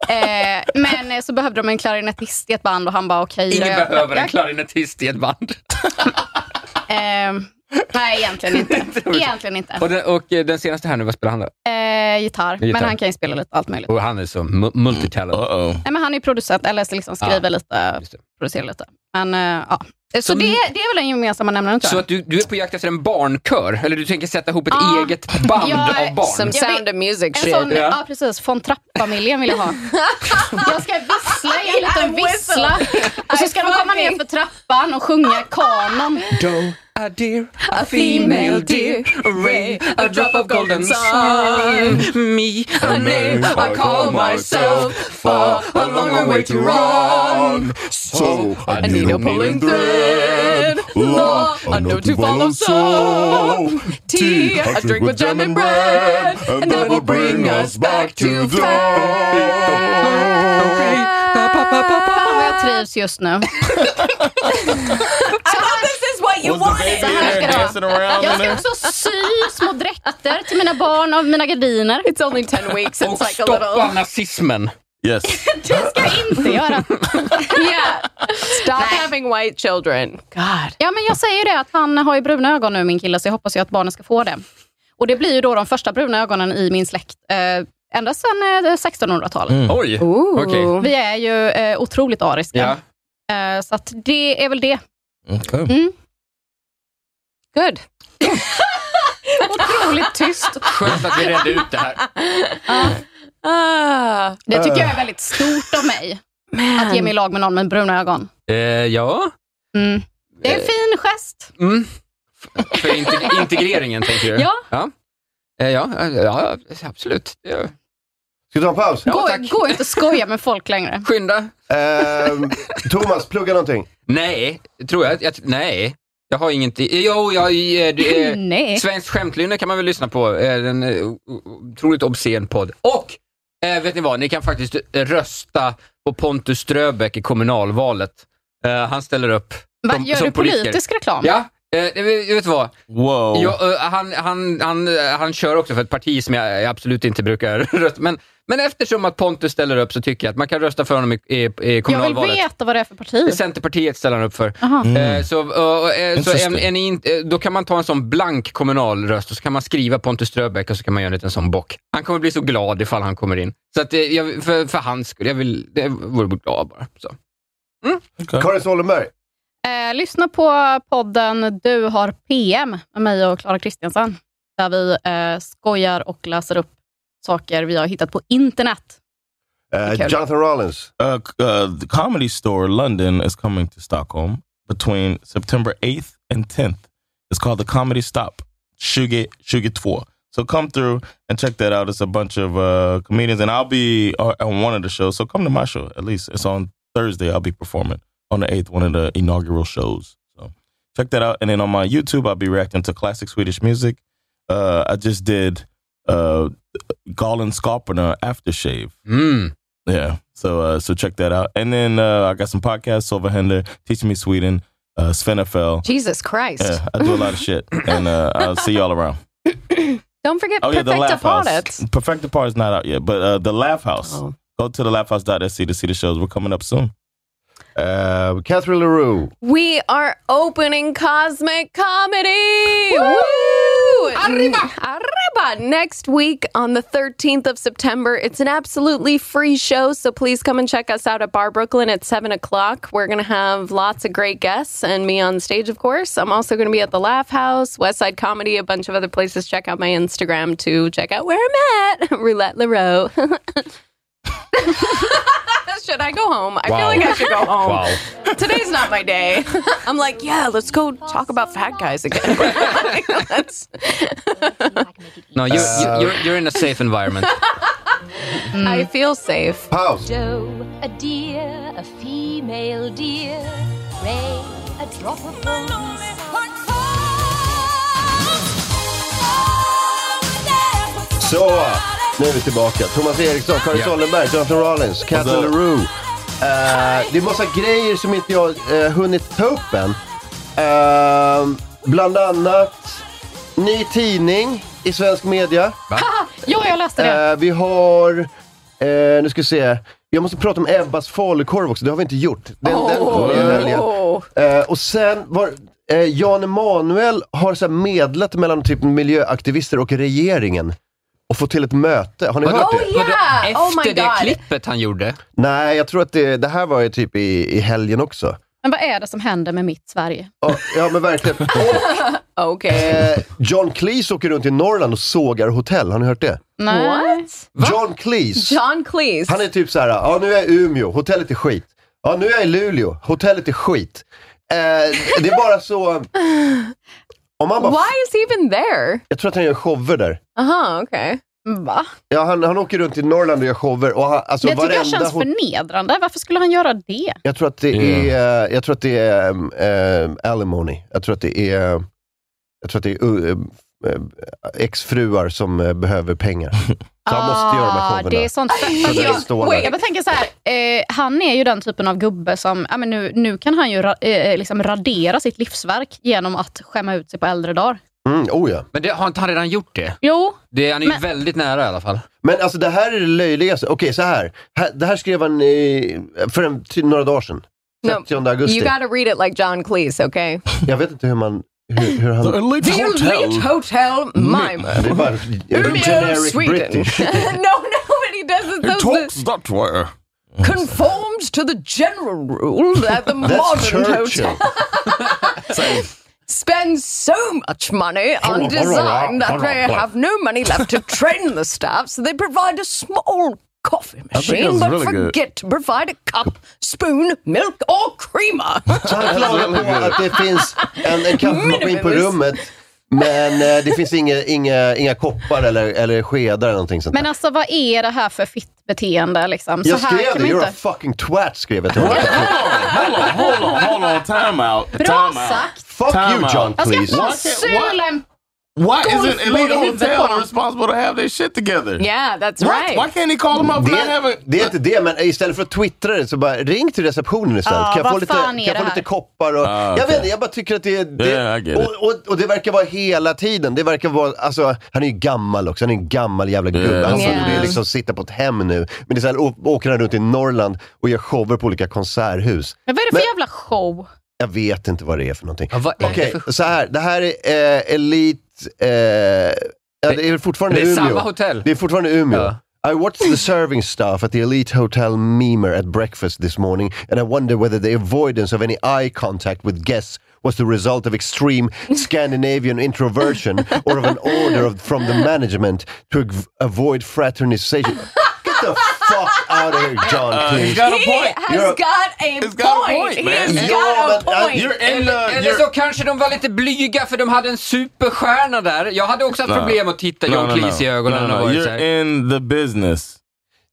[SPEAKER 6] Eh, men eh, så behövde de en klarinettist i ett band och han bara okej.
[SPEAKER 5] Ingen
[SPEAKER 6] jag-
[SPEAKER 5] behöver en
[SPEAKER 6] jag-
[SPEAKER 5] klarinettist i ett band.
[SPEAKER 6] Eh, nej, egentligen
[SPEAKER 5] [laughs]
[SPEAKER 6] inte. egentligen inte.
[SPEAKER 5] Och den, och eh, den senaste här nu, vad spelar han då?
[SPEAKER 6] Eh, gitarr.
[SPEAKER 5] Gitarr.
[SPEAKER 6] Men han kan ju spela lite allt möjligt.
[SPEAKER 5] Och han är så mu- multitalent. Uh-oh.
[SPEAKER 6] Nej, men han är producent, eller så liksom skriver
[SPEAKER 5] Ah,
[SPEAKER 6] lite, producerar lite. Men eh, ja. Så, det, det är väl den gemensamma nämnaren tror
[SPEAKER 5] Så
[SPEAKER 6] jag.
[SPEAKER 5] att du, du är på jakt efter en barnkör, eller du tänker sätta ihop ett eget band
[SPEAKER 6] Ja,
[SPEAKER 5] av barn?
[SPEAKER 6] som Sound
[SPEAKER 8] of Music.
[SPEAKER 6] En sån,
[SPEAKER 5] shit.
[SPEAKER 6] ja.
[SPEAKER 5] Ja.
[SPEAKER 6] precis. Von Trapp-familjen vill jag
[SPEAKER 5] [laughs]
[SPEAKER 6] ha. Jag ska vissla i en liten vissla. Och så ska de komma ner för trappan och sjunga kanon.
[SPEAKER 5] Doe a deer,
[SPEAKER 6] A female deer,
[SPEAKER 5] a ray, a drop of golden sun. Me, a name I call myself, far a long way to run. So I need a pulling thread, law I know to follow so. Tea I drink with jam and bread, and that will bring us back to
[SPEAKER 6] Fan vad jag trivs just nu.
[SPEAKER 8] This is what
[SPEAKER 6] you wanted. Så här ska det
[SPEAKER 10] dancing
[SPEAKER 6] Jag
[SPEAKER 10] around in
[SPEAKER 6] ska
[SPEAKER 10] there?
[SPEAKER 6] också sy små dräkter till mina barn av mina gardiner.
[SPEAKER 8] It's only ten weeks.
[SPEAKER 6] It's like a
[SPEAKER 8] [laughs]
[SPEAKER 6] little...
[SPEAKER 5] nazismen.
[SPEAKER 10] Yes.
[SPEAKER 6] Det ska jag inte göra.
[SPEAKER 8] yeah. Stop having white children. God.
[SPEAKER 6] Ja, men jag säger det att han har ju bruna ögon nu, min kille, så jag hoppas ju att barnen ska få det. Och det blir ju då de första bruna ögonen i min släkt. Eh, Ända sedan eh, 1600-talet.
[SPEAKER 5] Mm. Oj,
[SPEAKER 6] Ooh.
[SPEAKER 5] okej.
[SPEAKER 6] Vi är ju eh, otroligt ariska. Eh, så att det är väl det. Mm. [laughs] Good. Otroligt tyst.
[SPEAKER 5] Skönt att vi redde ut det [laughs] här.
[SPEAKER 8] Ah.
[SPEAKER 6] Det tycker jag är väldigt stort av mig. Att ge mig i lag med någon med bruna ögon.
[SPEAKER 5] Eh, ja.
[SPEAKER 6] Mm. Det är en fin gest.
[SPEAKER 5] Mm. För inte- integreringen, tänker du?
[SPEAKER 6] Ja.
[SPEAKER 5] Ja, Eh, ja, eh, ja absolut. Ja.
[SPEAKER 4] Ska vi ta en paus?
[SPEAKER 6] Gå, gå inte och skoja med folk längre.
[SPEAKER 5] Skynda.
[SPEAKER 4] Ehm, Thomas, plugga någonting.
[SPEAKER 5] Nej, tror jag. jag nej, jag har inget... Jo, jag... [laughs] eh, det är-
[SPEAKER 6] Nej.
[SPEAKER 5] Svenskt skämtlynne kan man väl lyssna på. eh, En eh, o- o- otroligt obscen podd. Och, eh, vet ni vad? Ni kan faktiskt eh, rösta på Pontus Ströbeck i kommunalvalet. Eh, han ställer upp
[SPEAKER 6] Va, gör du politisk reklam?
[SPEAKER 5] Ja, eh, eh, vet du vad?
[SPEAKER 10] Wow.
[SPEAKER 5] Ja, eh, han, han, han, eh, han kör också för ett parti som jag eh, absolut inte brukar [laughs] rösta men, men eftersom att Pontus ställer upp så tycker jag att man kan rösta för honom i, i, i
[SPEAKER 6] Jag vill
[SPEAKER 5] kommunalvalet.
[SPEAKER 6] veta vad det är för
[SPEAKER 5] Det är
[SPEAKER 6] parti.
[SPEAKER 5] Centerpartiet ställer han upp för.
[SPEAKER 6] Aha. Mm.
[SPEAKER 5] Eh, Så, och, och, eh, så
[SPEAKER 6] Interesting.
[SPEAKER 5] är, är ni inte- eh, då kan man ta en sån blank kommunal röst och så kan man skriva Pontus Ströbeck och så kan man göra en liten sån bock. Han kommer bli så glad ifall han kommer in. Så att, eh, jag, för, för hans skull, jag vill, det vore glad bara. Så.
[SPEAKER 4] Karin Sollenberg.
[SPEAKER 6] Eh, lyssna på podden Du har PM med mig och Klara Kristiansen. Där vi eh, skojar och läser upp saker vi har hittat på internet.
[SPEAKER 4] Uh, Jonathan Rollins.
[SPEAKER 10] Uh, c- uh, the Comedy Store London is coming to Stockholm between September 8th and 10th. It's called the Comedy Stop, Shuge Shuge Tour. So come through and check that out. It's a bunch of uh, comedians, and I'll be o- on one of the shows. So come to my show at least. It's on Thursday. I'll be performing on the 8th, one of the inaugural shows. So check that out. And then on my YouTube, I'll be reacting to classic Swedish music. Uh, I just did uh, Galen Skalperna Aftershave.
[SPEAKER 5] Mm.
[SPEAKER 10] Yeah. So uh, so check that out. And then uh, I got some podcasts, Overhender, Teaching Me Sweden, uh, Svenafell.
[SPEAKER 8] Jesus Christ.
[SPEAKER 10] Yeah, I do a lot of shit.
[SPEAKER 8] [laughs]
[SPEAKER 10] And uh, I'll see y'all around. Oh,
[SPEAKER 8] Don't forget Perfecta Paret.
[SPEAKER 10] House. Perfecta Part is not out yet, but uh, the Laugh House.
[SPEAKER 8] Oh.
[SPEAKER 10] Go to the laughhouse.sc to see the shows. We're coming up soon.
[SPEAKER 4] Uh, Catherine LaRue.
[SPEAKER 8] We are opening Cosmic Comedy. Woo! Arriba! Arriba! Next week on the 13th of September. It's an absolutely free show, so please come and check us out at Bar Brooklyn at 7 o'clock. We're going to have lots of great guests and me on stage, of course. I'm also going to be at the Laugh House, West Side Comedy, a bunch of other places. Check out my Instagram to check out where I'm at. [laughs] Roulette LaRoe. should I go home? I feel
[SPEAKER 7] Wow.
[SPEAKER 8] like I should go home.
[SPEAKER 7] Wow.
[SPEAKER 8] Today's not my day. [laughs] I'm like, yeah, let's go talk about fat guys again. [laughs] Like, let's-
[SPEAKER 5] No, you're, you're, you're in a safe
[SPEAKER 8] [laughs]
[SPEAKER 5] environment.
[SPEAKER 8] I feel safe.
[SPEAKER 4] Pause.
[SPEAKER 18] Joe, a deer, a female deer. Ray, a drop of bone.
[SPEAKER 4] Så, nu är vi tillbaka. Thomas Eriksson, Karin
[SPEAKER 10] Ja.
[SPEAKER 4] Sollenberg, Jonathan Rollins, Catherine
[SPEAKER 10] Och så-
[SPEAKER 4] LaRue. Eh, det är massa grejer som inte jag eh, hunnit ta upp än. Eh, bland annat ny tidning i svensk media.
[SPEAKER 6] ja, jag läste det.
[SPEAKER 4] Eh, vi har, eh, nu ska vi se. Jag måste prata om Ebbas falukorv också, det har vi inte gjort. Den, den kommer ju i helgen. Eh, och sen var eh, Jan Emanuel har så här medlat mellan typ miljöaktivister och regeringen och fått till ett möte. Har ni hört det?
[SPEAKER 5] Vadå,
[SPEAKER 8] Oh my
[SPEAKER 5] Efter det
[SPEAKER 8] God.
[SPEAKER 5] klippet han gjorde?
[SPEAKER 4] Nej, jag tror att det, det här var ju typ i, i helgen också.
[SPEAKER 6] Men vad är det som händer med mitt Sverige?
[SPEAKER 4] Ja, ja men verkligen.
[SPEAKER 8] Okej.
[SPEAKER 4] Eh, John Cleese åker runt i Norrland och sågar hotell, har ni hört det?
[SPEAKER 8] What?
[SPEAKER 4] John Cleese.
[SPEAKER 8] John Cleese.
[SPEAKER 4] Han är typ så här, ja nu är jag i Umeå, hotellet är skit. Ja nu är jag i Luleå, hotellet är skit. Eh, det är bara så... Om man bara,
[SPEAKER 8] Why is he even there? Uh-huh,
[SPEAKER 4] Jag tror att han gör shower där.
[SPEAKER 8] Aha, okej. Va?
[SPEAKER 4] Ja, han, han åker runt i Norrland och gör shower. Och han, alltså,
[SPEAKER 6] det tycker jag
[SPEAKER 4] varenda
[SPEAKER 6] känns
[SPEAKER 4] hot-
[SPEAKER 6] förnedrande. Varför skulle han göra det?
[SPEAKER 4] Jag tror att det är, eh, jag tror att det är um, um, alimony. Jag tror att det är, jag tror att det är uh, uh, uh, exfruar som uh, behöver pengar. Så han måste göra de här showerna.
[SPEAKER 6] Ah, det är sånt.
[SPEAKER 4] Så det står där.
[SPEAKER 6] jag bara tänker så här, eh, han är ju den typen av gubbe som, ja, men nu, nu kan han ju ra, eh, liksom radera sitt livsverk genom att skämma ut sig på äldre dagar.
[SPEAKER 4] Mm, oh ja.
[SPEAKER 5] Men det, har inte han redan gjort det?
[SPEAKER 6] Jo,
[SPEAKER 5] det han är ju
[SPEAKER 6] Men-
[SPEAKER 5] väldigt nära i alla fall.
[SPEAKER 4] Men alltså det här är det löjligaste. Okej, så här. här. Det här skrev han eh, för en, ty- några dagar sedan. 30 augusti.
[SPEAKER 8] You gotta read it like John Cleese, okay?
[SPEAKER 4] Jag vet inte hur man... Hur, hur han...
[SPEAKER 8] The Elite Hotel Mime.
[SPEAKER 4] Det är bara
[SPEAKER 8] Umeå,
[SPEAKER 4] generic
[SPEAKER 8] Sweden.
[SPEAKER 6] [laughs]
[SPEAKER 4] British.
[SPEAKER 8] [laughs] no, no, but he doesn't. Those-
[SPEAKER 10] that way.
[SPEAKER 8] conforms to the general rule that the
[SPEAKER 7] That's
[SPEAKER 8] modern
[SPEAKER 7] Churchill.
[SPEAKER 8] hotel spends so much money on design that they have no money left to train the staff, so they provide a small coffee
[SPEAKER 7] I think that's
[SPEAKER 8] machine, but
[SPEAKER 7] really good.
[SPEAKER 8] forget to provide a cup, spoon, milk, or creamer.
[SPEAKER 4] Så han klagar på att det finns en, en kaffemaskin på
[SPEAKER 8] Minimalist.
[SPEAKER 4] rummet, men eh, det finns inga, inga, inga koppar eller, eller skedar eller någonting sånt där.
[SPEAKER 6] men alltså vad är det här för fitt beteende? Liksom? Så
[SPEAKER 4] Jag
[SPEAKER 6] här
[SPEAKER 4] skrev
[SPEAKER 6] kan
[SPEAKER 4] det,
[SPEAKER 6] man
[SPEAKER 4] you're
[SPEAKER 6] inte...
[SPEAKER 4] a fucking twat skrev jag till honom.
[SPEAKER 10] Hold on, hold on, hold on. Time out.
[SPEAKER 6] Bra
[SPEAKER 10] time
[SPEAKER 6] sagt.
[SPEAKER 10] Out.
[SPEAKER 4] Fuck
[SPEAKER 10] time
[SPEAKER 4] you,
[SPEAKER 10] out.
[SPEAKER 4] John
[SPEAKER 6] Alltså, Jag
[SPEAKER 4] Cleese.
[SPEAKER 6] ska fan
[SPEAKER 10] Why can't-
[SPEAKER 6] söla en
[SPEAKER 10] Why isn't
[SPEAKER 6] golfboll
[SPEAKER 10] Elite
[SPEAKER 6] i huvudet på
[SPEAKER 10] Hotel
[SPEAKER 6] honom.
[SPEAKER 10] responsible to have their shit together?
[SPEAKER 8] Yeah, that's
[SPEAKER 10] Why-
[SPEAKER 8] right.
[SPEAKER 10] why can't he call them up for not having-
[SPEAKER 4] Det, det är inte det, men istället för att twittra det så bara ring till receptionen istället.
[SPEAKER 6] Ja,
[SPEAKER 4] kan jag
[SPEAKER 6] vad
[SPEAKER 4] få lite,
[SPEAKER 6] fan är
[SPEAKER 4] kan jag
[SPEAKER 6] det
[SPEAKER 4] få
[SPEAKER 6] här?
[SPEAKER 4] lite koppar? Och,
[SPEAKER 10] Ah,
[SPEAKER 4] Jag
[SPEAKER 10] okej.
[SPEAKER 4] vet inte, jag bara tycker att det, det
[SPEAKER 10] Yeah, I get it.
[SPEAKER 4] och, och, och det verkar vara hela tiden. Det verkar vara, alltså, han är ju gammal också, han är en gammal jävla gubbe. Han
[SPEAKER 10] Yeah.
[SPEAKER 4] borde ju liksom sitta på ett hem nu. Men det är så här, å- åker han runt i Norrland och gör shower på olika konserthus.
[SPEAKER 6] Men vad är det för jävla show?
[SPEAKER 4] Jag vet inte vad det är för någonting.
[SPEAKER 5] är det
[SPEAKER 4] Okej,
[SPEAKER 5] för-
[SPEAKER 4] så här. Det här är eh, Elite... Eh, ja, det är fortfarande
[SPEAKER 5] det är
[SPEAKER 4] Umeå.
[SPEAKER 5] samma hotell.
[SPEAKER 4] Det är fortfarande Umeå. I watched the serving staff at the Elite Hotel Memer at breakfast this morning and I wonder whether the avoidance of any eye contact with guests was the result of
[SPEAKER 5] [laughs]
[SPEAKER 4] extreme Scandinavian introversion or of an order of, from the management to av- avoid fraternization. Get the fuck out of here, John,
[SPEAKER 10] Uh,
[SPEAKER 4] please.
[SPEAKER 10] he's got a point.
[SPEAKER 8] Has got a
[SPEAKER 10] He's got a
[SPEAKER 8] point.
[SPEAKER 10] point,
[SPEAKER 8] He has
[SPEAKER 10] man.
[SPEAKER 8] got
[SPEAKER 4] uh,
[SPEAKER 8] a point.
[SPEAKER 5] Eller, eller så kanske de var lite blyga för de hade en superstjärna där. Jag hade också haft
[SPEAKER 10] No.
[SPEAKER 5] problem att titta
[SPEAKER 10] No,
[SPEAKER 5] John
[SPEAKER 10] no, no.
[SPEAKER 5] Cleese i ögonen
[SPEAKER 10] No, eh? no,
[SPEAKER 5] och
[SPEAKER 10] no.
[SPEAKER 5] varit
[SPEAKER 10] You're
[SPEAKER 5] såhär.
[SPEAKER 10] in the business.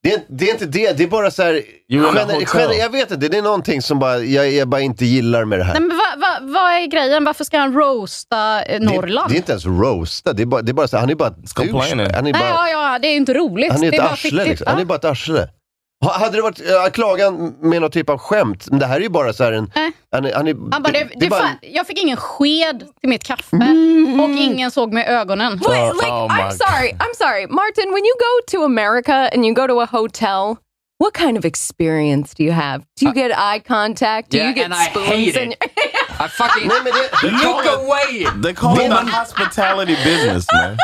[SPEAKER 4] Det, det är inte det, det är bara så här,
[SPEAKER 10] You in a
[SPEAKER 4] gener-
[SPEAKER 10] hotel.
[SPEAKER 4] gener- jag vet inte, det är någonting som bara, jag, jag bara inte gillar med det här.
[SPEAKER 6] Nej, men vad, vad, vad är grejen? Varför ska han roasta eh,
[SPEAKER 4] det,
[SPEAKER 6] Norrland?
[SPEAKER 4] det är inte ens roasta, det är bara, det är bara så här, han är bara, douche- han är
[SPEAKER 6] Nej,
[SPEAKER 4] bara,
[SPEAKER 6] ja, ja, det är ju inte roligt.
[SPEAKER 4] han är
[SPEAKER 6] det
[SPEAKER 4] ett
[SPEAKER 6] bara
[SPEAKER 4] arsle
[SPEAKER 6] fiktigt.
[SPEAKER 4] liksom. Han är
[SPEAKER 6] Ja.
[SPEAKER 4] bara ett arsle. Ha- Hade det varit eh, klagan med någon typ av skämt? Men det här är ju bara så här en...
[SPEAKER 6] Nej.
[SPEAKER 4] Han, är- han, är-
[SPEAKER 6] Han bara, det, det
[SPEAKER 4] är bara-
[SPEAKER 6] fan, jag fick ingen sked till mitt kaffe och ingen såg mig i ögonen. [laughs]
[SPEAKER 8] Wait, like, I'm sorry. I'm sorry. Martin, when you go to America and you go to a hotel, what kind of experience do you have? Do you get eye contact? Do
[SPEAKER 5] yeah,
[SPEAKER 8] you get
[SPEAKER 5] and I
[SPEAKER 8] spoons
[SPEAKER 5] hate
[SPEAKER 8] in
[SPEAKER 5] it. I fucking look away.
[SPEAKER 10] They call it the
[SPEAKER 5] Woman.
[SPEAKER 10] hospitality [laughs] business, man.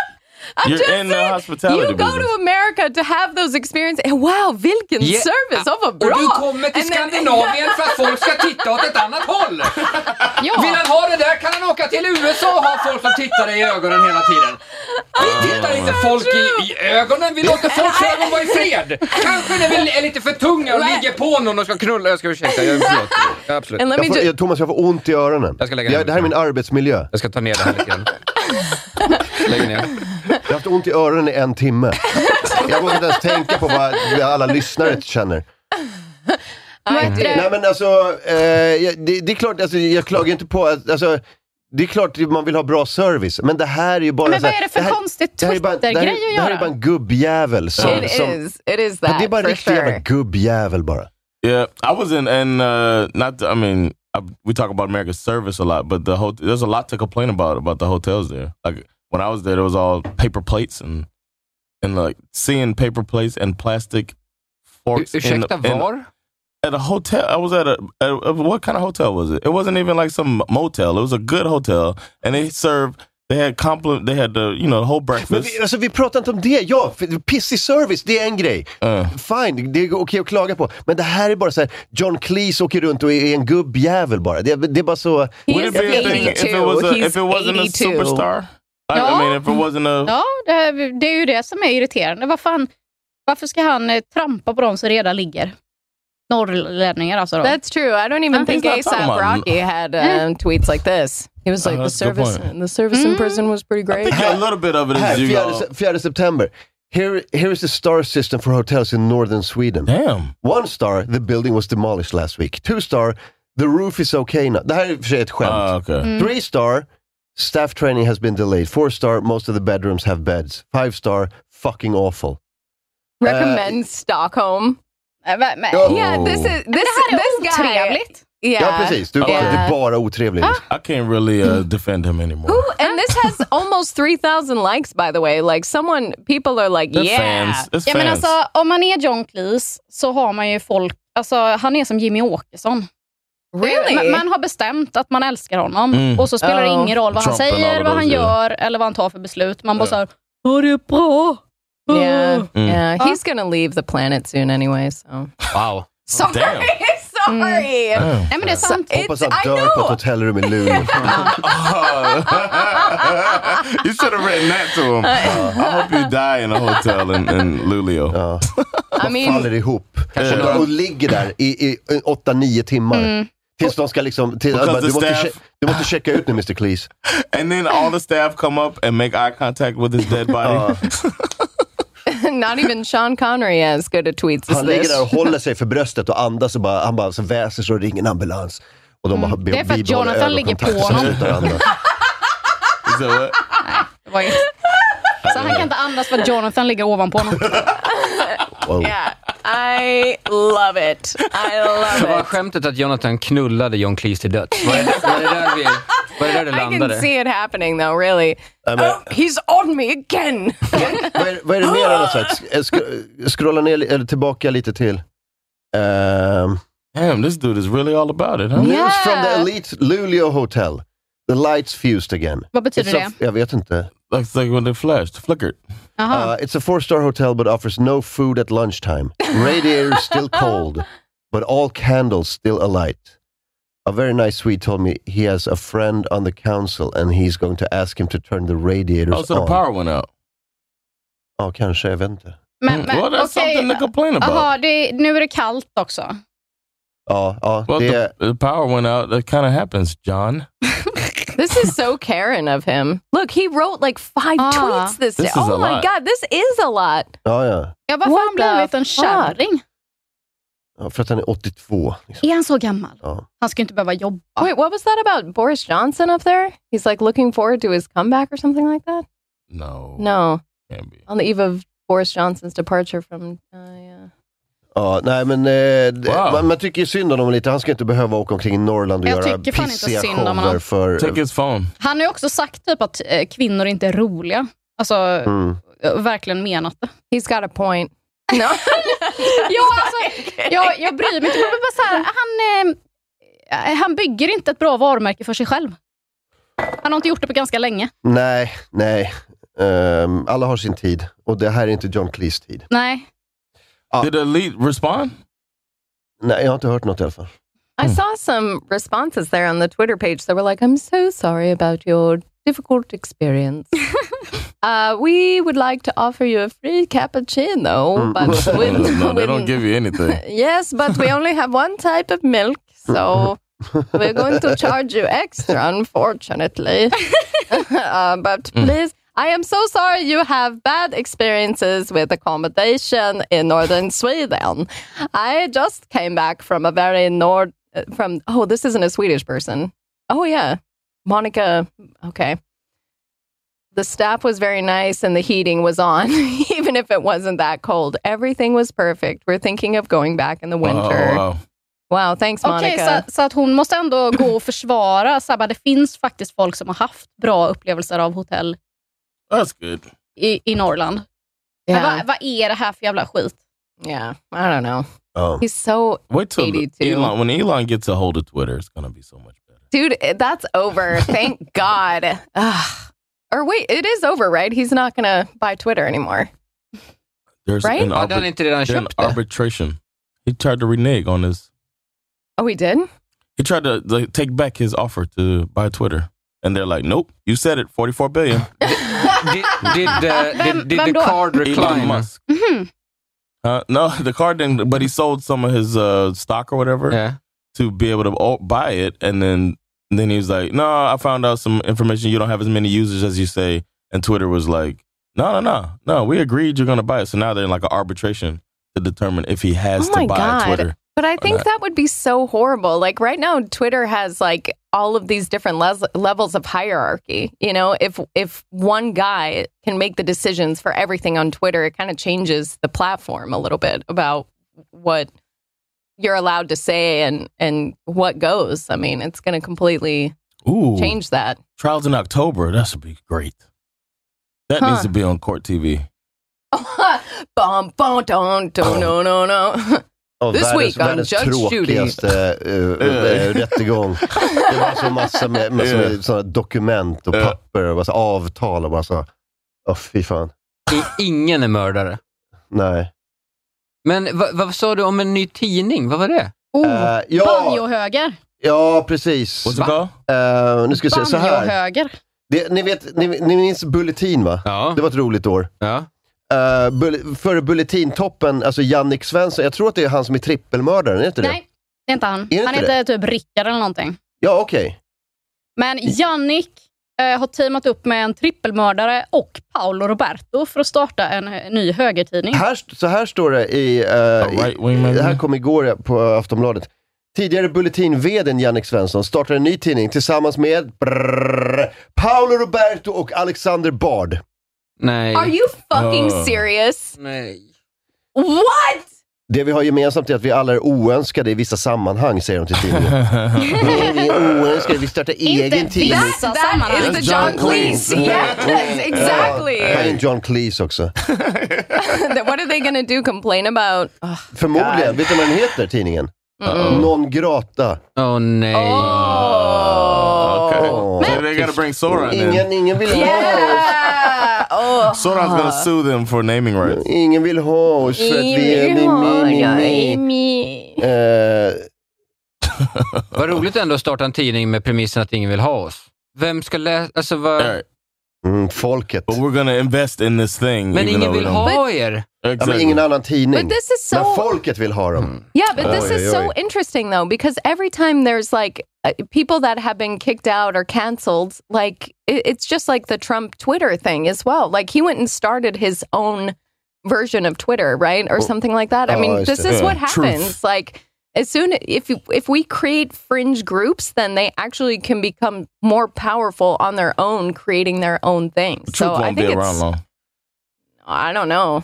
[SPEAKER 8] I'm
[SPEAKER 10] [laughs] You're
[SPEAKER 8] just
[SPEAKER 10] in the
[SPEAKER 8] saying,
[SPEAKER 10] hospitality
[SPEAKER 8] You go
[SPEAKER 10] business.
[SPEAKER 8] to America to have those experiences. Eh, Wow, vilken
[SPEAKER 10] Yeah.
[SPEAKER 8] service of a
[SPEAKER 5] Och
[SPEAKER 8] bra!
[SPEAKER 5] du kommer till
[SPEAKER 8] And then- [laughs]
[SPEAKER 5] Skandinavien för att folk ska titta åt ett annat håll. Vill han ha det där kan han åka till USA och ha folk som tittar dig i ögonen hela tiden.
[SPEAKER 10] Ah.
[SPEAKER 5] Vi tittar inte folk i, i ögonen, vi låter folks ögon vara i fred. Kanske när vi är lite för tunga och ligger på någon och ska knulla. Jag ska ursäkta, jag är förlåt. Ja, Absolut.
[SPEAKER 8] And let
[SPEAKER 4] Jag
[SPEAKER 8] me
[SPEAKER 4] får,
[SPEAKER 8] ju-
[SPEAKER 4] jag, Thomas, jag får ont i öronen. Jag
[SPEAKER 5] ska lägga
[SPEAKER 4] det här är min arbetsmiljö.
[SPEAKER 5] Jag ska ta ner det här lite grann. Lägg ner.
[SPEAKER 4] Jag har haft ont i öronen i en timme. Jag vågar inte ens tänka på vad alla lyssnare känner.
[SPEAKER 8] eh,
[SPEAKER 4] Nej men alltså, eh, jag- det, det är klart, alltså, jag klagar inte på att, alltså, det är klart att man vill ha bra service, men det här är ju bara
[SPEAKER 6] Men
[SPEAKER 4] så här-
[SPEAKER 6] vad är det för
[SPEAKER 4] här-
[SPEAKER 6] konstigt
[SPEAKER 4] det här är bara- det här-
[SPEAKER 6] Twitter-grej att
[SPEAKER 4] Det här är
[SPEAKER 6] göra?
[SPEAKER 4] bara en gubbjävel som...
[SPEAKER 8] It
[SPEAKER 4] som
[SPEAKER 8] is. It is
[SPEAKER 4] Ja,
[SPEAKER 8] that.
[SPEAKER 4] det är bara en
[SPEAKER 8] for
[SPEAKER 4] riktig jävla
[SPEAKER 8] sure.
[SPEAKER 4] gubbjävel bara.
[SPEAKER 10] Yeah, I was in, and uh, not. to- I mean, I, we talk about America's service a lot, but the whole, there's a lot to complain about about the hotels there. Like when I was there, it was all paper plates and and like seeing paper plates and plastic forks.
[SPEAKER 5] U-
[SPEAKER 10] in the-
[SPEAKER 5] ursäkta,
[SPEAKER 10] in-
[SPEAKER 5] var?
[SPEAKER 10] At a hotel, I was at a, at a what kind of hotel was it? It wasn't even like some motel. It was a good hotel, and they served. They had compliment. They had the you know the whole
[SPEAKER 4] Men
[SPEAKER 10] breakfast.
[SPEAKER 4] vi, alltså, vi pratar inte om det. Ja, för- pissig service, det är en grej. Fine, det är okej att klaga på. Men det här är bara så här, John Cleese åker runt och är en gubbjävel bara. Det, det är bara så...
[SPEAKER 10] Would it be a thing if it was a, if it wasn't a
[SPEAKER 6] 82.
[SPEAKER 10] superstar? I,
[SPEAKER 6] Ja.
[SPEAKER 10] I mean, if it wasn't a
[SPEAKER 6] Ja, det, här, det är ju det som är irriterande. Vad fan, varför ska han eh, trampa på dem som redan ligger? Norrlänningar alltså. Då.
[SPEAKER 8] That's true. I don't even think ASAP Rocky had um, tweets like this. He was like,
[SPEAKER 4] Oh,
[SPEAKER 8] the
[SPEAKER 4] that's a good
[SPEAKER 8] service,
[SPEAKER 4] point.
[SPEAKER 8] the service
[SPEAKER 10] Hmm?
[SPEAKER 8] in prison was pretty great.
[SPEAKER 10] a little bit of it is
[SPEAKER 4] Här,
[SPEAKER 10] you
[SPEAKER 4] fjärde,
[SPEAKER 10] all-
[SPEAKER 4] se- fjärde september. Here, here is the star system for hotels in northern Sweden.
[SPEAKER 10] Damn.
[SPEAKER 4] One star, the building was demolished last week. Two star, the roof is okay now. Det här är i och för sig ett skämt.
[SPEAKER 10] Mm.
[SPEAKER 4] Three star, staff training has been delayed. Four star, most of the bedrooms have beds. Five star, fucking awful. Uh,
[SPEAKER 8] Recommend Stockholm.
[SPEAKER 4] Oh.
[SPEAKER 8] Yeah, this is
[SPEAKER 6] Men
[SPEAKER 8] this
[SPEAKER 6] det här är
[SPEAKER 8] this guy.
[SPEAKER 6] otrevligt.
[SPEAKER 8] Yeah.
[SPEAKER 4] Ja, precis. Du är bara, du är bara otrevlig.
[SPEAKER 10] I can't really uh,
[SPEAKER 8] Mm.
[SPEAKER 10] defend him anymore.
[SPEAKER 8] Who, and this has
[SPEAKER 6] [laughs]
[SPEAKER 8] almost 3,000 likes, by the way. Like, someone, people are like,
[SPEAKER 10] They're
[SPEAKER 8] yeah.
[SPEAKER 10] fans. It's
[SPEAKER 6] Ja, men alltså, om man är John Cleese så har man ju folk... Alltså, han är som Jimmy Åkesson.
[SPEAKER 8] Really?
[SPEAKER 6] Man, [laughs] man har bestämt att man älskar honom
[SPEAKER 8] Mm.
[SPEAKER 6] och så spelar det
[SPEAKER 8] Oh.
[SPEAKER 6] ingen roll vad han
[SPEAKER 8] Trump and all
[SPEAKER 6] säger,
[SPEAKER 8] of
[SPEAKER 6] vad
[SPEAKER 8] those,
[SPEAKER 6] han
[SPEAKER 8] yeah.
[SPEAKER 6] gör eller vad han tar för beslut. Man bara
[SPEAKER 8] Yeah.
[SPEAKER 6] såhär, "Ja, det är bra. Ja.
[SPEAKER 8] Yeah,
[SPEAKER 6] Mm.
[SPEAKER 8] yeah. He's gonna leave the planet soon anyway. So
[SPEAKER 5] wow.
[SPEAKER 8] Sorry,
[SPEAKER 4] Damn.
[SPEAKER 8] [laughs]
[SPEAKER 4] Mm.
[SPEAKER 8] sorry.
[SPEAKER 4] Damn.
[SPEAKER 8] I mean, it's some.
[SPEAKER 4] Hoppas han dör på ett hotellrum i Luleå.
[SPEAKER 10] [laughs] you should have written that to
[SPEAKER 8] Uh,
[SPEAKER 10] him. I hope you die in a hotel in, in Luleå.
[SPEAKER 8] I
[SPEAKER 4] faller
[SPEAKER 8] mean,
[SPEAKER 4] ihop
[SPEAKER 10] Kanske
[SPEAKER 4] och,
[SPEAKER 10] några-
[SPEAKER 4] och ligger där i, i 8-9 timmar.
[SPEAKER 8] Mm.
[SPEAKER 4] Tills de ska liksom... Till,
[SPEAKER 10] Because
[SPEAKER 4] bara,
[SPEAKER 10] the
[SPEAKER 4] du, måste
[SPEAKER 10] staff-
[SPEAKER 4] che- du måste checka ut nu Mr Cleese.
[SPEAKER 10] And then all the staff come up and make eye contact with his dead body. [laughs]
[SPEAKER 8] [laughs] not even Sean Connery has good at tweets as
[SPEAKER 4] Han ligger där och
[SPEAKER 8] this.
[SPEAKER 4] håller sig för bröstet och andas och bara, han bara så väser så ringer en ambulans. Och de bara,
[SPEAKER 6] Mm. Det är för att
[SPEAKER 4] bibehåller
[SPEAKER 6] Jonathan ligger på
[SPEAKER 4] ögonkontakt, så slutar
[SPEAKER 6] honom. [laughs]
[SPEAKER 4] andas.
[SPEAKER 10] Is that what?
[SPEAKER 6] Det var ju- Så han kan inte andas för att Jonathan ligger ovanpå honom.
[SPEAKER 8] Yeah, I love it. I
[SPEAKER 4] [laughs]
[SPEAKER 8] love
[SPEAKER 5] Det
[SPEAKER 8] it.
[SPEAKER 5] var skämtet att Jonathan knullade John Cleese till döds. Var det, var det där vi... Var det där det
[SPEAKER 8] I can
[SPEAKER 5] landade?
[SPEAKER 8] see it happening though. Really.
[SPEAKER 4] Nej, men-
[SPEAKER 8] Oh, he's on me again. [laughs]
[SPEAKER 4] vad, är, vad är det mer han har sagt? Sk- eh, sk- Scrolla ner, li- eller tillbaka lite till. Ehm,
[SPEAKER 10] Damn, this dude is really all about it, huh?
[SPEAKER 4] News from the elite Luleå hotel. The lights fused again.
[SPEAKER 6] Vad betyder
[SPEAKER 4] It's a-
[SPEAKER 6] det?
[SPEAKER 4] Jag vet inte.
[SPEAKER 10] Like, like when they flashed, flickered.
[SPEAKER 6] Aha.
[SPEAKER 4] Uh, it's a four star hotel but offers no food at lunchtime. Radiator
[SPEAKER 6] [laughs]
[SPEAKER 4] still cold, but all candles still alight. A very nice Swede told me he has a friend on the council and he's going to ask him to turn the radiators
[SPEAKER 10] Oh, so the
[SPEAKER 4] on.
[SPEAKER 10] power went out. Mm,
[SPEAKER 4] Ja, kanske. Jag vet inte.
[SPEAKER 6] Men, men,
[SPEAKER 10] well, that's
[SPEAKER 6] okej.
[SPEAKER 8] uh,
[SPEAKER 10] something to complain about.
[SPEAKER 8] uh-huh.
[SPEAKER 6] Jaha, det, nu är det kallt också.
[SPEAKER 4] Ja, ja.
[SPEAKER 10] Well,
[SPEAKER 4] det är...
[SPEAKER 10] the, the power went out. That kind of happens, John.
[SPEAKER 8] This is so Karen of him. Look, he wrote like five tweets this,
[SPEAKER 10] This
[SPEAKER 8] day.
[SPEAKER 10] is
[SPEAKER 8] Oh
[SPEAKER 10] a
[SPEAKER 8] my
[SPEAKER 10] lot.
[SPEAKER 8] god, this is a lot.
[SPEAKER 4] Ja, ja.
[SPEAKER 6] Ja, varför har han blivit en
[SPEAKER 8] fuck?
[SPEAKER 6] kärring?
[SPEAKER 4] ja. För att han är 82. Liksom.
[SPEAKER 6] Är han så gammal?
[SPEAKER 4] Ja.
[SPEAKER 6] Han ska ju inte behöva jobba.
[SPEAKER 8] Wait, what was that about Boris Johnson up there? He's like looking forward to his comeback or something like that?
[SPEAKER 10] No.
[SPEAKER 8] No.
[SPEAKER 10] Can't be.
[SPEAKER 8] On the eve of Boris Johnson's departure from. Uh, yeah.
[SPEAKER 4] Ja, nej men eh, d- man, man tycker ju synd om honom lite. Han ska inte behöva åka omkring i Norrland och
[SPEAKER 6] Jag
[SPEAKER 4] göra
[SPEAKER 6] tycker fan inte
[SPEAKER 4] pissiga
[SPEAKER 6] synd om honom.
[SPEAKER 4] shower för...
[SPEAKER 6] Take
[SPEAKER 4] his phone.
[SPEAKER 6] Han har ju också sagt typ att eh, kvinnor inte är roliga. Alltså,
[SPEAKER 4] Mm.
[SPEAKER 6] eh, verkligen menat [laughs] det.
[SPEAKER 8] He's got a point. No.
[SPEAKER 6] ja, alltså, jag, jag bryr mig inte. Men bara så här, han, eh, han bygger inte ett bra varumärke för sig själv. Han har inte gjort det på ganska länge.
[SPEAKER 4] Nej, nej. Ehm, alla har sin tid. Och det här är inte John Cleese tid.
[SPEAKER 6] Nej.
[SPEAKER 4] Did Elite respond?
[SPEAKER 8] [laughs]
[SPEAKER 4] Nej, jag har inte hört något i alla fall.
[SPEAKER 10] Hmm.
[SPEAKER 8] I saw some responses there on the Twitter page that were like, I'm so sorry about your difficult
[SPEAKER 10] [laughs]
[SPEAKER 8] experience. uh, we would like to offer you a free cappuccino, but with,
[SPEAKER 10] Mm. [laughs] no,
[SPEAKER 8] [laughs]
[SPEAKER 10] they
[SPEAKER 8] with-
[SPEAKER 10] don't give you anything.
[SPEAKER 8] yes, but we only have one type of milk,
[SPEAKER 10] [laughs]
[SPEAKER 8] so we're going to charge you extra, unfortunately. uh, but please, I am so sorry you have bad experiences with accommodation in northern Sweden. I just came back from a very nord uh, from oh, this isn't a Swedish person. Oh yeah, Monica. Okay. The staff was very nice and the heating was on, [laughs] even if it wasn't that cold. Everything was perfect. We're thinking of going back in the [laughs] winter.
[SPEAKER 10] Oh, wow.
[SPEAKER 8] Wow, thanks,
[SPEAKER 6] Okej,
[SPEAKER 8] Monica.
[SPEAKER 6] så, så att hon måste ändå gå och försvara. Så här, bara, det finns faktiskt folk som har haft bra upplevelser av hotell
[SPEAKER 10] That's good.
[SPEAKER 6] i, i Norrland.
[SPEAKER 8] Ja.
[SPEAKER 6] Men Vad, vad är det här för jävla skit?
[SPEAKER 8] Yeah, I don't know.
[SPEAKER 10] Oh.
[SPEAKER 8] He's so
[SPEAKER 10] Wait till the-
[SPEAKER 8] 82.
[SPEAKER 10] Elon. When Elon gets a hold of Twitter, it's gonna be so much.
[SPEAKER 8] Dude, that's over. [laughs] Thank God. Ugh. Or wait, it is over, right? He's not going to buy Twitter anymore.
[SPEAKER 10] There's
[SPEAKER 8] Right?
[SPEAKER 10] an,
[SPEAKER 8] Har den inte redan
[SPEAKER 10] there's an
[SPEAKER 8] köpt det?
[SPEAKER 10] arbitration. He tried to renege on his.
[SPEAKER 8] Oh, he did?
[SPEAKER 10] He tried to like, take back his offer to buy Twitter, and they're like, "Nope, you said it. Forty-four billion.
[SPEAKER 5] Did, did, uh, did, did
[SPEAKER 10] vem
[SPEAKER 5] the
[SPEAKER 10] då?
[SPEAKER 5] card
[SPEAKER 10] Elon
[SPEAKER 5] recline?
[SPEAKER 10] Musk.
[SPEAKER 8] Mm-hmm.
[SPEAKER 10] Uh, no, [laughs] the car didn't. But he sold some of his uh, stock or whatever to be able to o- buy it, and then and then he was like, "No, I found out some information. You don't have as many users as you say." And Twitter was like, "No, no, no, no. We agreed you're going to buy it. So now they're in like an arbitration to determine if he has
[SPEAKER 8] oh my
[SPEAKER 10] to buy
[SPEAKER 8] God.
[SPEAKER 10] Twitter."
[SPEAKER 8] But I
[SPEAKER 10] or
[SPEAKER 8] think
[SPEAKER 10] not.
[SPEAKER 8] that would be so horrible. Like right now, Twitter has like all of these different les- levels of hierarchy. You know, if if one guy can make the decisions for everything on Twitter, it kind of changes the platform a little bit about what you're allowed to say and and what goes. I mean, it's going to completely
[SPEAKER 10] Ooh.
[SPEAKER 8] change that.
[SPEAKER 10] Trials in October. That should be great. That
[SPEAKER 8] Huh.
[SPEAKER 10] needs to be on court TV.
[SPEAKER 8] [laughs] Bum, bum, dun, dun, no, no, no.
[SPEAKER 4] Av
[SPEAKER 8] This
[SPEAKER 4] världens,
[SPEAKER 8] week on
[SPEAKER 4] världens
[SPEAKER 8] Judge Judy.
[SPEAKER 4] tråkigaste eh,
[SPEAKER 8] [laughs]
[SPEAKER 4] eh, rättegång. Det var så massa med, med
[SPEAKER 10] Yeah.
[SPEAKER 4] såna- såna dokument och papper och massa avtal och bara så. Åh, fy fan.
[SPEAKER 5] I- Ingen är mördare.
[SPEAKER 4] Nej.
[SPEAKER 5] Men vad, vad sa du om en ny tidning? Vad var det?
[SPEAKER 6] Oh,
[SPEAKER 8] Mm.
[SPEAKER 4] Eh, ja.
[SPEAKER 6] Banjohöger.
[SPEAKER 4] Ja, precis.
[SPEAKER 5] What's it called?
[SPEAKER 4] Eh, nu ska vi se, så här.
[SPEAKER 6] Banjohöger.
[SPEAKER 4] Det, ni, vet, ni, ni minns Bulletin va? Det var ett roligt år. Eh, bull, före Bulletintoppen, alltså Jannik Svensson, jag tror att det är han som är trippelmördaren, är inte det?
[SPEAKER 6] Nej, det är inte han.
[SPEAKER 4] det
[SPEAKER 6] han
[SPEAKER 4] inte
[SPEAKER 6] heter typ Rickard eller någonting.
[SPEAKER 4] Ja, okej.
[SPEAKER 6] Men Jannik eh, har teamat upp med en trippelmördare och Paolo Roberto för att starta en eh, ny högertidning.
[SPEAKER 4] Här, st- så här står det i... eh, i det här kom igår ja, på Aftonbladet. Tidigare Bulletin-vdn Jannik Svensson startar en ny tidning tillsammans med brrrr, Paolo Roberto och Alexander Bard.
[SPEAKER 5] Nej.
[SPEAKER 8] Are you fucking serious? What?
[SPEAKER 4] Det vi har gemensamt är att vi alla är oönskade i vissa sammanhang, säger de till tidningen. Nej, vi är oönskade, vi startar egen
[SPEAKER 7] vissa
[SPEAKER 4] tidning.
[SPEAKER 7] That- that sammanhang. is the John Cleese.
[SPEAKER 4] [laughs]
[SPEAKER 7] Yes,
[SPEAKER 4] Oh.
[SPEAKER 8] exactly.
[SPEAKER 4] Ja,
[SPEAKER 8] [laughs]
[SPEAKER 4] Han är John Cleese också.
[SPEAKER 8] what are they going to do? Complain about? Ugh.
[SPEAKER 4] Förmodligen. Vet du vad den heter, tidningen? Mm.
[SPEAKER 8] Mm-mm.
[SPEAKER 4] Non grata.
[SPEAKER 5] Åh nej.
[SPEAKER 8] Oh.
[SPEAKER 10] Maybe they gotta bring Soran in.
[SPEAKER 4] Ingen, ingen vill
[SPEAKER 8] Yeah. Oh.
[SPEAKER 10] Soran's gonna sue them for naming rights.
[SPEAKER 4] Ingen vill ha oss för att vi är mi,
[SPEAKER 8] Oh
[SPEAKER 4] mi, mi, mi. Eh,
[SPEAKER 5] Vad roligt ändå att starta en tidning med premissen att ingen vill ha oss. Vem ska läsa? Alltså, vad...
[SPEAKER 4] Mm, folket.
[SPEAKER 10] But we're gonna invest in this thing.
[SPEAKER 5] Men
[SPEAKER 10] even
[SPEAKER 5] ingen
[SPEAKER 10] though we
[SPEAKER 5] vill
[SPEAKER 10] don't-
[SPEAKER 5] ha er.
[SPEAKER 4] Ja, men
[SPEAKER 10] Exactly.
[SPEAKER 4] ingen annan tidning.
[SPEAKER 8] But this is so-
[SPEAKER 4] Men folket vill ha dem.
[SPEAKER 8] Yeah, but this
[SPEAKER 4] Oj,
[SPEAKER 8] is
[SPEAKER 4] oj,
[SPEAKER 8] so
[SPEAKER 4] oj.
[SPEAKER 8] interesting though because every time there's like uh, people that have been kicked out or canceled, like it, it's just like the Trump Twitter thing as well. Like he went and started his own version of Twitter, right, or something like that. I
[SPEAKER 15] Oh, I
[SPEAKER 8] mean, this
[SPEAKER 15] see.
[SPEAKER 8] is
[SPEAKER 15] Yeah,
[SPEAKER 8] what
[SPEAKER 15] truth.
[SPEAKER 8] happens. Like as soon if you, if we create fringe groups, then they actually can become more powerful on their own, creating their own thing.
[SPEAKER 10] Truth
[SPEAKER 8] so I
[SPEAKER 10] won't be
[SPEAKER 8] think
[SPEAKER 10] around
[SPEAKER 8] it's
[SPEAKER 10] long.
[SPEAKER 8] I don't know.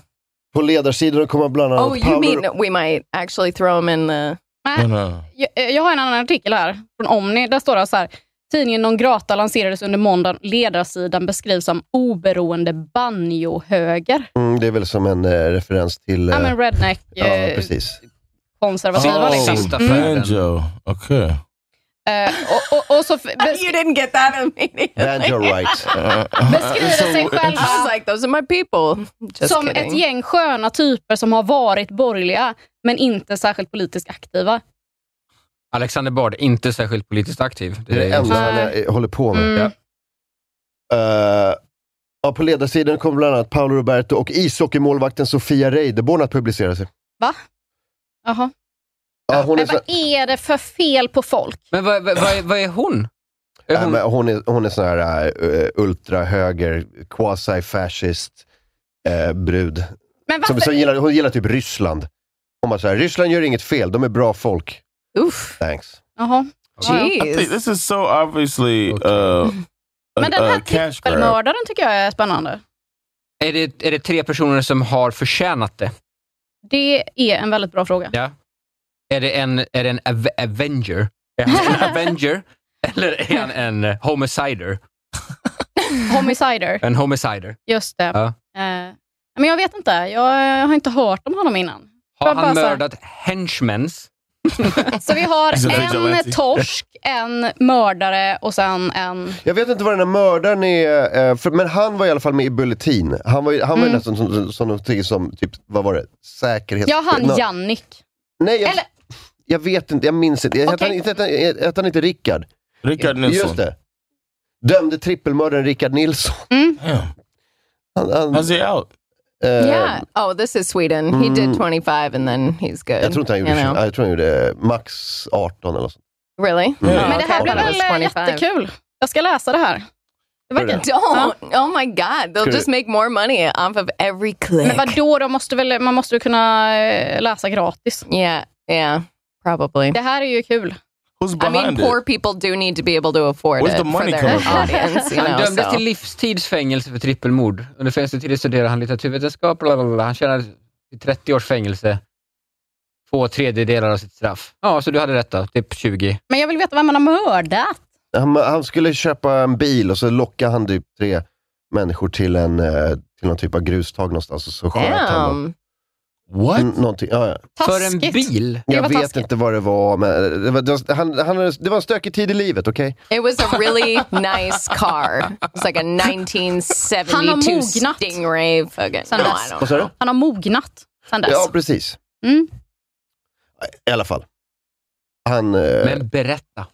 [SPEAKER 4] På ledarsidorna kommer bland annat
[SPEAKER 8] Oh, you mean we might actually throw him in [laughs] the...
[SPEAKER 10] uh,
[SPEAKER 6] Jag, eh, jag har en annan artikel här från Omni. Där står det så här. Tidningen Non Grata lanserades under måndagen. Ledarsidan beskrivs som oberoende banjohöger.
[SPEAKER 4] Mm, det är väl som en eh, referens till...
[SPEAKER 6] Ja,
[SPEAKER 4] eh,
[SPEAKER 6] men redneck,
[SPEAKER 4] ja,
[SPEAKER 6] eh,
[SPEAKER 4] precis.
[SPEAKER 6] konservativa. liksom.
[SPEAKER 10] oh, banjo. Okej.
[SPEAKER 6] Eh, och, och, och så you
[SPEAKER 8] didn't get that immediately.
[SPEAKER 4] Banjo right.
[SPEAKER 8] [laughs]
[SPEAKER 6] Beskriver sig själva.
[SPEAKER 8] I was like, those are my [laughs] people. Just
[SPEAKER 6] som
[SPEAKER 8] kidding.
[SPEAKER 6] ett gäng sköna typer som har varit borgerliga, men inte särskilt politiskt aktiva.
[SPEAKER 5] Alexander Bard, inte särskilt politiskt aktiv.
[SPEAKER 4] Det är det enda han
[SPEAKER 6] Nej.
[SPEAKER 4] eh, håller på med.
[SPEAKER 6] Mm. Ja.
[SPEAKER 4] Eh, ja, på ledarsidan kommer bland annat Paolo Roberto och ishockeymålvakten Sofia Reideborn att publicera sig.
[SPEAKER 6] Va? Jaha.
[SPEAKER 4] Ja, hon, är
[SPEAKER 6] Men
[SPEAKER 4] så,
[SPEAKER 6] vad är det för fel på folk?
[SPEAKER 5] Men vad, vad, vad, är, vad är hon? Är
[SPEAKER 4] Nej,
[SPEAKER 5] hon...
[SPEAKER 4] men hon, är, hon är sån här uh, ultrahöger, quasi-fascist eh, brud.
[SPEAKER 6] Men
[SPEAKER 4] Som, som gillar, hon gillar typ Ryssland. Hon bara såhär, Ryssland gör inget fel, de är bra folk.
[SPEAKER 8] Uff.
[SPEAKER 4] Thanks.
[SPEAKER 6] Jaha.
[SPEAKER 10] I think this is so
[SPEAKER 8] [laughs]
[SPEAKER 10] obviously uh, a,
[SPEAKER 6] Men den
[SPEAKER 10] a
[SPEAKER 6] här
[SPEAKER 4] eh,
[SPEAKER 10] cash grab.
[SPEAKER 6] trippelmördaren tycker jag är spännande.
[SPEAKER 5] Är, det, är det tre personer som har förtjänat det?
[SPEAKER 6] Det är en väldigt bra fråga.
[SPEAKER 5] Ja. Är det en, är det en av Avenger? Är han
[SPEAKER 4] [laughs]
[SPEAKER 5] en Avenger? Eller är han en homicider? [laughs]
[SPEAKER 6] Homicider.
[SPEAKER 5] En homicider.
[SPEAKER 6] Just det.
[SPEAKER 5] Ja.
[SPEAKER 6] Eh, men jag vet inte. Jag eh, har inte hört om honom innan.
[SPEAKER 5] Har
[SPEAKER 6] Jag bara
[SPEAKER 5] han
[SPEAKER 6] så här-
[SPEAKER 5] mördat henchmens?
[SPEAKER 6] Så vi
[SPEAKER 5] [laughs] He's a
[SPEAKER 6] har
[SPEAKER 5] vigilante.
[SPEAKER 6] en torsk, en mördare och sen en...
[SPEAKER 4] Jag vet inte vad den här mördaren är, eh, för, men han var i alla fall med i Bulletin. Han var ju, han var ju
[SPEAKER 6] Mm.
[SPEAKER 4] nästan som, som, som någonting som, typ, vad var det, säkerhets...
[SPEAKER 6] Ja, han
[SPEAKER 4] Nå-
[SPEAKER 6] Jannik.
[SPEAKER 4] Nej, jag, jag vet inte, jag minns inte. Jag- Hette han, inte- hette han- hette han inte Rickard?
[SPEAKER 10] Rickard Nilsson.
[SPEAKER 4] Just det. Dömde trippelmördaren Rickard Nilsson. [laughs] Han, han,
[SPEAKER 10] How's he out?
[SPEAKER 4] eh,
[SPEAKER 8] yeah. Oh, this is Sweden. He did
[SPEAKER 4] Mm.
[SPEAKER 8] 25 and then he's good.
[SPEAKER 4] Jag tror inte han gjorde,
[SPEAKER 8] you know.
[SPEAKER 4] 20, jag tror han gjorde eh, max 18 eller något sånt.
[SPEAKER 8] Really?
[SPEAKER 4] Mm.
[SPEAKER 8] Oh,
[SPEAKER 4] Men det
[SPEAKER 8] okay,
[SPEAKER 4] här
[SPEAKER 8] I thought
[SPEAKER 4] blir
[SPEAKER 8] it was
[SPEAKER 6] väl
[SPEAKER 8] 25.
[SPEAKER 6] jättekul. Jag ska läsa det här. Det
[SPEAKER 4] verkar-
[SPEAKER 8] Don't. Oh my god. They'll
[SPEAKER 4] Ska du-
[SPEAKER 8] just make more money off of every
[SPEAKER 6] Men
[SPEAKER 8] click.
[SPEAKER 6] vadå, de måste väl, man måste väl kunna eh, läsa gratis?
[SPEAKER 8] Yeah. Yeah. Probably.
[SPEAKER 6] Det här är ju kul.
[SPEAKER 10] Who's
[SPEAKER 8] I mean, poor people do need to be able to afford
[SPEAKER 5] Where's
[SPEAKER 8] it
[SPEAKER 5] the
[SPEAKER 8] for
[SPEAKER 5] money
[SPEAKER 8] their
[SPEAKER 5] coming from?
[SPEAKER 8] audience. [laughs] You
[SPEAKER 5] Han
[SPEAKER 8] know,
[SPEAKER 5] dömdes
[SPEAKER 8] so.
[SPEAKER 5] till livstidsfängelse för trippelmord. Under fängelsetiden studerade han litteraturvetenskap. Bla bla bla. Han tjänade 30 års fängelse. Två tredjedelar av sitt straff. Ja, så du hade rätt då. Typ 20.
[SPEAKER 6] Men jag vill veta vem man har mördat.
[SPEAKER 4] Han, han skulle köpa en bil och så lockade han typ tre människor till, en, eh, till någon typ av grustag någonstans och så sköt han dem.
[SPEAKER 8] Damn.
[SPEAKER 10] What?
[SPEAKER 4] Någonting, ja, ja.
[SPEAKER 5] För en bil?
[SPEAKER 4] Jag vet inte vad det var, men eh, det var, det var, han, han, det var en stökig tid i livet, okej?
[SPEAKER 8] It was a really [laughs] nice car. It's [laughs] like a 1972
[SPEAKER 6] Han har mognat.
[SPEAKER 8] Stingray. Fucking, no,
[SPEAKER 6] Sen
[SPEAKER 8] I
[SPEAKER 6] dess.
[SPEAKER 8] don't
[SPEAKER 4] Vad sa du?
[SPEAKER 6] Han har mognat sen dess.
[SPEAKER 4] Ja, precis.
[SPEAKER 6] Mm.
[SPEAKER 4] I alla fall. Han... eh,
[SPEAKER 5] Men berätta.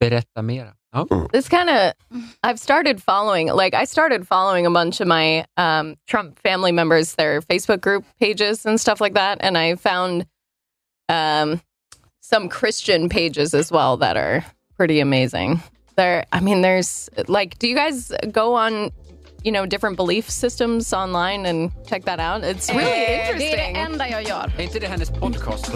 [SPEAKER 5] berätta mera. Ja.
[SPEAKER 8] This kind of, I've started following, like, I started following a bunch of my um, Trump family members, their Facebook group pages and stuff like that. And I found um, some Christian pages as well that are pretty amazing. There, I mean, there's like, do you guys go on, you know, different belief systems online and check that out? It's really
[SPEAKER 6] Eh, Det är
[SPEAKER 8] interesting.
[SPEAKER 6] det [laughs] enda jag gör.
[SPEAKER 5] Är inte det hennes podcast?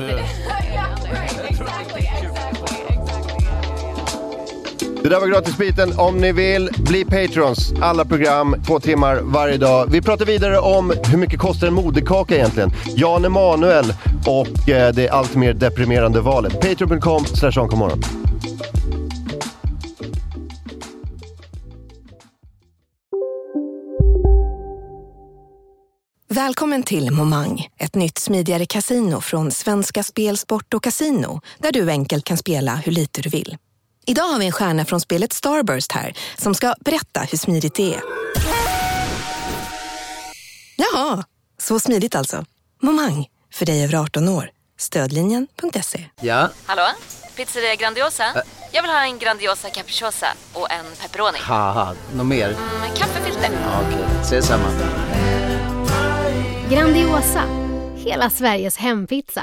[SPEAKER 4] Det där var gratisbiten. Om ni vill, bli patrons. Alla program, två timmar varje dag. Vi pratar vidare om hur mycket kostar en moderkaka egentligen? Jan Emanuel och eh, det allt mer deprimerande valet. Patreon.com slash morgon.
[SPEAKER 19] Välkommen till Momang, ett nytt smidigare kasino från Svenska Spel, Sport och Casino där du enkelt kan spela hur lite du vill. Idag har vi en stjärna från spelet Starburst här som ska berätta hur smidigt det är. Jaha, så smidigt alltså. Momang, för dig över 18 år. Stödlinjen.se.
[SPEAKER 20] Ja,
[SPEAKER 21] Hallå? Pizzeria Grandiosa? Jag vill ha en Grandiosa capriciosa och en pepperoni.
[SPEAKER 20] haha, något mer?
[SPEAKER 21] Med kaffefilter.
[SPEAKER 20] Ja, Okej, ses samma.
[SPEAKER 22] Grandiosa, hela Sveriges hempizza.